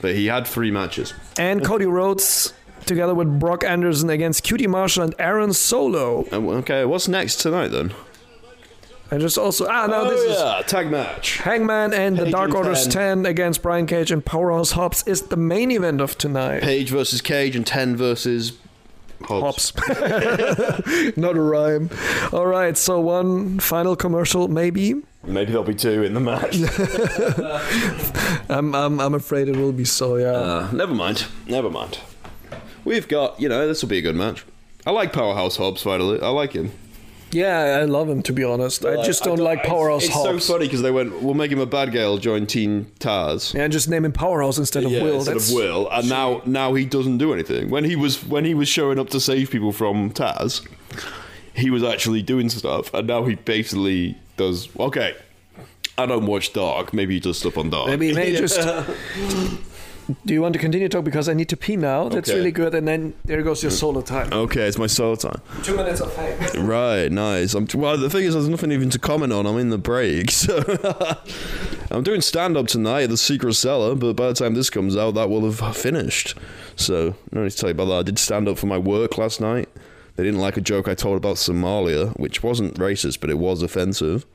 but he had three matches. And Cody Rhodes together with Brock Anderson against Cutie Marshall and Aaron Solo. Oh, Okay, what's next tonight then? And just also ah now this is Oh, yeah, tag match. Hangman and the Page Dark and Order's 10 10. against Brian Cage and Powerhouse Hobbs is the main event of tonight. Page versus Cage and Ten versus Hobbs. Hobbs. Not a rhyme. All right, so one final commercial maybe. Maybe there'll be two in the match. I'm I'm, I'm afraid it will be so, yeah. Uh, never mind. Never mind. We've got, you know, this will be a good match. I like Powerhouse Hobbs finally. I like him. yeah, I love him to be honest. I just don't, like Powerhouse it's, Hobbs. It's so funny because they went, we'll make him a bad guy. He'll join Teen Taz. Yeah, and just name him Powerhouse instead of Yeah, Will. instead That's, of Will, and now now he doesn't do anything. When he was when he was showing up to save people from Taz, he was actually doing stuff, and now he basically does. Okay, I don't watch Dark. Maybe he does stuff on Dark. Maybe may Yeah. just. Do you want to continue talk because I need to pee now? That's Okay. Oh. really good. And then there goes your solar time. Okay, it's my solo time. Two minutes of fame. Right, nice. I'm, well, the thing is, there's nothing even to comment on. I'm in the break, so I'm doing stand up tonight at the Secret Cellar. But by the time this comes out, that will have finished. So no need to tell you about that. I did stand up for my work last night. They didn't like a joke I told about Somalia, which wasn't racist, but it was offensive.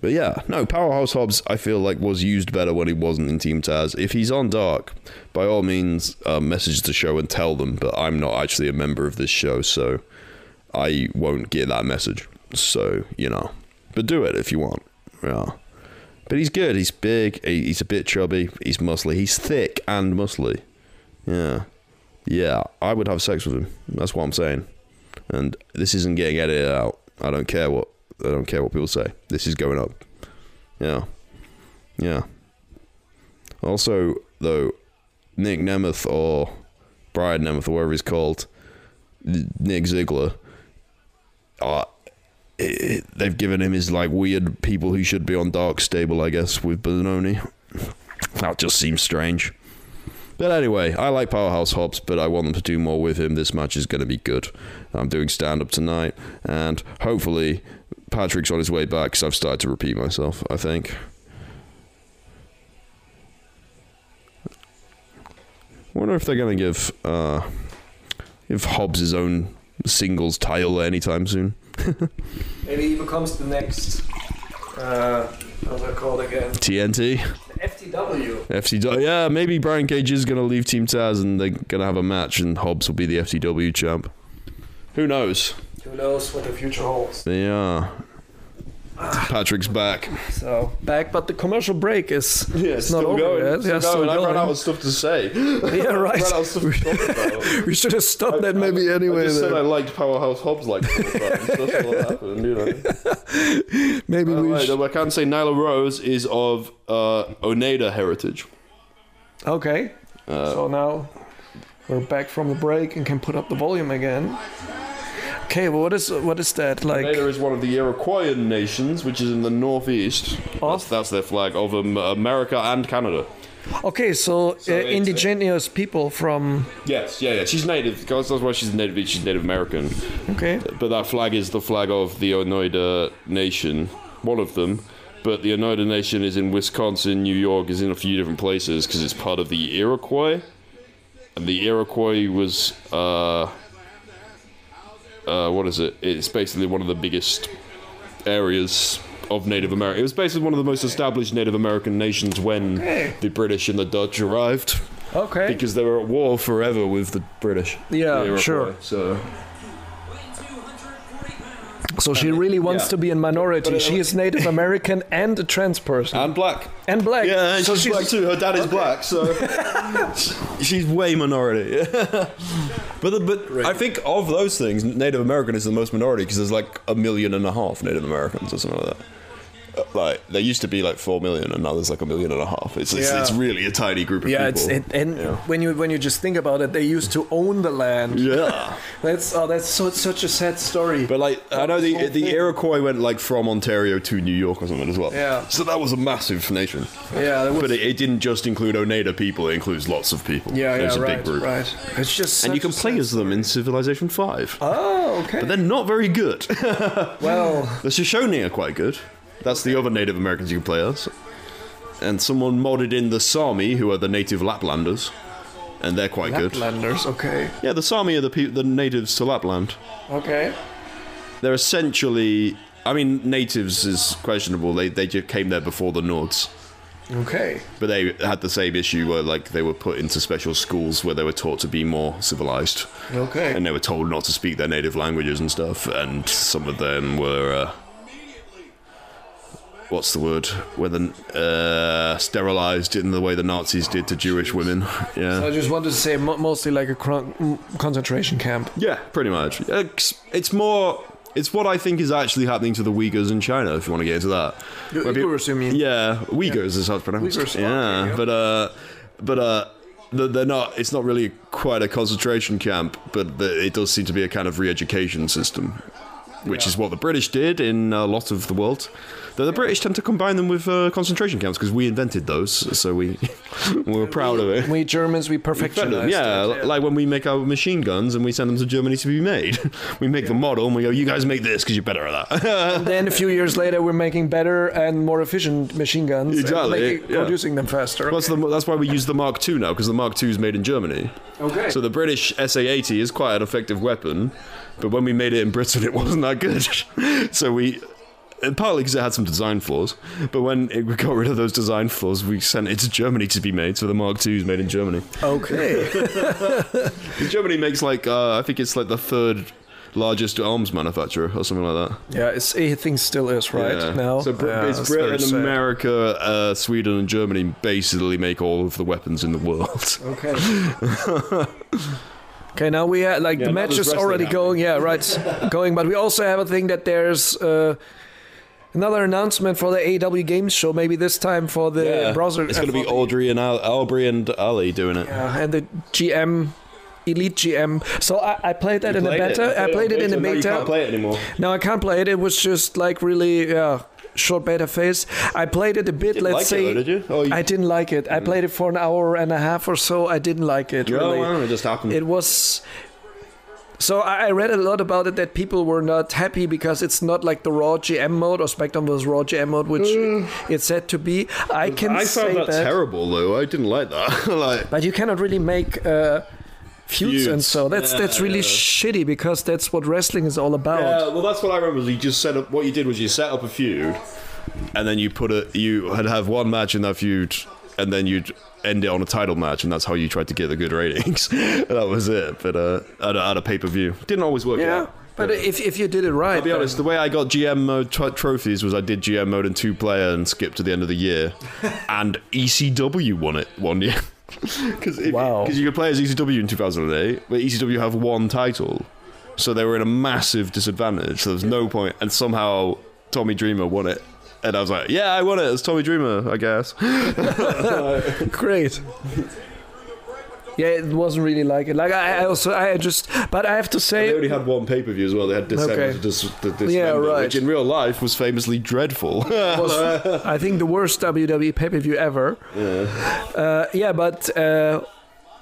But yeah, no, Powerhouse Hobbs, I feel like was used better when he wasn't in Team Taz. If he's on Dark, by all means, uh, message the show and tell them. But I'm not actually a member of this show, so I won't get that message. So you know, but do it if you want. Yeah, but he's good. He's big. he- He's a bit chubby. He's muscly. He's thick and muscly. Yeah, yeah. I would have sex with him. That's what I'm saying. And this isn't getting edited out. I don't care what I don't care what people say. This is going up. Yeah, yeah. Also, though, Nick Nemeth or Brian Nemeth or whatever he's called, Nick Ziegler uh, it, it- they've given him his like weird people who should be on Dark Stable, I guess, with Bononi. That just seems strange. But anyway, I like Powerhouse Hobbs, but I want them to do more with him. This match is going to be good. I'm doing stand up tonight, and hopefully, Patrick's on his way back because I've started to repeat myself, I think. wonder if they're going to give uh, give Hobbs his own singles title anytime soon. Maybe he becomes the next. Uh, how's that called again? TNT. FTW. FCW. Oh, Yeah, maybe Brian Cage is going to leave Team Taz and they're going to have a match and Hobbs will be the FCW champ. Who knows? Who knows what the future holds? They are. Patrick's back. So back, but the commercial break is it's not over yet. Yeah, still going. stuff to say. Yeah, right. stuff to talk about. We should have stopped that maybe anyway. then. liked Powerhouse Hobbs like That's what happened, you know. maybe By the we. way, Should... though, I can say Nyla Rose is of uh, Oneida heritage. Okay. Uh, so now we're back from the break and can put up the volume again. Okay, well, what is what is that like? Oneida is one of the Iroquoian nations, which is in the northeast. That's, that's their flag of um, America and Canada. Okay, so, uh, it's- indigenous people from Yes, yeah, yeah. She's native. Because that's why she's native. She's Native American. okay, But that flag is the flag of the Oneida Nation, one of them. But the Oneida Nation is in Wisconsin, New York, is in a few different places because it's part of the Iroquois. And the Iroquois was, uh, uh, what is it? It's basically one of the biggest areas of Native America. It was basically one of the most established Native American nations when Okay. the British and the Dutch arrived okay, because they were at war forever with the British. Yeah, They were at sure. war, So So she really wants yeah. to be in minority. uh, she is Native American and a trans person And black. and black. Yeah, and so she's, black too. Her dad is black, so she's way minority. but the, but I think of those things, Native American is the most minority because there's like a million and a half Native Americans or something like that. Uh, Like there used to be like four million, and now there's like a million and a half. It's it's, Yeah. it's really a tiny group of Yeah, it's people. it, and when you when you just think about it, they used to own the land. yeah. That's oh, that's so, such a sad story. But like I know the the Iroquois went like from Ontario to New York or something as well. Yeah. So that was a massive nation. yeah, that was, But it, it didn't just include Oneida people; it includes lots of people. yeah, It's yeah, a right, big group. right. It's just And you such a can play sad- as them in Civilization Five. Oh, okay. But they're not very good. the well, Shoshone are quite good. That's the other Native Americans you can play as. And someone modded in the Sami, who are the native Laplanders, and they're quite good. Laplanders. Okay, Yeah, the Sami are the peo- the natives to Lapland. okay. They're essentially, I mean, natives is questionable. They they just came there before the Nords, Okay. but they had the same issue where like they were put into special schools where they were taught to be more civilized. Okay. and they were told not to speak their native languages and stuff. And some of them were, uh, what's the word? Were the, uh, sterilized in the way the Nazis did to Jewish women. I Yeah, just wanted to say mo- mostly like a cron- m- concentration camp. yeah, pretty much. It's, it's more. It's what I think is actually happening to the Uyghurs in China. If you want to get into that, The Where people- Uyghurs, you mean? Yeah, Uyghurs is how it's pronounced. Uyghurs, okay, yeah, yeah. but uh, but uh. th- They're not. It's not really quite a concentration camp, but the, it does seem to be a kind of re-education system which is what the British did in a lot of the world. Though the British tend to combine them with uh, concentration camps because we invented those, so we we were proud of it. We Germans, we Fed them, perfectionized. yeah, it, like when we make our machine guns and we send them to Germany to be made. We make the model and we go, "You guys make this because you're better at that." Then a few years later, we're making better and more efficient machine guns. and Exactly, making- yeah. Producing them faster. That's, the, that's why we use the Mark II now, because the Mark II is made in Germany. Okay. So the British SA-80 is quite an effective weapon, but when we made it in Britain, it wasn't that good. so we, and partly because it had some design flaws, but when it, we got rid of those design flaws, we sent it to Germany to be made. So the Mark II is made in Germany. okay. Germany makes like uh, I think it's like the third largest arms manufacturer or something like that. yeah, it's, I think still is right Yeah. now. So Br- Yeah, it's that's very Britain, sad. America, uh, Sweden, and Germany basically make all of the weapons in the world. Okay. okay, now we have like the now match there's is already wrestling going. Yeah, right, going. But we also have a thing that there's uh, another announcement for the AW Games show. Maybe this time for the browser. It's going to uh, be for the- Audrey and Al- Aubrey and Ali doing it. Yeah, uh, and the GM. Elite GM. So I, I played that in the beta. I played it in the beta. it anymore. No, I can't play it. It was just like really yeah, short beta phase. I played it a bit. Didn't let's like it say though, did you? Oh, you- Mm. I didn't like it. I played it for an hour and a half or so. I didn't like it. really. it just happened. It was. So I I read a lot about it that people were not happy because it's not like the raw GM mode or Spectrum was raw GM mode, which it's said to be. I can Mm. I say found that, that, terrible though. I didn't like that. like, but you cannot really make uh, feuds, and Feuds. so that's that's really shitty because that's what wrestling is all about. yeah, well, that's what I remember. You just set up. What you did was you set up a feud, and then you put it. You had have one match in that feud, and then you'd end it on a title match, and that's how you tried to get the good ratings. that was it. But uh, at, a- at a pay per view, didn't always work. Yeah, out. but if if you did it right, I'll be honest, the way I got GM mode tro- trophies was I did GM mode in two player and skipped to the end of the year. and ECW won it one year. Because Wow. you could play as ECW in 2008, but ECW have one title. So they were in a massive disadvantage. So there was no point. And somehow Tommy Dreamer won it. And I was like, yeah, I won it. It's Tommy Dreamer, I guess. great. Yeah, it wasn't really like it. Like I, I also, I just, but I have to say, They only had one pay per view as well. They had December Okay. to dis- to Dismember, Yeah, right. which in real life was famously dreadful. was, I think, the worst WWE pay per view ever. Yeah. Uh, yeah, but uh,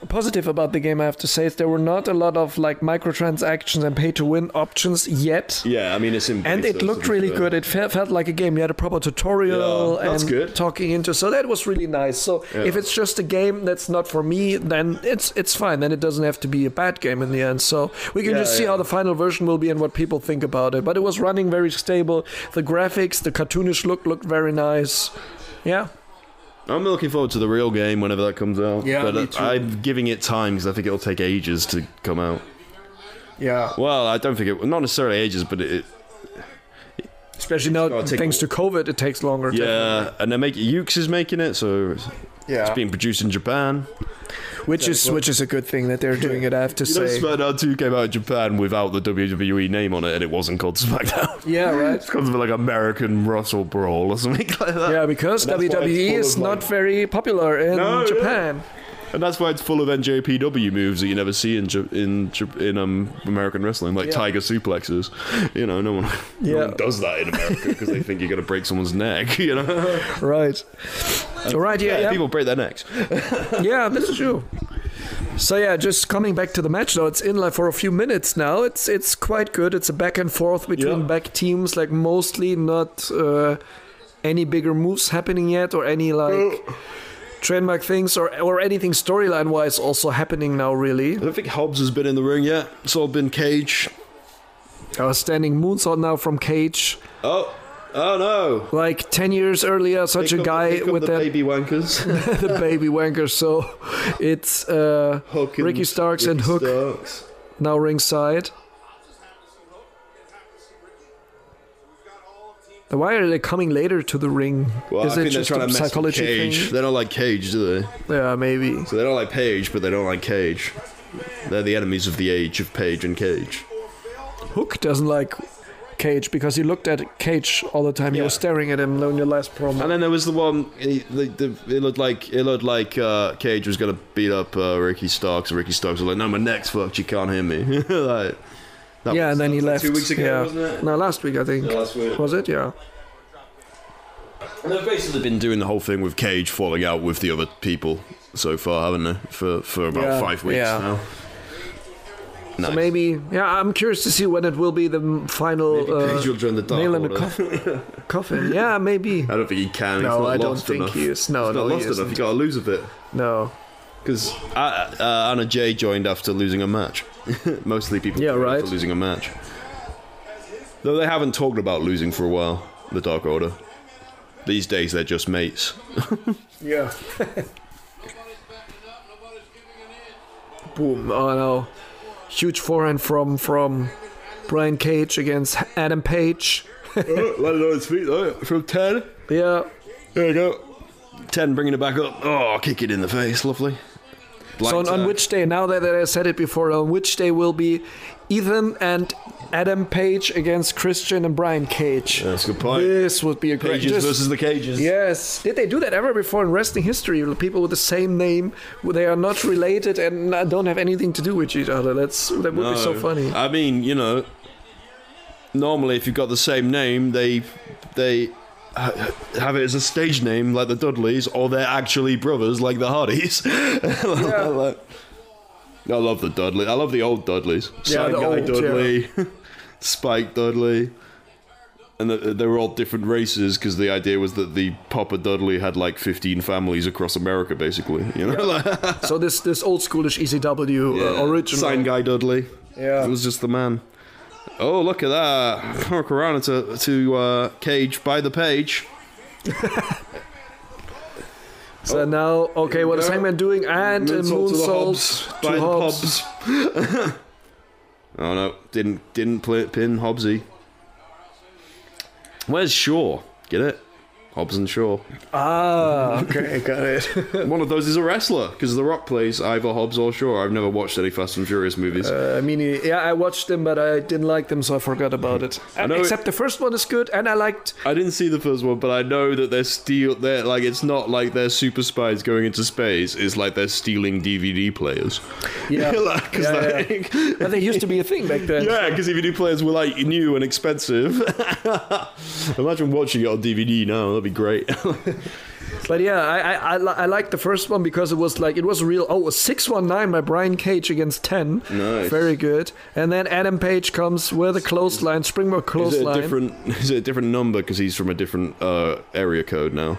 positive about the game, I have to say, is there were not a lot of like microtransactions and pay to win options yet. yeah, I mean, it's in And beta, it so looked it's really fair. good. It fe- felt like a game. You had a proper tutorial Yeah, that's and good. talking into. So that was really nice. So if it's just a game that's not for me, then it's it's fine. Then it doesn't have to be a bad game in the end. So we can Yeah, just see yeah. how the final version will be and what people think about it. But it was running very stable. The graphics, the cartoonish look looked very nice. Yeah. I'm looking forward to the real game whenever that comes out. Yeah, but me uh, too. I'm giving it time because I think it'll take ages to come out. Yeah. Well, I don't think it not necessarily ages, but it, Especially now, gotta take thanks to a- COVID, it takes longer. Yeah, and they're making Ukes is making it, so it's Yeah. being produced in Japan. which is which is a good thing that they're doing it. I have to You know, say. SmackDown 2 came out in Japan without the WWE name on it, and it wasn't called SmackDown. Yeah, right. it's called something like American Russell Brawl or something like that. Yeah, because that's why it's WWE full is of, not like- very popular in No, yeah. Japan. And that's why it's full of NJPW moves that you never see in Ja- in Ja- in um, American wrestling, like tiger suplexes. You know, no one, no Yeah. one does that in America because they think you're gonna break someone's neck. You know, Right. All right. Yeah. yeah. people break their necks. Yeah, that's true. So yeah, just coming back to the match though, it's in like for a few minutes now. It's it's quite good. It's a back and forth between Yeah. back teams, like mostly not uh, any bigger moves happening yet, or any like trademark things, or or anything storyline wise also happening now. Really, I don't think Hobbs has been in the ring yet. It's all been Cage. uh, standing moonsault now from Cage, Oh, oh no! like ten years earlier, such Here a come- guy here come with the that baby wankers. the baby wanker. So it's uh, Hook and- Ricky Starks and Ricky Hook Starks. now ringside. Then Why are they coming later to the ring? Well, Is I think it they're just trying to a mess with psychology Cage. thing? They don't like Cage, do they? Yeah, maybe. So they don't like Page, but they don't like Cage. They're the enemies of the age of Page and Cage. Hook doesn't like Cage because he looked at Cage all the time. He was Yeah. staring at him in your last promo. And then there was the one. He, the, the, it looked like it looked like uh, Cage was gonna beat up uh, Ricky Starks, and Ricky Starks was like, "No, my neck's fucked. You can't hear me." like, that yeah, was- and then that he was like left. Two weeks ago, yeah. wasn't it? No, last week I think. Yeah, last week. Was it? Yeah. And they've basically been doing the whole thing with Cage falling out with the other people so far, haven't they? For for about Yeah, five weeks yeah. now. Nice. So maybe. Yeah, I'm curious to see when it will be the m- final uh, Cage will join the Dark nail in the Order. coffin. coffin. Yeah, maybe. I don't think he can. He's No, not I don't lost think enough. he is. No, He's no, not he lost isn't. enough. You gotta lose a bit. No. Because uh, uh, Anna Jay joined after losing a match. Mostly people Yeah, join right. after losing a match. Though they haven't talked about losing for a while, the Dark Order. These days they're just mates. Yeah. Nobody's backing up, nobody's giving an inch. Boom. Oh no. Huge forehand from from Brian Cage against Adam Page. Let it on its feet though. From 10. Yeah. There you go. 10 bringing it back up. Oh, kick it in the face. Lovely. So on, on which day? Now that, that I said it before, on which day will be Ethan and Adam Page against Christian and Brian Cage? That's a good point. This would be a great. Cages just- versus the cages. Yes. Did they do that ever before in wrestling history? People with the same name, they are not related and uh, don't have anything to do with each other. That's that would be so No. funny. I mean, you know, normally if you've got the same name, they they ha- have it as a stage name like the Dudleys, or they're actually brothers like the Hardys. Like- I love the Dudley. I love the old Dudleys. Yeah, the Sign Guy old, Dudley, Spike Dudley. And the, they were all different races because the idea was that the Papa Dudley had like 15 families across America, basically. You know, like, so this this old schoolish ECW uh, original. Sign Guy Dudley. Yeah. It was just the man. Oh, look at that. Mark Arana to, to uh, Cage by the page. So now, okay, what is Oh. go. Hangman doing? And a Moonsault to the moonsault By to the Hobbs. Hobbs. oh, no. Didn't, didn't play, pin Hobbsy. Where's Shaw? Get it? Hobbs and Shaw. Ah, okay, got it. One of those is a wrestler because The Rock plays either Hobbs or Shaw. I've never watched any Fast and Furious movies. I mean, yeah, I watched them, but I didn't like them, so I forgot about it. know it- Except the first one is good, and I liked. I didn't see the first one, but I know that they're steal. They're like it's not like they're super spies going into space. It's like they're stealing DVD players. Yeah. like, 'cause Yeah, yeah. like- But they used to be a thing back then. yeah, because DVD players were like new and expensive. Imagine watching it on DVD now. That'd be great. But yeah, I I, I, li- I liked the first one because it was like it was a real. Oh, six one nine by Brian Cage against ten. Nice. Very good. And then Adam Page comes with a clothesline, springboard is it a clothesline. different? Is it a different number? Because he's from a different uh, area code now.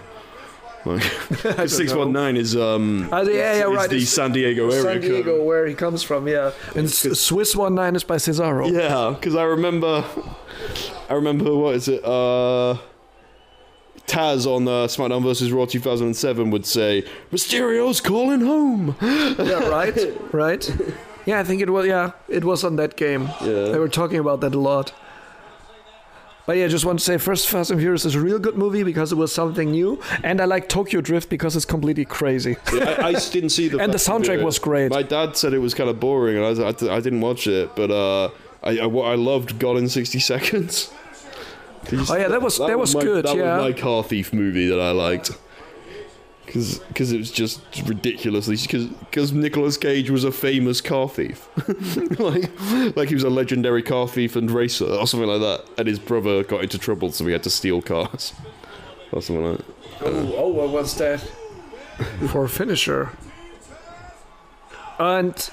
Like six one nine is um. Ah, yeah, yeah, is right, the it's- San Diego area San Diego, code. where he comes from, yeah. And S- Swiss one nine is by Cesaro. Yeah, because I remember, I remember what is it? Uh, Taz on uh, SmackDown vs. Raw 2007 would say, "Mysterio's calling home." Yeah, right, right. Yeah, I think it was. Yeah, it was on that game. Yeah. They were talking about that a lot. But yeah, just want to say first Fast and Furious is a real good movie because it was something new, and I like Tokyo Drift because it's completely crazy. I, I didn't see the And the Fast and soundtrack Furious. was great. My dad said it was kind of boring, and I, was- I, I didn't watch it. But uh, I, I wa- I loved God in sixty seconds. Oh yeah, that was that, was, my, good. That yeah, was my car thief movie that I liked. Because it was just ridiculously. Because Nicolas Cage was a famous car thief. like, like he was a legendary car thief and racer or something like that. And his brother got into trouble, so he had to steal cars. Or something like that. Oh, what was that? For a finisher. And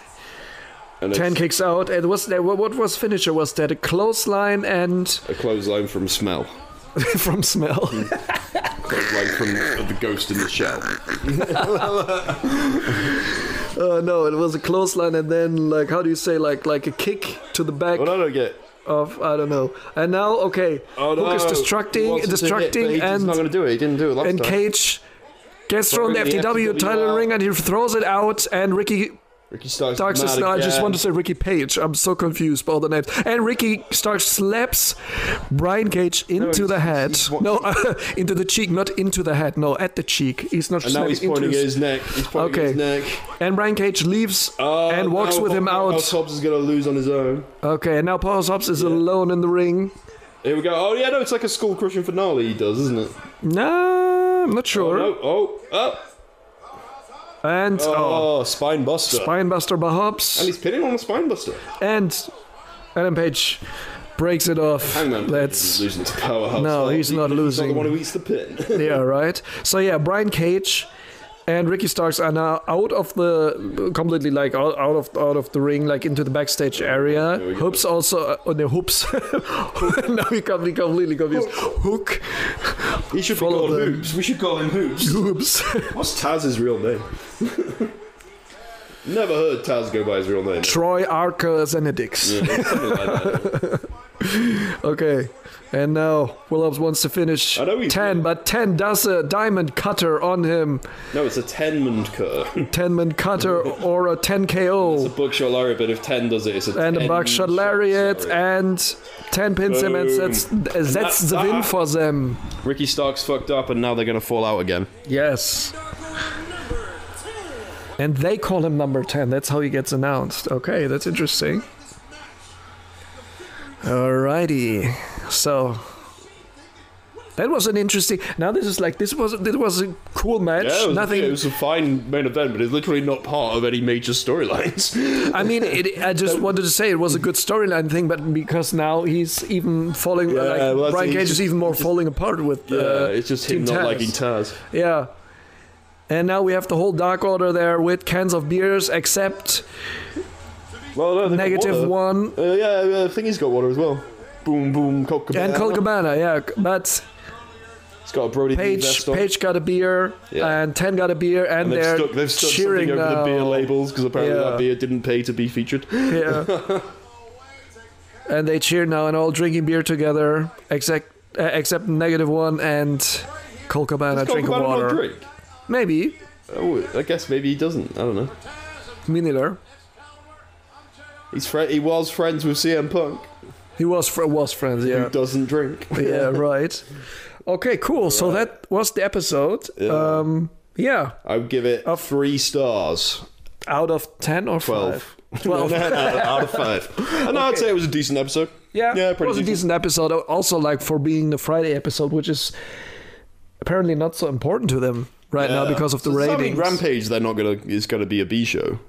And ten it's kicks out. It was there. What was finisher? Was that a clothesline and a clothesline from smell. from smell? Mm. Like from the ghost in the shell. uh, no, it was a clothesline and then like how do you say like like a kick to the back What I don't get. of I don't know. And now okay, Oh, no. Hook is He distracting, wants him to hit, distracting, but he's and not going to do it. He didn't do it last and time. Cage gets thrown the Throwing the FTW FTW Tyler out. Ring and he throws it out and Ricky Ricky Starks. Starks mad is no, I just again. want to say Ricky Page. I'm so confused by all the names. And Ricky Starks slaps Brian Cage into he's- the head. he's- he's- no, into the cheek, not into the head. No, at the cheek. He's not And now slapping he's pointing into at his neck. He's pointing Okay. at his neck. And Brian Cage leaves Uh, and walks now with him Paul- now out. Hobbs is gonna lose on his own. Okay, and now Paul Hobbs is alone in the ring. Here we go. Oh yeah, no, it's like a school crushing finale. He does, isn't it? Nah, I'm not Oh, sure. no. oh, oh, And oh, oh, spine buster. Spinebuster by Hobbs. and he's pinning on a spine buster. and Adam Page breaks it off. Hangman. Let's He's losing to powerhouse. No, Oh, he's he- not He's losing. not the one who eats the pin. yeah, right. So yeah, Brian Cage and Ricky Starks are now out of the completely like out, out of out of the ring, like into the backstage area. we go. Hoops also on the hoops. now we got me completely confused. Hook, he should Follow be called the- Hoops. We should call him Hoops. hoops. What's Taz's real name? Never heard Taz go by his real name. Troy Arca Zenedix. Something like that. Okay. And now Willows wants to finish I know he's- ten, but ten does a diamond cutter on him. No, it's a ten-man cutter. Ten man cutter or a ten KO. It's a buckshot lariat, but if ten does it, it's a and a 10 buckshot shot lariat lariat. and 10 pins him and that's, that's the Ah, win for them Ricky Starks fucked up, and now they're gonna fall out again. yes and they call him number 10 that's how he gets announced okay that's interesting alrighty so that was an interesting now this is like this was this was a cool match Yeah, it was, nothing It was a fine main event, but it's literally not part of any major storylines. I mean, it, I just wanted to say it was a good storyline thing, but because now he's even falling, like well, that's- Brian he Cage just- is even more falling apart with. yeah, uh, it's just him Team not Taz. liking Taz. Yeah. And now we have the whole Dark Order there with cans of beers, except Well, no, they've got negative water. one Uh, yeah, uh, I think he's got water as well. Boom, boom, Colt Cabana. and Colt Cabana. Yeah, but He's got a Brody Lee Page vest on. Page got a beer Yeah. and Ten got a beer, and, They've they're stuck, they've stuck cheering something over the beer now. labels because apparently Yeah. that beer didn't pay to be featured. Yeah. and they cheer now and all drinking beer together, except uh, except negative one and Colt Cabana Colt drinking Cabana not water. drink. Maybe Oh, I guess maybe he doesn't. I don't know. me neither. He's fri- he was friends with CM Punk, He was fr- was friends. who Yeah. doesn't drink. yeah. Right. Okay. Cool. So that was the episode. Yeah. Um. Yeah. I would give it three stars. Out of ten or Twelve. five. Twelve. out, of, out of five. And I'd say it was a decent episode. Yeah, yeah, it pretty was a decent episode. Also, like for being the Friday episode, which is apparently not so important to them right now because of the Does that mean ratings. Rampage, they're not gonna. It's gonna be a B show.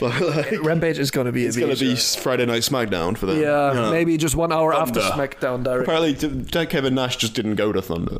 Like, Rampage is going to be it's a gonna major. be Friday Night SmackDown for them. yeah, maybe just one hour after Thunder. SmackDown direct. Apparently, t- Kevin Nash just didn't go to Thunder.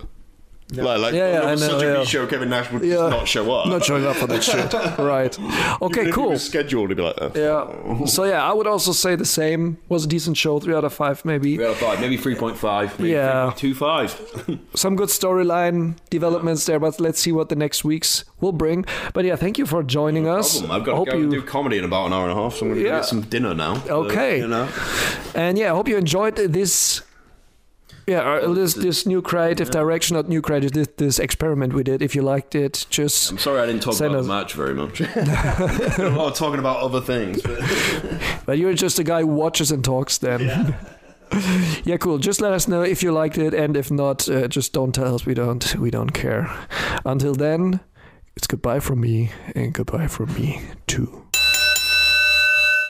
Like, like Yeah, yeah, Thunder I was know, such a yeah. B show. Kevin Nash would Yeah. just not show up. Not showing up for that shit, right? Even Okay, if he cool. was scheduled to be like that. Yeah. So yeah, I would also say the same. Was a decent show, three out of five, maybe. Three out of five, maybe 3.5, maybe Yeah. 2.5. Some good storyline developments there, but let's see what the next weeks will bring. But yeah, thank you for joining us. Problem. I've got to Hope go you- and do comedy in about an hour and a half, so I'm going to Yeah. get some dinner now. Okay. you know. And yeah, I hope you enjoyed this. Yeah, uh, this this new creative direction, not new creative, this, this experiment we did. If you liked it, just I'm sorry I didn't talk Send about us- the match very much. Been a lot of talking about other things. But but you're just a guy who watches and talks. Then yeah, cool. Just let us know if you liked it, and if not, uh, just don't tell us. We don't. We don't care. Until then, it's goodbye from me, and goodbye from me too.